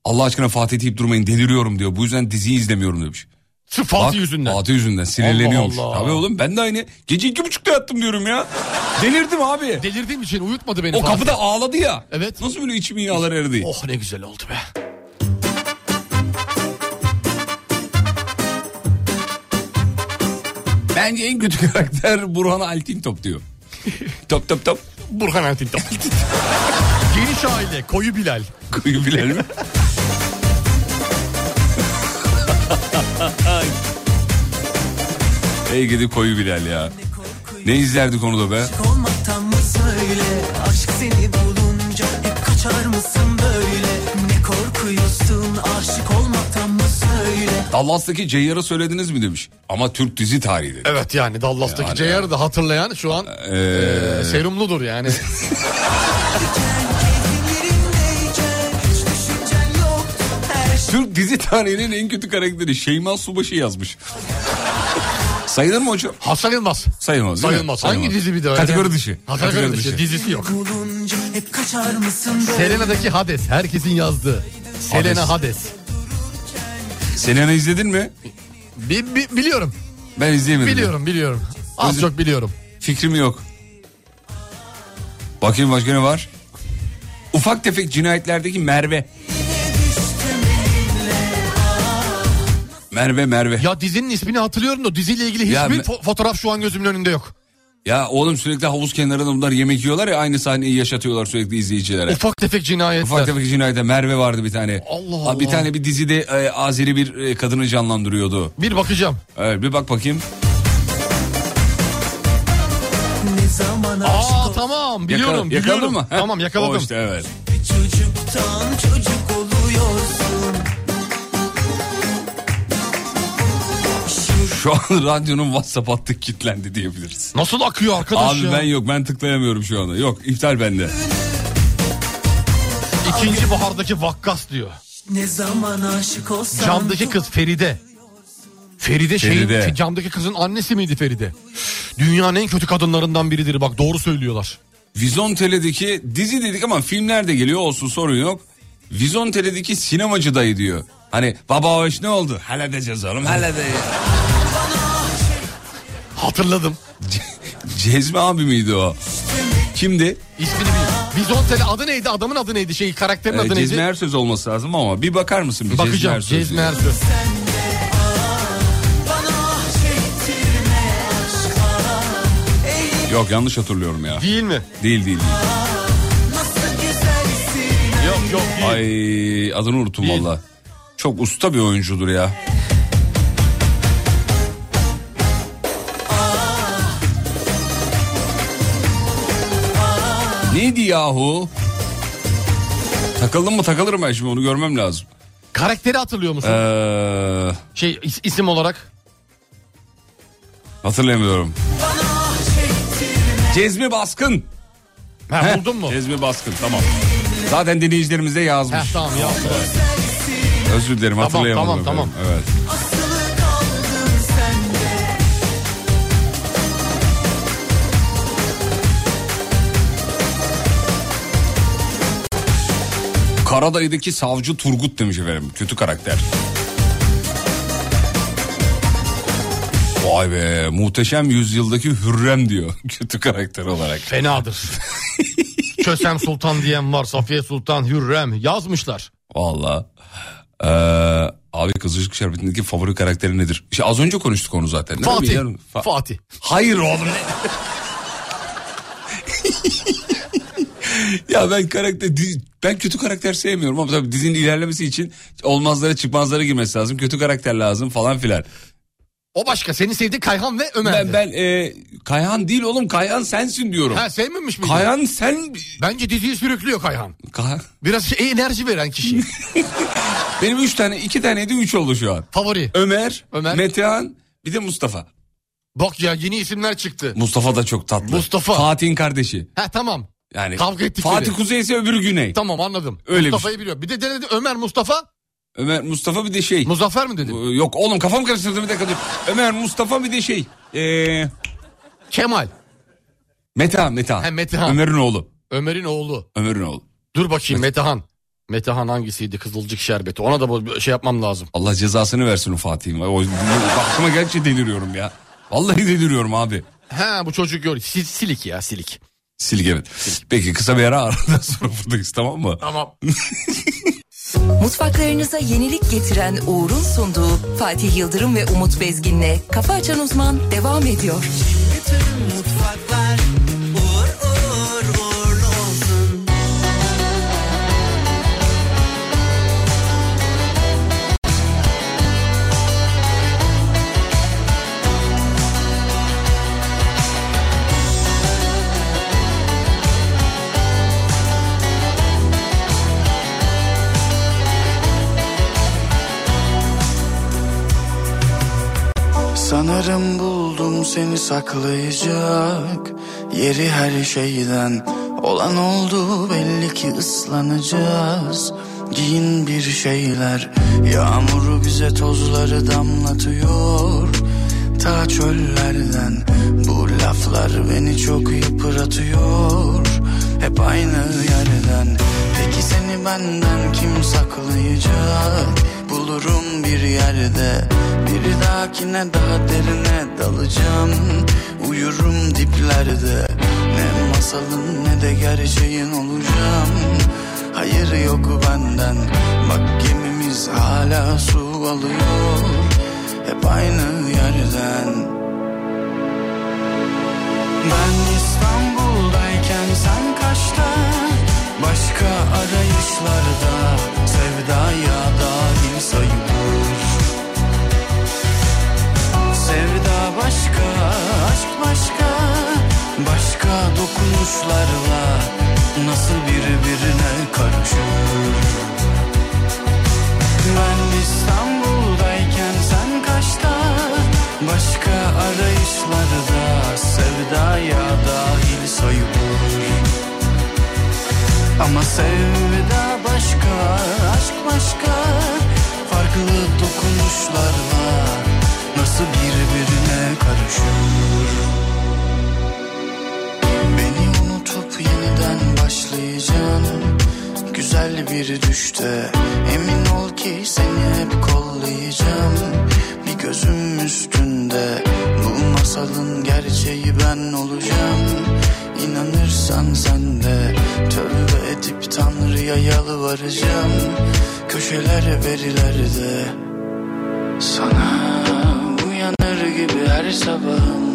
Speaker 3: Allah aşkına Fatih deyip durmayın deliriyorum diyor. Bu yüzden diziyi izlemiyorum demiş.
Speaker 4: Sırf Fatih
Speaker 3: Bak,
Speaker 4: yüzünden.
Speaker 3: Fatih yüzünden sinirleniyormuş.
Speaker 4: Allah Allah.
Speaker 3: Tabii oğlum ben de aynı. Gece iki buçukta yattım diyorum ya. Delirdim abi.
Speaker 4: Delirdiğim için uyutmadı beni
Speaker 3: O
Speaker 4: Fatih.
Speaker 3: kapıda ağladı ya.
Speaker 4: Evet.
Speaker 3: Nasıl böyle içim yağlar erdi?
Speaker 4: Oh ne güzel oldu be.
Speaker 3: Bence en kötü karakter Burhan Altin Top diyor. top top top.
Speaker 4: Burhan Altintam. Geniş aile koyu Bilal.
Speaker 3: Kuyu Bilal mi? Ey gidi koyu Bilal ya. Ne izlerdik onu da be?
Speaker 9: Olmaktan mı söyle Aşk seni bulunca hep kaçar mısın böyle Ne korkuyorsun aşık olmaktan mı söyle
Speaker 3: Dallas'taki Ceyyar'ı söylediniz mi demiş. Ama Türk dizi tarihi dedi.
Speaker 4: Evet yani Dallas'taki
Speaker 3: Yani- Ee,
Speaker 4: Ceyar'ı da hatırlayan şu an e, serumludur yani.
Speaker 3: Türk dizi tarihinin en kötü karakteri Şeyma Subaşı yazmış. Sayılır mı hocam?
Speaker 4: Hasan Yılmaz.
Speaker 3: Sayılmaz değil mi?
Speaker 4: Sayılmaz. Hangi dizi bir de öyle?
Speaker 3: Kategori dışı.
Speaker 4: Ha, Kategori, dışı. Dizisi yok.
Speaker 9: şey
Speaker 4: Selena'daki Hades. Herkesin yazdığı. Selena Hades.
Speaker 3: Selena izledin mi?
Speaker 4: Bi- bi- biliyorum.
Speaker 3: Ben izleyemedim.
Speaker 4: Biliyorum biliyorum. Az
Speaker 3: Özür-
Speaker 4: çok biliyorum.
Speaker 3: Fikrim yok. Bakayım başka ne var? Ufak tefek cinayetlerdeki Merve. Merve Merve. Ya,
Speaker 4: Ya dizinin ismini hatırlıyorum da diziyle ilgili hiçbir
Speaker 3: Ya me-
Speaker 4: fo- fotoğraf şu an gözümün önünde yok.
Speaker 3: oğlum sürekli havuz kenarında bunlar yemek yiyorlar ya aynı sahneyi yaşatıyorlar sürekli izleyicilere.
Speaker 4: Ufak tefek cinayetler.
Speaker 3: Ufak tefek cinayette Merve vardı bir tane.
Speaker 4: Allah
Speaker 3: Ha, Bir
Speaker 4: Allah.
Speaker 3: tane bir dizide e, Azeri bir e, kadını canlandırıyordu.
Speaker 4: Bir bakacağım.
Speaker 3: Evet, bir bak bakayım.
Speaker 9: Ne zaman
Speaker 4: Aa tamam biliyorum.
Speaker 3: Yakala- yakaladın
Speaker 4: biliyorum.
Speaker 3: mı? Heh.
Speaker 4: Tamam yakaladım.
Speaker 3: O işte, evet.
Speaker 9: çocuktan çocuk oluyorsun
Speaker 3: Şu an radyonun WhatsApp hattı kilitlendi diyebiliriz.
Speaker 4: Nasıl akıyor arkadaş
Speaker 3: Abi
Speaker 4: ya?
Speaker 3: ben yok ben tıklayamıyorum şu anda. Yok iptal bende.
Speaker 4: İkinci bahardaki vakkas diyor.
Speaker 9: Ne zaman aşık olsam
Speaker 4: Camdaki kız Feride. Feride,
Speaker 3: Feride.
Speaker 4: şey camdaki kızın annesi miydi Feride? Dünyanın en kötü kadınlarından biridir bak doğru söylüyorlar.
Speaker 3: Vizontele'deki dizi dedik ama filmler de geliyor olsun sorun yok. Vizontele'deki sinemacı dayı diyor. Hani baba o iş ne oldu? Halledeceğiz oğlum halledeceğiz.
Speaker 4: Hatırladım.
Speaker 3: Cezmi abi miydi o? Kimdi?
Speaker 4: İsmini bilmiyorum. Vizontele adı neydi? Adamın adı neydi? Şey karakterin
Speaker 3: Ee,
Speaker 4: adı
Speaker 3: Cezmi
Speaker 4: neydi?
Speaker 3: Ersöz olması lazım ama bir bakar mısın? Bir Cezmi
Speaker 4: Bakacağım.
Speaker 3: Ersöz
Speaker 4: Cezmi
Speaker 3: diye.
Speaker 4: Ersoy.
Speaker 3: Yok yanlış hatırlıyorum ya. Değil
Speaker 4: Değil mi?
Speaker 3: değil değil.
Speaker 4: Yok yok değil.
Speaker 3: Ay adını unuttum
Speaker 4: Değil.
Speaker 3: valla. Çok usta bir oyuncudur ya. Neydi yahu? Takıldım mı takılırım ben şimdi onu görmem lazım.
Speaker 4: Karakteri hatırlıyor musun?
Speaker 3: Ee,
Speaker 4: Şey is- isim olarak.
Speaker 3: hatırlamıyorum. Cezmi Baskın.
Speaker 4: Ha,
Speaker 3: Heh,
Speaker 4: buldun mu?
Speaker 3: Cezmi Baskın tamam. Zaten dinleyicilerimiz de yazmış.
Speaker 4: Heh, tamam ya.
Speaker 3: Özür dilerim hatırlayamadım.
Speaker 4: tamam, tamam.
Speaker 3: efendim. Evet. Karadayı'daki savcı Turgut demiş efendim. Kötü karakter. Vay be muhteşem yüzyıldaki Hürrem diyor kötü karakter olarak.
Speaker 4: Fenadır. Kösem Sultan diyen var. Safiye Sultan, Hürrem yazmışlar.
Speaker 3: Valla. Ee, abi Kızılcık Şerbeti'ndeki favori karakteri nedir? İşte az önce konuştuk onu zaten. değil mi?
Speaker 4: Fatih.
Speaker 3: Yarın- Fa-
Speaker 4: Fatih.
Speaker 3: Hayır oğlum. ya ben karakter dizi- ben kötü karakter sevmiyorum ama tabii dizinin ilerlemesi için olmazlara çıkmazlara girmesi lazım. Kötü karakter lazım falan filan.
Speaker 4: O başka. Senin sevdiğin Kayhan ve Ömer'di.
Speaker 3: Ben ben e, Kayhan değil oğlum Kayhan sensin diyorum.
Speaker 4: Ha sevmemiş miydin?
Speaker 3: Kayhan sen
Speaker 4: Bence diziyi sürüklüyor Kayhan.
Speaker 3: Kayhan-
Speaker 4: Biraz şey, enerji veren kişi.
Speaker 3: Benim üç tane iki taneydi üç oldu şu an.
Speaker 4: Favori.
Speaker 3: Ömer,
Speaker 4: Ömer.
Speaker 3: Metehan bir de Mustafa.
Speaker 4: Bak ya yeni isimler çıktı.
Speaker 3: Mustafa da çok tatlı.
Speaker 4: Mustafa.
Speaker 3: Fatih'in kardeşi.
Speaker 4: Ha tamam.
Speaker 3: Yani
Speaker 4: Kavga ettikleri.
Speaker 3: Fatih Kuzey ise öbürü Güney.
Speaker 4: Tamam anladım.
Speaker 3: Öyle bir şey.
Speaker 4: Mustafa'yı biliyorum. Bir de denedi Ömer Mustafa.
Speaker 3: Ömer Mustafa bir de şey.
Speaker 4: Muzaffer mi dedim?
Speaker 3: Ee, Yok oğlum kafam karıştırdı bir dakika dur. Ömer Mustafa bir de şey. Ee,
Speaker 4: Kemal.
Speaker 3: Meta Meta.
Speaker 4: He, Metehan.
Speaker 3: Ömer'in oğlu.
Speaker 4: Ömer'in oğlu.
Speaker 3: Ömer'in oğlu.
Speaker 4: Dur bakayım Metehan. Metehan hangisiydi? Kızılcık şerbeti. Ona da bu- şey yapmam lazım.
Speaker 3: Allah cezasını versin o Fatih'in. O, aklıma gerçi deliriyorum ya. Vallahi deliriyorum abi.
Speaker 4: Ha bu çocuk yok. Si- silik ya silik.
Speaker 3: Silgi evet. Peki kısa bir ara aradan sonra buradayız tamam mı?
Speaker 4: Tamam.
Speaker 8: Mutfaklarınıza yenilik getiren Uğur'un sunduğu Fatih Yıldırım ve Umut Bezgin'le Kafa Açan Uzman devam ediyor.
Speaker 9: Bütün mutfaklar uğur uğur uğurlu olsun
Speaker 5: Sanırım buldum seni saklayacak Yeri her şeyden Olan oldu belli ki ıslanacağız Giyin bir şeyler Yağmuru bize tozları damlatıyor Ta çöllerden Bu laflar beni çok yıpratıyor Hep aynı yerden Peki seni benden kim saklayacak Bulurum bir yerde Bir dahakine daha derine dalacağım Uyurum diplerde Ne masalın ne de gerçeğin olacağım Hayır yok benden Bak gemimiz hala su alıyor Hep aynı yerden ben İstanbul'dayken sen kaçta Başka arayışlarda Sevdaya dahil sayılır Sevda başka, aşk başka Başka dokunuşlarla Nasıl birbirine karışır Ben İstanbul'dayken sen kaçta Başka arayışlarda sevdaya dahil sayılır Ama sevda başka, aşk başka Farklı dokunuşlarla nasıl birbirine karışır Beni unutup yeniden başlayacaksın Güzel bir düşte Emin ol ki seni hep kollayacağım Bir gözüm üstünde Bu masalın gerçeği ben olacağım İnanırsan sen de Tövbe edip Tanrı'ya yalvaracağım Köşeler verilerde Sana uyanır gibi her sabahım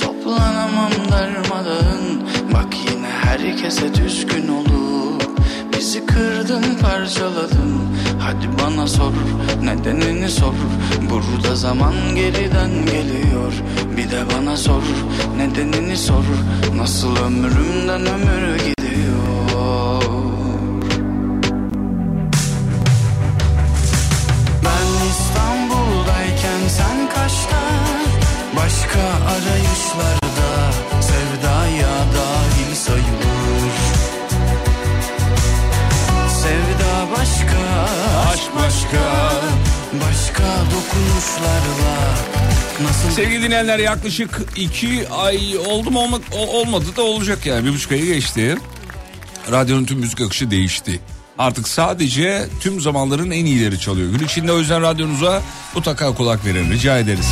Speaker 5: Toplanamam darmadağın Bak yine herkese düzgün olup Bizi kırdın parçaladın Hadi bana sor nedenini sor Burada zaman geriden geliyor Bir de bana sor nedenini sor Nasıl ömrümden ömür gidiyor Ben İstanbul'dayken sen kaçta Başka arayışlarda Sevdaya dahil sayılır Sevda başka, aşk başka Başka dokunuşlarla Nasıl
Speaker 3: Sevgili dinleyenler yaklaşık iki ay oldu mu olma- o- olmadı da olacak yani. Bir buçuk ayı geçti. Radyonun tüm müzik akışı değişti. Artık sadece tüm zamanların en iyileri çalıyor. Gün içinde o yüzden radyonuza mutlaka kulak verin. Rica ederiz.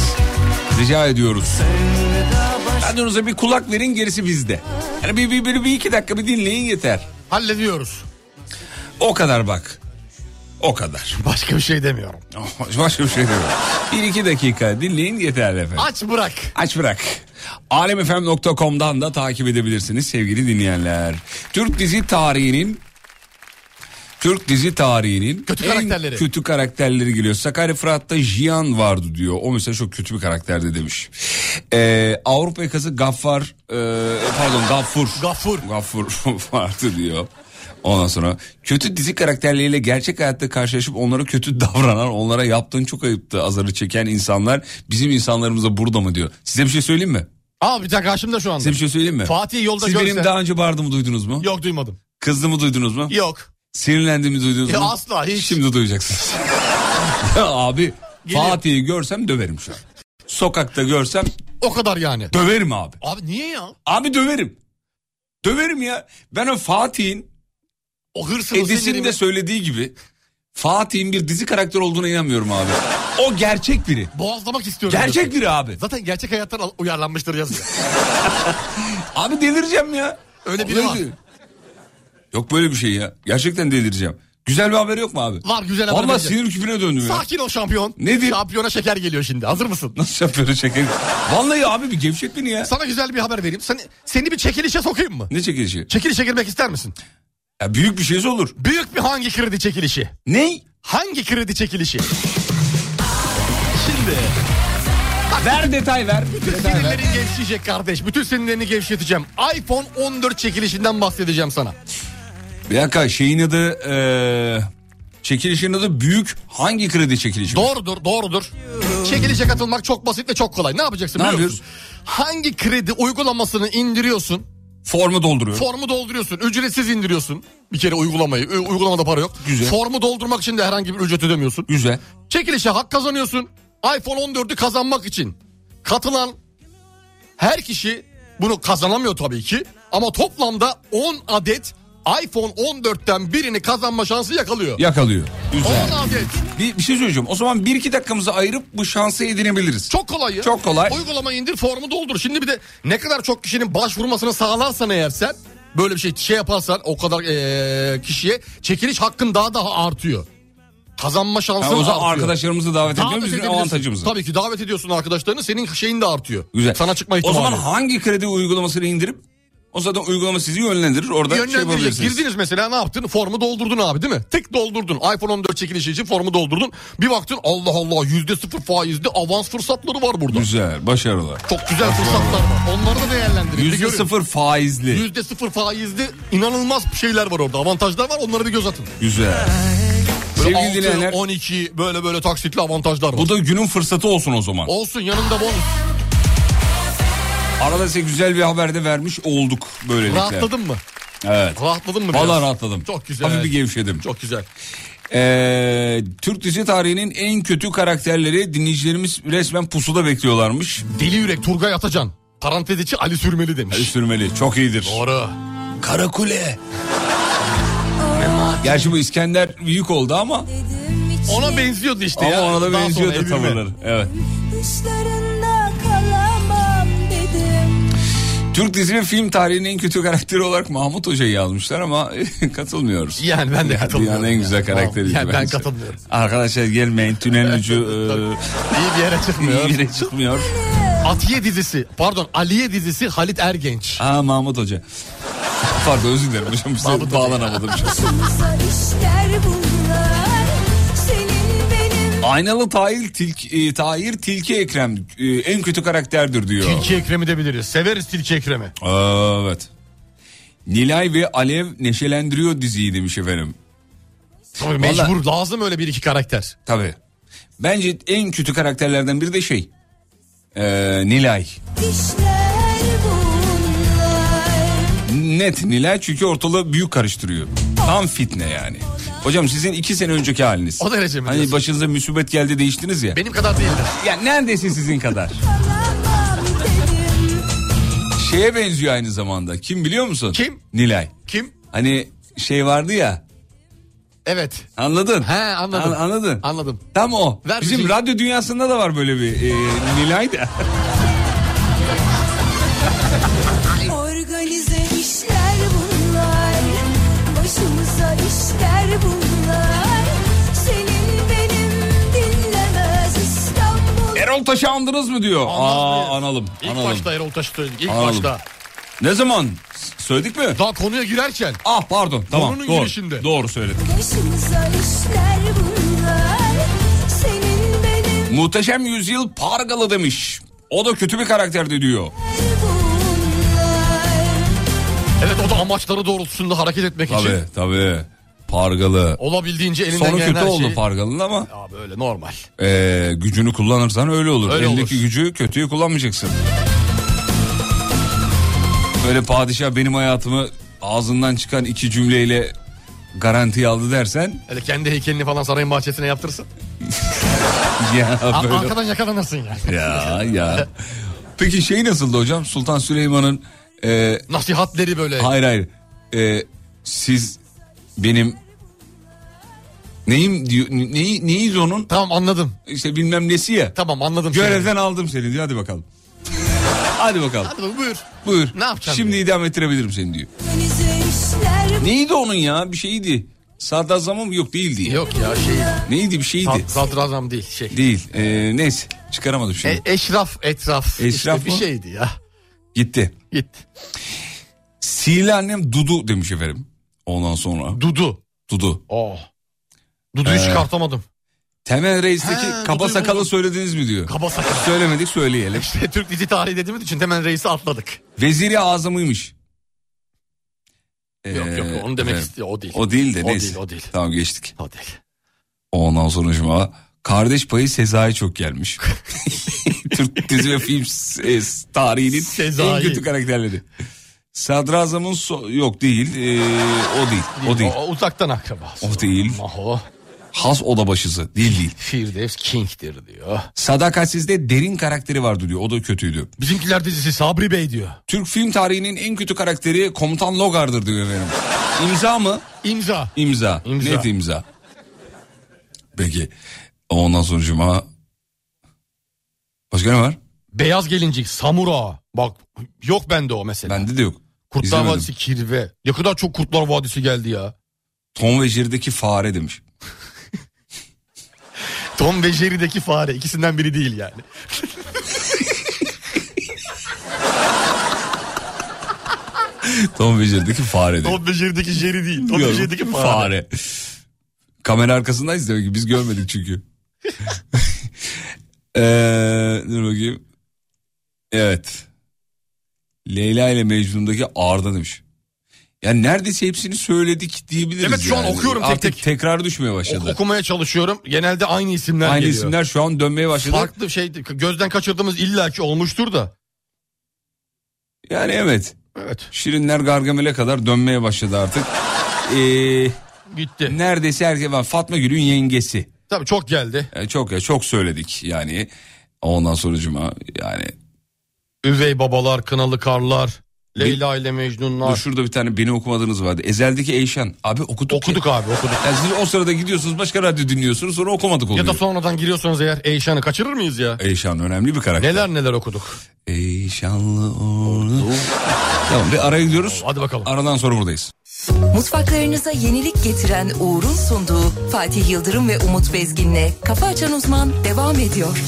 Speaker 3: Rica ediyoruz. Radyonuza bir kulak verin gerisi bizde. Yani bir, bir, bir, bir iki dakika bir dinleyin yeter.
Speaker 4: Hallediyoruz.
Speaker 3: O kadar bak. O kadar.
Speaker 4: Başka bir şey demiyorum.
Speaker 3: Başka bir şey demiyorum. Bir iki dakika dinleyin yeterli efendim.
Speaker 4: Aç bırak.
Speaker 3: Aç bırak. Alemfm.com'dan da takip edebilirsiniz sevgili dinleyenler. Türk dizi tarihinin Türk dizi tarihinin
Speaker 4: Kötü
Speaker 3: en
Speaker 4: karakterleri.
Speaker 3: kötü karakterleri geliyor. Sakarya Fırat'ta Jiyan vardı diyor. O mesela çok kötü bir karakterdi demiş. Ee, Avrupa yakası Gaffar e, pardon Gaffur.
Speaker 4: Gafur.
Speaker 3: Gaffur vardı diyor. Ondan sonra kötü dizi karakterleriyle gerçek hayatta karşılaşıp onlara kötü davranan, onlara yaptığın çok ayıptı azarı çeken insanlar bizim insanlarımız da burada mı diyor. Size bir şey söyleyeyim mi?
Speaker 4: Aa bir dakika karşımda şu anda.
Speaker 3: Size bir şey söyleyeyim mi?
Speaker 4: Fatih yolda
Speaker 3: Siz
Speaker 4: görse.
Speaker 3: benim daha önce bağırdığımı duydunuz mu?
Speaker 4: Yok duymadım.
Speaker 3: Kızdığımı duydunuz mu?
Speaker 4: Yok.
Speaker 3: Sinirlendiğimi duydunuz
Speaker 4: Ya
Speaker 3: mu?
Speaker 4: asla, hiç.
Speaker 3: Şimdi duyacaksınız. Ya abi
Speaker 4: Geliyor.
Speaker 3: Fatih'i görsem döverim şu an. Sokakta görsem
Speaker 4: O kadar yani.
Speaker 3: döverim abi.
Speaker 4: Abi niye ya?
Speaker 3: Abi döverim. Döverim ya. Ben o Fatih'in
Speaker 4: O hırsını
Speaker 3: Edis'in
Speaker 4: sinirimi-
Speaker 3: de söylediği gibi Fatih'in bir dizi karakter olduğuna inanmıyorum abi. O gerçek biri.
Speaker 4: boğazlamak istiyorum.
Speaker 3: Gerçek
Speaker 4: diyorsun.
Speaker 3: biri abi.
Speaker 4: Zaten gerçek hayattan al- uyarlanmıştır yazıyor.
Speaker 3: Abi delireceğim ya.
Speaker 4: Öyle biri var.
Speaker 3: Yok böyle bir şey ya. Gerçekten delireceğim. Güzel bir haber yok mu abi?
Speaker 4: Var, güzel haber
Speaker 3: Valla
Speaker 4: verecek.
Speaker 3: sinir küpüne döndüm ya.
Speaker 4: Sakin ol şampiyon.
Speaker 3: Nedir?
Speaker 4: Şampiyona şeker geliyor şimdi. Hazır mısın?
Speaker 3: Nasıl yapıyorsun şeker? Vallahi abi bir gevşet beni ya.
Speaker 4: Sana güzel bir haber vereyim. Seni, seni bir çekilişe sokayım mı?
Speaker 3: Ne çekilişi?
Speaker 4: Çekilişe girmek ister misin?
Speaker 3: Ya büyük bir şeyse olur.
Speaker 4: Büyük bir hangi kredi çekilişi?
Speaker 3: Ne?
Speaker 4: Hangi kredi çekilişi?
Speaker 3: Ver detay ver.
Speaker 4: Bütün sinirlerin gevşeyecek kardeş. Bütün sinirlerini gevşeteceğim. iPhone 14 çekilişinden bahsedeceğim sana.
Speaker 3: Bir dakika şeyin adı e, eee çekilişin adı büyük hangi kredi çekilişi?
Speaker 4: Doğrudur, doğrudur. Çekilişe katılmak çok basit ve çok kolay. Ne yapacaksın
Speaker 3: Ne
Speaker 4: biliyor musun? Hangi kredi uygulamasını indiriyorsun?
Speaker 3: Formu dolduruyorum.
Speaker 4: Formu dolduruyorsun. Ücretsiz indiriyorsun. Bir kere uygulamayı. Ü- Uygulamada para yok.
Speaker 3: Güzel.
Speaker 4: Formu doldurmak için de herhangi bir ücret ödemiyorsun.
Speaker 3: Güzel.
Speaker 4: Çekilişe hak kazanıyorsun. iPhone 14'ü kazanmak için katılan her kişi bunu kazanamıyor tabii ki. Ama toplamda 10 adet iPhone 14'ten birini kazanma şansı yakalıyor.
Speaker 3: Yakalıyor. Güzel.
Speaker 4: 10 adet.
Speaker 3: Bir, bir şey söyleyeceğim. O zaman 1-2 dakikamızı ayırıp bu şansı edinebiliriz.
Speaker 4: Çok kolay ya.
Speaker 3: Çok kolay.
Speaker 4: Uygulama indir formu doldur. Şimdi bir de ne kadar çok kişinin başvurmasını sağlarsan eğer sen böyle bir şey şey yaparsan o kadar eee, kişiye çekiliş hakkın daha daha artıyor. Kazanma şansın
Speaker 3: Ha, o zaman
Speaker 4: artıyor.
Speaker 3: arkadaşlarımızı davet
Speaker 4: Davet
Speaker 3: ediyor muyuz? Bizim
Speaker 4: edebilirsin.
Speaker 3: avantajımız.
Speaker 4: Tabii ki davet ediyorsun arkadaşlarını senin şeyin de artıyor.
Speaker 3: Güzel.
Speaker 4: Sana çıkma
Speaker 3: O
Speaker 4: ihtimali.
Speaker 3: zaman hangi kredi uygulamasını indirip o zaten uygulama sizi yönlendirir. Orada şey
Speaker 4: Yönlendirecek.
Speaker 3: yapabilirsiniz.
Speaker 4: Girdiniz mesela ne yaptın? Formu doldurdun abi değil mi? Tık doldurdun. iPhone 14 çekilişi için formu doldurdun. Bir baktın Allah Allah yüzde sıfır faizli avans fırsatları var burada.
Speaker 3: Güzel, başarılı.
Speaker 4: Çok güzel fırsatlar var. Onları da değerlendirin.
Speaker 3: Yüzde sıfır faizli.
Speaker 4: Yüzde sıfır faizli inanılmaz şeyler var orada. Avantajlar var onlara bir göz atın.
Speaker 3: Güzel.
Speaker 4: Böyle
Speaker 3: Sevgili dinleyenler,
Speaker 4: 6, 12 böyle böyle taksitli avantajlar var.
Speaker 3: bu da günün fırsatı olsun o zaman.
Speaker 4: Olsun yanında bonus.
Speaker 3: Arada size güzel bir haber de vermiş olduk böylelikle.
Speaker 4: Rahatladın mı?
Speaker 3: Evet.
Speaker 4: Rahatladın mı? biraz?
Speaker 3: Vallahi rahatladım.
Speaker 4: Çok güzel.
Speaker 3: Hafif bir gevşedim.
Speaker 4: Çok güzel.
Speaker 3: Ee, Türk dizi tarihinin en kötü karakterleri dinleyicilerimiz resmen pusuda bekliyorlarmış.
Speaker 4: Deli yürek Turgay Atacan. Parantez içi Ali Sürmeli demiş.
Speaker 3: Ali Sürmeli çok iyidir.
Speaker 4: Doğru.
Speaker 3: Karakule. Gerçi bu İskender büyük oldu ama
Speaker 4: Ona benziyordu işte ya.
Speaker 3: ama ona da
Speaker 4: Daha sonra
Speaker 3: benziyordu
Speaker 4: evrilme.
Speaker 3: tavırları. Evet.
Speaker 10: Dışlarında kalamam dedim
Speaker 3: Türk dizi ve film tarihinin en kötü karakteri olarak Mahmut Hoca'yı almışlar ama katılmıyoruz.
Speaker 4: Yani ben de
Speaker 3: Ya,
Speaker 4: katılmıyorum
Speaker 3: Dünyanın en
Speaker 4: ya.
Speaker 3: güzel karakteriydi
Speaker 4: Yani ben
Speaker 3: bence.
Speaker 4: katılmıyorum.
Speaker 3: Arkadaşlar gelmeyin tünelin ucu
Speaker 4: İyi bir yere
Speaker 3: e, iyi
Speaker 4: çıkmıyor.
Speaker 3: bile çıkmıyor.
Speaker 4: Atiye dizisi pardon Aliye dizisi Halit Ergenç.
Speaker 3: Aa Mahmut Hoca. Pardon özür dilerim hocam size
Speaker 4: Mahmut Hoca.
Speaker 3: bağlanamadım.
Speaker 10: Başımıza işler bunlar Senin benim
Speaker 3: Aynalı Tahir, Tilk, e, Tahir Tilki Ekrem e, en kötü karakterdir diyor.
Speaker 4: Tilki Ekrem'i de biliriz. Severiz Tilki Ekrem'i.
Speaker 3: Evet. Nilay ve Alev neşelendiriyor diziyi demiş efendim.
Speaker 4: Tabii
Speaker 3: Vallahi-
Speaker 4: mecbur lazım öyle bir iki karakter.
Speaker 3: Tabii. Bence en kötü karakterlerden biri de şey. e, Nilay.
Speaker 10: işler bunlar
Speaker 3: Net Nilay çünkü ortalığı büyük karıştırıyor. Tam fitne yani. Hocam sizin iki sene önceki haliniz.
Speaker 4: O derece mi
Speaker 3: Hani
Speaker 4: diyorsun?
Speaker 3: başınıza müsibet geldi değiştiniz ya.
Speaker 4: Benim kadar değildir.
Speaker 3: Ya neredeyse sizin kadar.
Speaker 10: Kalamam dedim
Speaker 3: Şeye benziyor aynı zamanda. Kim biliyor musun?
Speaker 4: Kim?
Speaker 3: Nilay.
Speaker 4: Kim?
Speaker 3: Hani şey vardı ya.
Speaker 4: Evet.
Speaker 3: Anladın?
Speaker 4: He anladım.
Speaker 3: An- anladın.
Speaker 4: Anladım.
Speaker 3: Tam o.
Speaker 4: Ver
Speaker 3: Bizim
Speaker 4: müziği.
Speaker 3: radyo dünyasında da var böyle bir e, Nilay da.
Speaker 10: Organize işler bunlar Başımıza işler bunlar Senin benim dinlemez İstanbul
Speaker 3: Erol Taş'ı andınız mı diyor.
Speaker 4: Anlatmayın.
Speaker 3: Aa analım.
Speaker 4: İlk
Speaker 3: analım.
Speaker 4: başta Erol Taş'ı söyledik. İlk
Speaker 3: Analım.
Speaker 4: başta.
Speaker 3: Ne zaman? S- Söyledik mi?
Speaker 4: Daha konuya girerken.
Speaker 3: Ah pardon. Tamam.
Speaker 4: Konunun
Speaker 3: doğru.
Speaker 4: girişinde.
Speaker 3: Doğru söyledim.
Speaker 10: Başımıza işler bunlar Senin benim
Speaker 3: Muhteşem Yüzyıl Pargalı demiş. O da kötü bir karakterdi diyor.
Speaker 10: bunlar
Speaker 4: Evet o da amaçları doğrultusunda hareket etmek için.
Speaker 3: Tabii tabii. Pargalı.
Speaker 4: Olabildiğince elinden
Speaker 3: Sonu
Speaker 4: gelen
Speaker 3: kötü
Speaker 4: her şey.
Speaker 3: oldu
Speaker 4: şeyi.
Speaker 3: Pargalı'nın ama
Speaker 4: Ya böyle normal.
Speaker 3: e, gücünü kullanırsan öyle olur.
Speaker 4: Öyle
Speaker 3: Elindeki
Speaker 4: olur.
Speaker 3: gücü kötüye kullanmayacaksın. Böyle padişah benim hayatımı ağzından çıkan iki cümleyle garantiye aldı dersen
Speaker 4: Hele kendi heykelini falan sarayın bahçesine yaptırsın.
Speaker 3: ya
Speaker 4: A-
Speaker 3: böyle
Speaker 4: arkadan yakalanırsın yani.
Speaker 3: ya ya. Peki şey nasıldı hocam? Sultan Süleyman'ın e,
Speaker 4: Nasihatleri böyle.
Speaker 3: hayır hayır E, siz benim neyim diyor neyi, neyiz onun
Speaker 4: Tamam anladım.
Speaker 3: işte bilmem nesi ya.
Speaker 4: Tamam anladım. seni.
Speaker 3: Görevden aldım seni diyor hadi bakalım. hadi bakalım.
Speaker 4: Hadi bakalım, buyur.
Speaker 3: Buyur.
Speaker 4: Ne yapacaksın
Speaker 3: Şimdi idam ettirebilirim seni diyor.
Speaker 10: Organize işler
Speaker 3: Neydi onun ya? Bir şeydi. Sadrazamım yok değildi. ya.
Speaker 4: Yok ya şey.
Speaker 3: Neydi bir şeydi.
Speaker 4: sa- Sadrazam değil şey.
Speaker 3: Değil. Ee, neyse çıkaramadım şimdi.
Speaker 4: E- eşraf etraf.
Speaker 3: Eşraf
Speaker 4: işte bir
Speaker 3: mı?
Speaker 4: şeydi ya.
Speaker 3: Gitti.
Speaker 4: Git.
Speaker 3: Sihirli annem Dudu demiş efendim. Ondan sonra
Speaker 4: Dudu.
Speaker 3: Dudu.
Speaker 4: Oh. Dudu'yu
Speaker 3: Ee.
Speaker 4: çıkartamadım.
Speaker 3: Temel Reis'teki
Speaker 4: Ha,
Speaker 3: kaba
Speaker 4: Dudu'yu
Speaker 3: sakalı
Speaker 4: buldum.
Speaker 3: söylediniz mi diyor.
Speaker 4: Kaba sakal.
Speaker 3: Söylemedik söyleyelim.
Speaker 4: İşte Türk dizi tarihi dediğimiz için hemen reisi atladık.
Speaker 3: Veziri Azam'ıymış. Ee,
Speaker 4: yok yok onu demek istiyor o değil.
Speaker 3: O değil de
Speaker 4: O
Speaker 3: neyse.
Speaker 4: değil, o değil.
Speaker 3: Tamam geçtik.
Speaker 4: O değil.
Speaker 3: Ondan sonra şimdi ha, Kardeş payı Sezai çok gelmiş. Türk dizi ve film s- e, tarihinin en
Speaker 4: Sezai.
Speaker 3: kötü karakterleri. Sadrazam'ın so- yok değil. e, o değil. O değil.
Speaker 4: O, uzaktan akrabası.
Speaker 3: O değil.
Speaker 4: Maho.
Speaker 3: Has oda başısı. Değil değil.
Speaker 4: Firdevs King'dir diyor.
Speaker 3: Sadakatsiz'de derin karakteri vardı diyor. O da kötüydü.
Speaker 4: Bizimkiler dizisi Sabri Bey diyor.
Speaker 3: Türk film tarihinin en kötü karakteri Komutan Logar'dır diyor efendim. İmza mı?
Speaker 4: İmza.
Speaker 3: İmza.
Speaker 4: İmza.
Speaker 3: Net imza. Peki. Ondan sonucuma... Başka ne var?
Speaker 4: Beyaz gelincik Samura. Bak yok bende o mesela.
Speaker 3: Bende de yok.
Speaker 4: Kurtlar
Speaker 3: İzlemedim.
Speaker 4: Vadisi Kirve. Ne kadar çok Kurtlar Vadisi geldi ya.
Speaker 3: Tom ve Jerry'deki fare demiş.
Speaker 4: Tom ve Jerry'deki fare ikisinden biri değil yani.
Speaker 3: Tom ve Jerry'deki fare demiş.
Speaker 4: Tom ve Jerry'deki Jerry değil. Tom ve Jerry'deki fare.
Speaker 3: fare. Kamera arkasındayız demek ki biz görmedik çünkü. ee, dur bakayım. Evet. Leyla ile Mecnun'daki Arda demiş. Yani neredeyse hepsini söyledik diyebiliriz.
Speaker 4: Evet, şu an
Speaker 3: yani.
Speaker 4: okuyorum tek
Speaker 3: Artık
Speaker 4: tek.
Speaker 3: tekrar düşmeye
Speaker 4: Ok-
Speaker 3: başladı.
Speaker 4: okumaya çalışıyorum. Genelde aynı isimler
Speaker 3: Aynı
Speaker 4: geliyor.
Speaker 3: isimler şu an dönmeye başladı.
Speaker 4: Farklı şey gözden kaçırdığımız illaki olmuştur da.
Speaker 3: Yani evet.
Speaker 4: Evet
Speaker 3: Şirinler Gargamel'e kadar dönmeye başladı artık. Ee,
Speaker 4: gitti.
Speaker 3: neredeyse herkes var. Fatma Gül'ün yengesi.
Speaker 4: Tabii çok geldi.
Speaker 3: E, çok ya çok söyledik yani. Ondan sonucuma yani
Speaker 4: Üvey babalar, kınalı karlar, Leyla ile Mecnunlar.
Speaker 3: dur şurada bir tane beni okumadınız vardı. Ezeldeki Eyşan. Abi okuduk.
Speaker 4: Okuduk
Speaker 3: ya.
Speaker 4: abi okuduk.
Speaker 3: Yani siz o sırada gidiyorsunuz başka radyo dinliyorsunuz sonra okumadık oluyor.
Speaker 4: Ya da sonradan giriyorsanız eğer Eyşan'ı kaçırır mıyız ya?
Speaker 3: Eyşan önemli bir karakter.
Speaker 4: Neler neler okuduk.
Speaker 3: Eyşanlı ordu. tamam bir araya gidiyoruz.
Speaker 4: Hadi bakalım.
Speaker 3: Aradan sonra buradayız.
Speaker 8: Mutfaklarınıza yenilik getiren Uğur'un sunduğu Fatih Yıldırım ve Umut Bezgin'le Kafa Açan Uzman devam ediyor.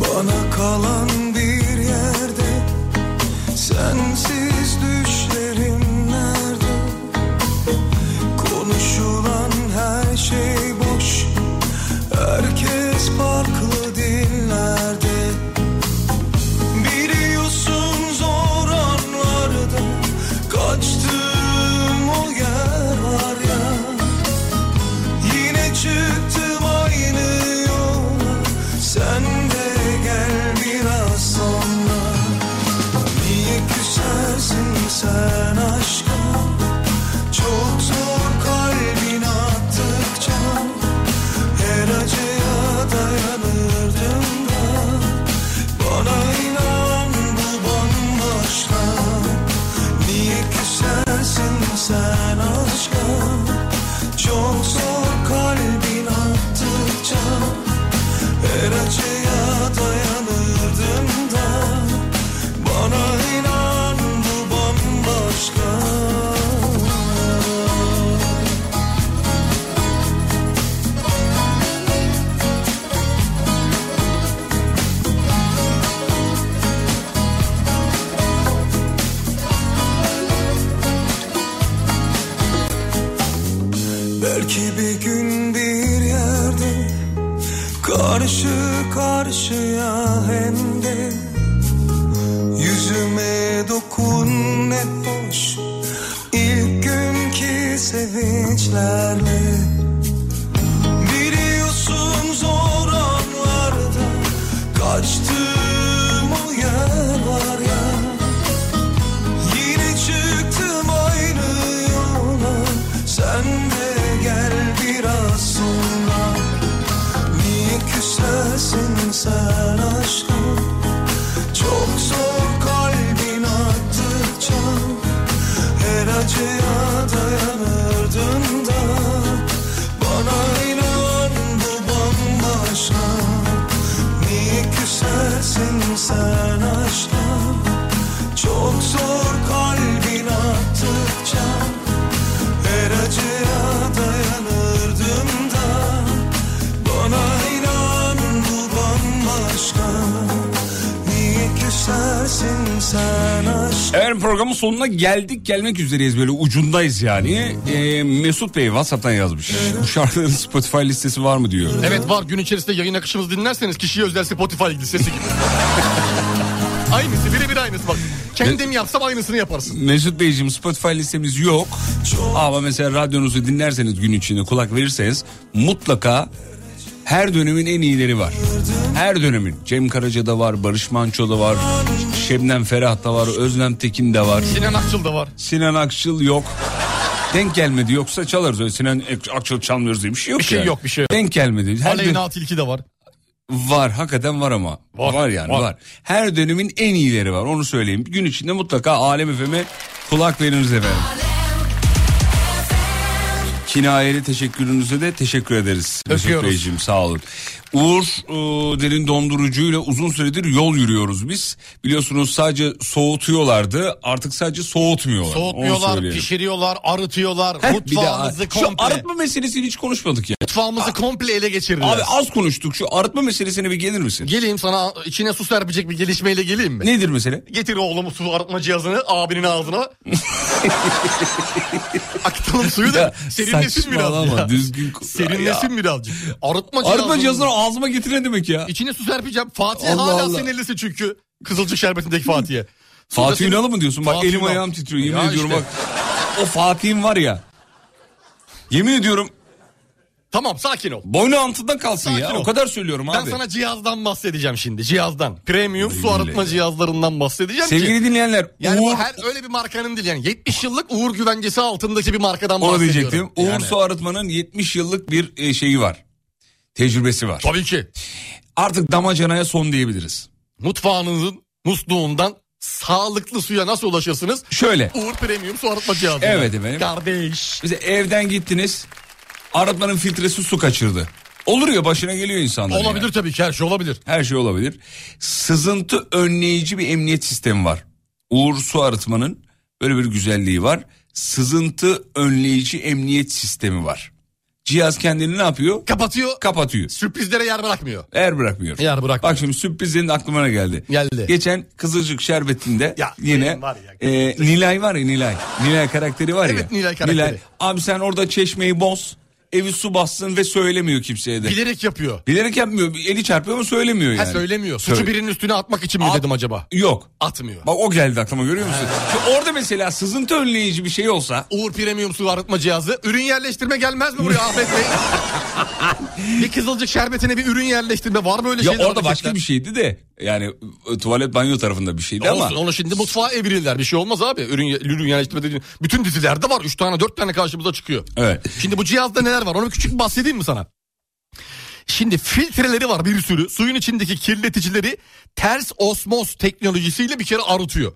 Speaker 1: Bana kalan bir yerde Sensiz düşlerim nerede Konuşulan her şey boş Herkes farklı dillerde Biliyorsun zor anlarda Kaçtığım o yer var ya Yine çıktım aynı yola Sen de gel biraz sonra Niye küsersin sen aşka Çok zor kalbin attıkça Her acıya dayanırdım da Bana inan bu bambaşka Niye küsersin sen aşka çok zor kalbin attıkça Her acıya dayanırdım da Bana inan bu bambaşka Belki bir gün bir yerde Karşı karşıya hem de Yüzüme dokun hep boş İlk günkü sevinçlerle Biliyorsun zor anlarda Kaçtığım o yer var ya Yine çıktım aynı yola Sen de gel biraz sonra Niye küsersin sen aşka Çok zor kalbin attıkça Her acıya dayanırdın da Bana inan bu bambaşka Niye küsersin sen aşka
Speaker 9: Çok zor kalbin attıkça Her acıya dayanırdım da Bana inan bu bambaşka Niye küsersin sen aşk
Speaker 3: Evet programın sonuna geldik gelmek üzereyiz böyle ucundayız yani. Ee, Mesut Bey Whatsapp'tan yazmış. Bu şarkıların Spotify listesi var mı diyor.
Speaker 4: Evet var gün içerisinde yayın akışımızı dinlerseniz kişiye özel Spotify listesi gibi. aynısı birebir aynısı bak. Kendim yapsam aynısını yaparsın.
Speaker 3: Mesut Beyciğim Spotify listemiz yok. Ama mesela radyonuzu dinlerseniz gün içinde kulak verirseniz mutlaka her dönemin en iyileri var. Her dönemin. Cem Karaca'da var, Barış Manço'da var, Şebnem Ferah'da var, Özlem Tekin de var.
Speaker 4: Sinan Akçıl da var.
Speaker 3: Sinan Akçıl yok. Denk gelmedi yoksa çalarız. Öyle Sinan Akçıl çalmıyoruz diye bir şey yok
Speaker 4: Bir şey
Speaker 3: yani.
Speaker 4: yok, bir şey yok.
Speaker 3: Denk gelmedi. Her dön-
Speaker 4: Aleyna Tilki de var.
Speaker 3: Var hakikaten var ama. Var, yani var. Her dönemin en iyileri var onu söyleyeyim. Gün içinde mutlaka Alem FM'e kulak veriniz efendim. Kinayeli teşekkürünüze de teşekkür ederiz. Mesut
Speaker 4: Öpüyoruz.
Speaker 3: Beyciğim sağ olun. Uğur e, Derin Dondurucu'yla uzun süredir yol yürüyoruz biz. Biliyorsunuz sadece soğutuyorlardı artık sadece soğutmuyorlar. Onu
Speaker 4: Soğutmuyorlar,
Speaker 3: söyleyelim.
Speaker 4: pişiriyorlar, arıtıyorlar.
Speaker 3: Heh, bir de
Speaker 4: mutfağımızı
Speaker 3: şu
Speaker 4: komple.
Speaker 3: arıtma meselesini hiç konuşmadık ya.
Speaker 4: Mutfağımızı komple ele geçirdiler.
Speaker 3: Abi az konuştuk şu arıtma meselesine bir gelir misin?
Speaker 4: Geleyim sana içine su serpecek bir gelişmeyle geleyim mi?
Speaker 3: Nedir mesele?
Speaker 4: Getir oğlum su arıtma cihazını abinin ağzına. Akıtalım suyu da serinlesin birazcık.
Speaker 3: saçmalama,
Speaker 4: ya.
Speaker 3: Düzgün.
Speaker 4: Serinlesin birazcık. Arıtma
Speaker 3: Ya.
Speaker 4: cihazını.
Speaker 3: Arıtma cihazını ağzıma getiren demek ya.
Speaker 4: İçine su serpeceğim. Fatih
Speaker 3: Allah
Speaker 4: hala
Speaker 3: Allah.
Speaker 4: sinirlisi çünkü. Kızılcık şerbetindeki Fatih'e.
Speaker 3: Fatih Ünal'ı mı diyorsun? Bak
Speaker 4: Fatih
Speaker 3: elim
Speaker 4: Ünal.
Speaker 3: ayağım titriyor. Yemin
Speaker 4: Ya
Speaker 3: ediyorum
Speaker 4: işte.
Speaker 3: bak. O Fatih'in var ya. Yemin ediyorum
Speaker 4: Tamam sakin ol.
Speaker 3: boynu altında kalsın
Speaker 4: Sakin
Speaker 3: ya.
Speaker 4: ol.
Speaker 3: O kadar söylüyorum
Speaker 4: Ben
Speaker 3: abi.
Speaker 4: sana cihazdan bahsedeceğim şimdi. Cihazdan. Premium su arıtma cihazlarından bahsedeceğim ki.
Speaker 3: Sevgili dinleyenler
Speaker 4: Yani bu
Speaker 3: Uğur
Speaker 4: her öyle bir markanın değil yani 70 yıllık Uğur güvencesi altındaki bir markadan
Speaker 3: onu
Speaker 4: bahsediyorum.
Speaker 3: diyecektim. Uğur
Speaker 4: Yani-
Speaker 3: Su Arıtma'nın 70 yıllık bir e, şeyi var. Tecrübesi var.
Speaker 4: Tabii ki.
Speaker 3: Artık damacanaya son diyebiliriz.
Speaker 4: Mutfağınızın musluğundan sağlıklı suya nasıl ulaşırsınız?
Speaker 3: Şöyle.
Speaker 4: Uğur Premium su arıtma cihazı.
Speaker 3: Evet efendim.
Speaker 4: Kardeş.
Speaker 3: Bize evden gittiniz. Arıtmanın filtresi su kaçırdı. Olur ya başına geliyor insanlar.
Speaker 4: Olabilir tabii ki her şey olabilir.
Speaker 3: Her şey olabilir. Sızıntı önleyici bir emniyet sistemi var. Uğur Su Arıtma'nın böyle bir güzelliği var. Sızıntı önleyici emniyet sistemi var. Cihaz kendini ne yapıyor?
Speaker 4: Kapatıyor.
Speaker 3: Kapatıyor.
Speaker 4: Sürprizlere yer bırakmıyor.
Speaker 3: Eğer bırakmıyor.
Speaker 4: Yer Er bırakmıyor.
Speaker 3: Bak şimdi sürprizlerin aklıma ne geldi?
Speaker 4: Geldi.
Speaker 3: Geçen Kızılcık Şerbeti'nde
Speaker 4: Ya,
Speaker 3: yine
Speaker 4: benim var ya,
Speaker 3: e, Nilay var ya Nilay. Nilay karakteri var ya.
Speaker 4: Evet, Nilay karakteri.
Speaker 3: Abi sen orada çeşmeyi boz. Evi su bassın ve söylemiyor kimseye de.
Speaker 4: Bilerek yapıyor.
Speaker 3: Bilerek yapmıyor. Eli çarpıyor ama söylemiyor yani.
Speaker 4: Ha söylemiyor. Suçu
Speaker 3: Söyle-
Speaker 4: birinin üstüne atmak için mi
Speaker 3: At-
Speaker 4: dedim acaba?
Speaker 3: Yok.
Speaker 4: Atmıyor.
Speaker 3: Bak o geldi aklıma görüyor musun? Şu orada mesela sızıntı önleyici bir şey olsa
Speaker 4: Uğur Premium su arıtma cihazı. Ürün yerleştirme gelmez mi buraya Ahmet Bey? bir kızılcık şerbetine bir ürün yerleştirme var mı öyle
Speaker 3: ya
Speaker 4: şeyler?
Speaker 3: orada başka bir şeydi de yani e, tuvalet banyo tarafında bir şeydi
Speaker 4: Olsun,
Speaker 3: ama
Speaker 4: onu şimdi mutfağa evirirler. Bir şey olmaz abi. Ürün, ye- ürün yerleştirme dediğin. Bütün dizilerde var. Üç tane dört tane karşımıza çıkıyor.
Speaker 3: evet.
Speaker 4: Şimdi bu cihazda neler var? Onu küçük bahsedeyim mi sana? Şimdi filtreleri var bir sürü. Suyun içindeki kirleticileri ters osmoz teknolojisiyle bir kere arıtıyor.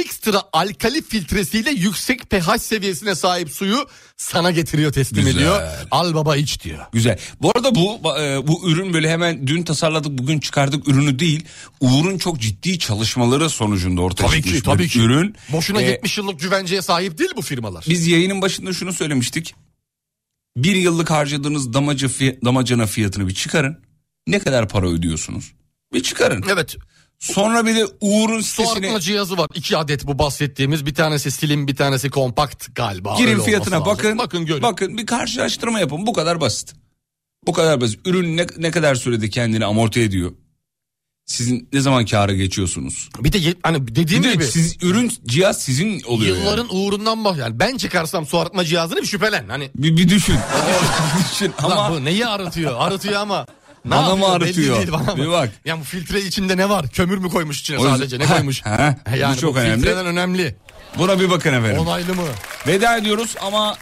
Speaker 4: Ekstra alkali filtresiyle yüksek pH seviyesine sahip suyu sana getiriyor teslim
Speaker 3: Güzel.
Speaker 4: ediyor. Al baba iç diyor.
Speaker 3: Güzel. Bu arada bu e, bu ürün böyle hemen dün tasarladık bugün çıkardık ürünü değil. Uğur'un çok ciddi çalışmaları sonucunda ortaya
Speaker 4: Tabii
Speaker 3: çıkmış
Speaker 4: ki tabii
Speaker 3: bir
Speaker 4: ki.
Speaker 3: ürün.
Speaker 4: Boşuna
Speaker 3: E,
Speaker 4: 70 yıllık güvenceye sahip değil bu firmalar.
Speaker 3: Biz yayının başında şunu söylemiştik. Bir yıllık harcadığınız damacı fiy- damacana fiyatını bir çıkarın. Ne kadar para ödüyorsunuz? Bir çıkarın.
Speaker 4: Evet.
Speaker 3: Sonra bir de Uğur'un
Speaker 4: Su
Speaker 3: sitesine
Speaker 4: arıtma cihazı var. İki adet bu bahsettiğimiz. Bir tanesi slim bir tanesi kompakt galiba. Öyle
Speaker 3: Girin
Speaker 4: olması
Speaker 3: fiyatına
Speaker 4: lazım.
Speaker 3: bakın.
Speaker 4: Bakın
Speaker 3: Bakın
Speaker 4: görün.
Speaker 3: Bakın bir karşılaştırma yapın. Bu kadar basit. Bu kadar basit. Ürün ne, ne kadar sürede kendini amorti ediyor? Sizin ne zaman kâra geçiyorsunuz?
Speaker 4: Bir de ye- hani
Speaker 3: Bir
Speaker 4: dediğim
Speaker 3: de
Speaker 4: gibi.
Speaker 3: siz ürün cihaz sizin oluyor. yani.
Speaker 4: Yılların uğrundan bak yani ben çıkarsam su arıtma cihazını bir şüphelen hani
Speaker 3: Bir, bir düşün. Bir düşün.
Speaker 4: ama
Speaker 3: Ama
Speaker 4: bu neyi arıtıyor arıtıyor ama ne
Speaker 3: Bana mı
Speaker 4: yapıyor? Belli
Speaker 3: arıtıyor?
Speaker 4: değil bana mı?
Speaker 3: Bir bak.
Speaker 4: Ya bu filtre içinde ne var? Kömür mü koymuş içine
Speaker 3: O yüzden-
Speaker 4: sadece? Ne
Speaker 3: Ha,
Speaker 4: koymuş? E
Speaker 3: ha.
Speaker 4: yani
Speaker 3: Bu çok
Speaker 4: bu
Speaker 3: önemli.
Speaker 4: Filtreden önemli.
Speaker 3: buna bir bakın efendim.
Speaker 4: Onaylı mı?
Speaker 3: Veda ediyoruz ama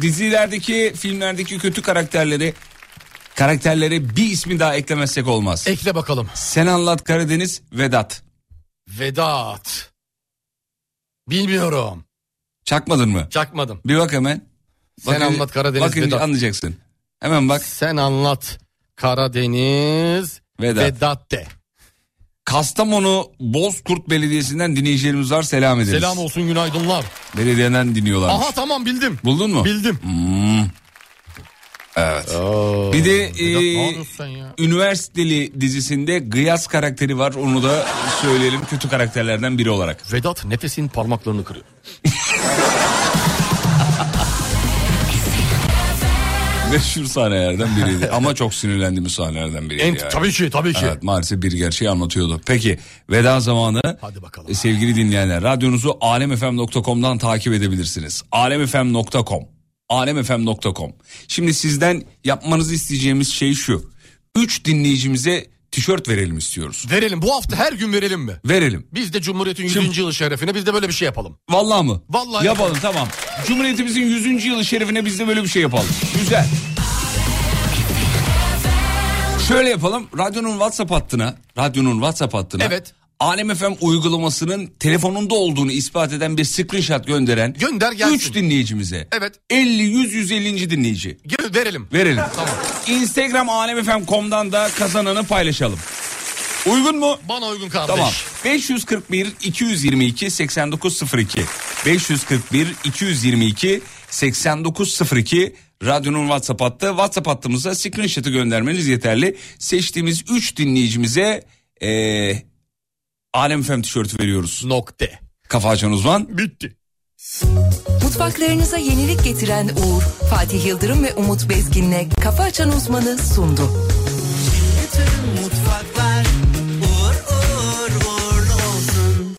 Speaker 3: dizilerdeki, filmlerdeki kötü karakterleri karakterlere bir ismi daha eklemezsek olmaz.
Speaker 4: Ekle bakalım.
Speaker 3: Sen anlat Karadeniz Vedat.
Speaker 4: Vedat. Bilmiyorum.
Speaker 3: Çakmadın mı?
Speaker 4: Çakmadım.
Speaker 3: Bir bak hemen.
Speaker 4: Sen
Speaker 3: Bakın-
Speaker 4: anlat Karadeniz
Speaker 3: bakınca
Speaker 4: Vedat.
Speaker 3: anlayacaksın. Hemen bak.
Speaker 4: Sen anlat. Karadeniz
Speaker 3: Vedat.
Speaker 4: Vedat de.
Speaker 3: Kastamonu Bozkurt Belediyesi'nden dinleyicilerimiz var selam ederiz.
Speaker 4: Selam olsun günaydınlar.
Speaker 3: Belediyeden dinliyorlar.
Speaker 4: Aha tamam bildim.
Speaker 3: Buldun mu?
Speaker 4: Bildim.
Speaker 3: Evet. Bir de
Speaker 4: Ya, ne
Speaker 3: e,
Speaker 4: yapıyorsun sen ya?
Speaker 3: üniversiteli dizisinde Gıyas karakteri var. Onu da söyleyelim kötü karakterlerden biri olarak.
Speaker 4: Vedat nefesin parmaklarını kırıyor.
Speaker 3: Meşhur sahnelerden biriydi. Ama çok sinirlendiğimiz sahnelerden biriydi.
Speaker 4: En,
Speaker 3: yani.
Speaker 4: Tabii ki tabii ki.
Speaker 3: Evet maalesef bir gerçeği anlatıyordu. Peki veda zamanı
Speaker 4: Hadi bakalım.
Speaker 3: E, sevgili dinleyenler radyonuzu alemfm.com'dan takip edebilirsiniz. alemfm.com alemfm.com Şimdi sizden yapmanızı isteyeceğimiz şey şu. 3 dinleyicimize tişört verelim istiyoruz.
Speaker 4: Verelim bu hafta her gün verelim mi?
Speaker 3: Verelim.
Speaker 4: Biz de Cumhuriyet'in 100. yılı şerefine biz de böyle bir şey yapalım.
Speaker 3: Vallahi mı?
Speaker 4: Vallahi
Speaker 3: Yapalım tamam. Cumhuriyetimizin 100. yılı şerefine biz de böyle bir şey yapalım. Güzel. Şöyle yapalım. Radyonun WhatsApp hattına, radyonun WhatsApp hattına.
Speaker 4: Evet.
Speaker 3: Alem FM uygulamasının telefonunda olduğunu ispat eden bir screenshot gönderen
Speaker 4: Gönder gelsin.
Speaker 3: 3 dinleyicimize.
Speaker 4: Evet.
Speaker 3: 50 100 150. dinleyici.
Speaker 4: Gel verelim.
Speaker 3: Verelim.
Speaker 4: Tamam.
Speaker 3: Instagram alemfm.com'dan da kazananı paylaşalım. Uygun mu?
Speaker 4: Bana uygun kardeş.
Speaker 3: Tamam. 541 222 8902. 541 222 8902 radyonun WhatsApp hattı. WhatsApp hattımıza screenshot'ı göndermeniz yeterli. Seçtiğimiz 3 dinleyicimize eee Alem Fem tişörtü veriyoruz.
Speaker 4: Nokta.
Speaker 3: Kafa açan uzman.
Speaker 4: Bitti.
Speaker 8: Mutfaklarınıza yenilik getiren Uğur, Fatih Yıldırım ve Umut Bezgin'le Kafa Açan Uzman'ı sundu.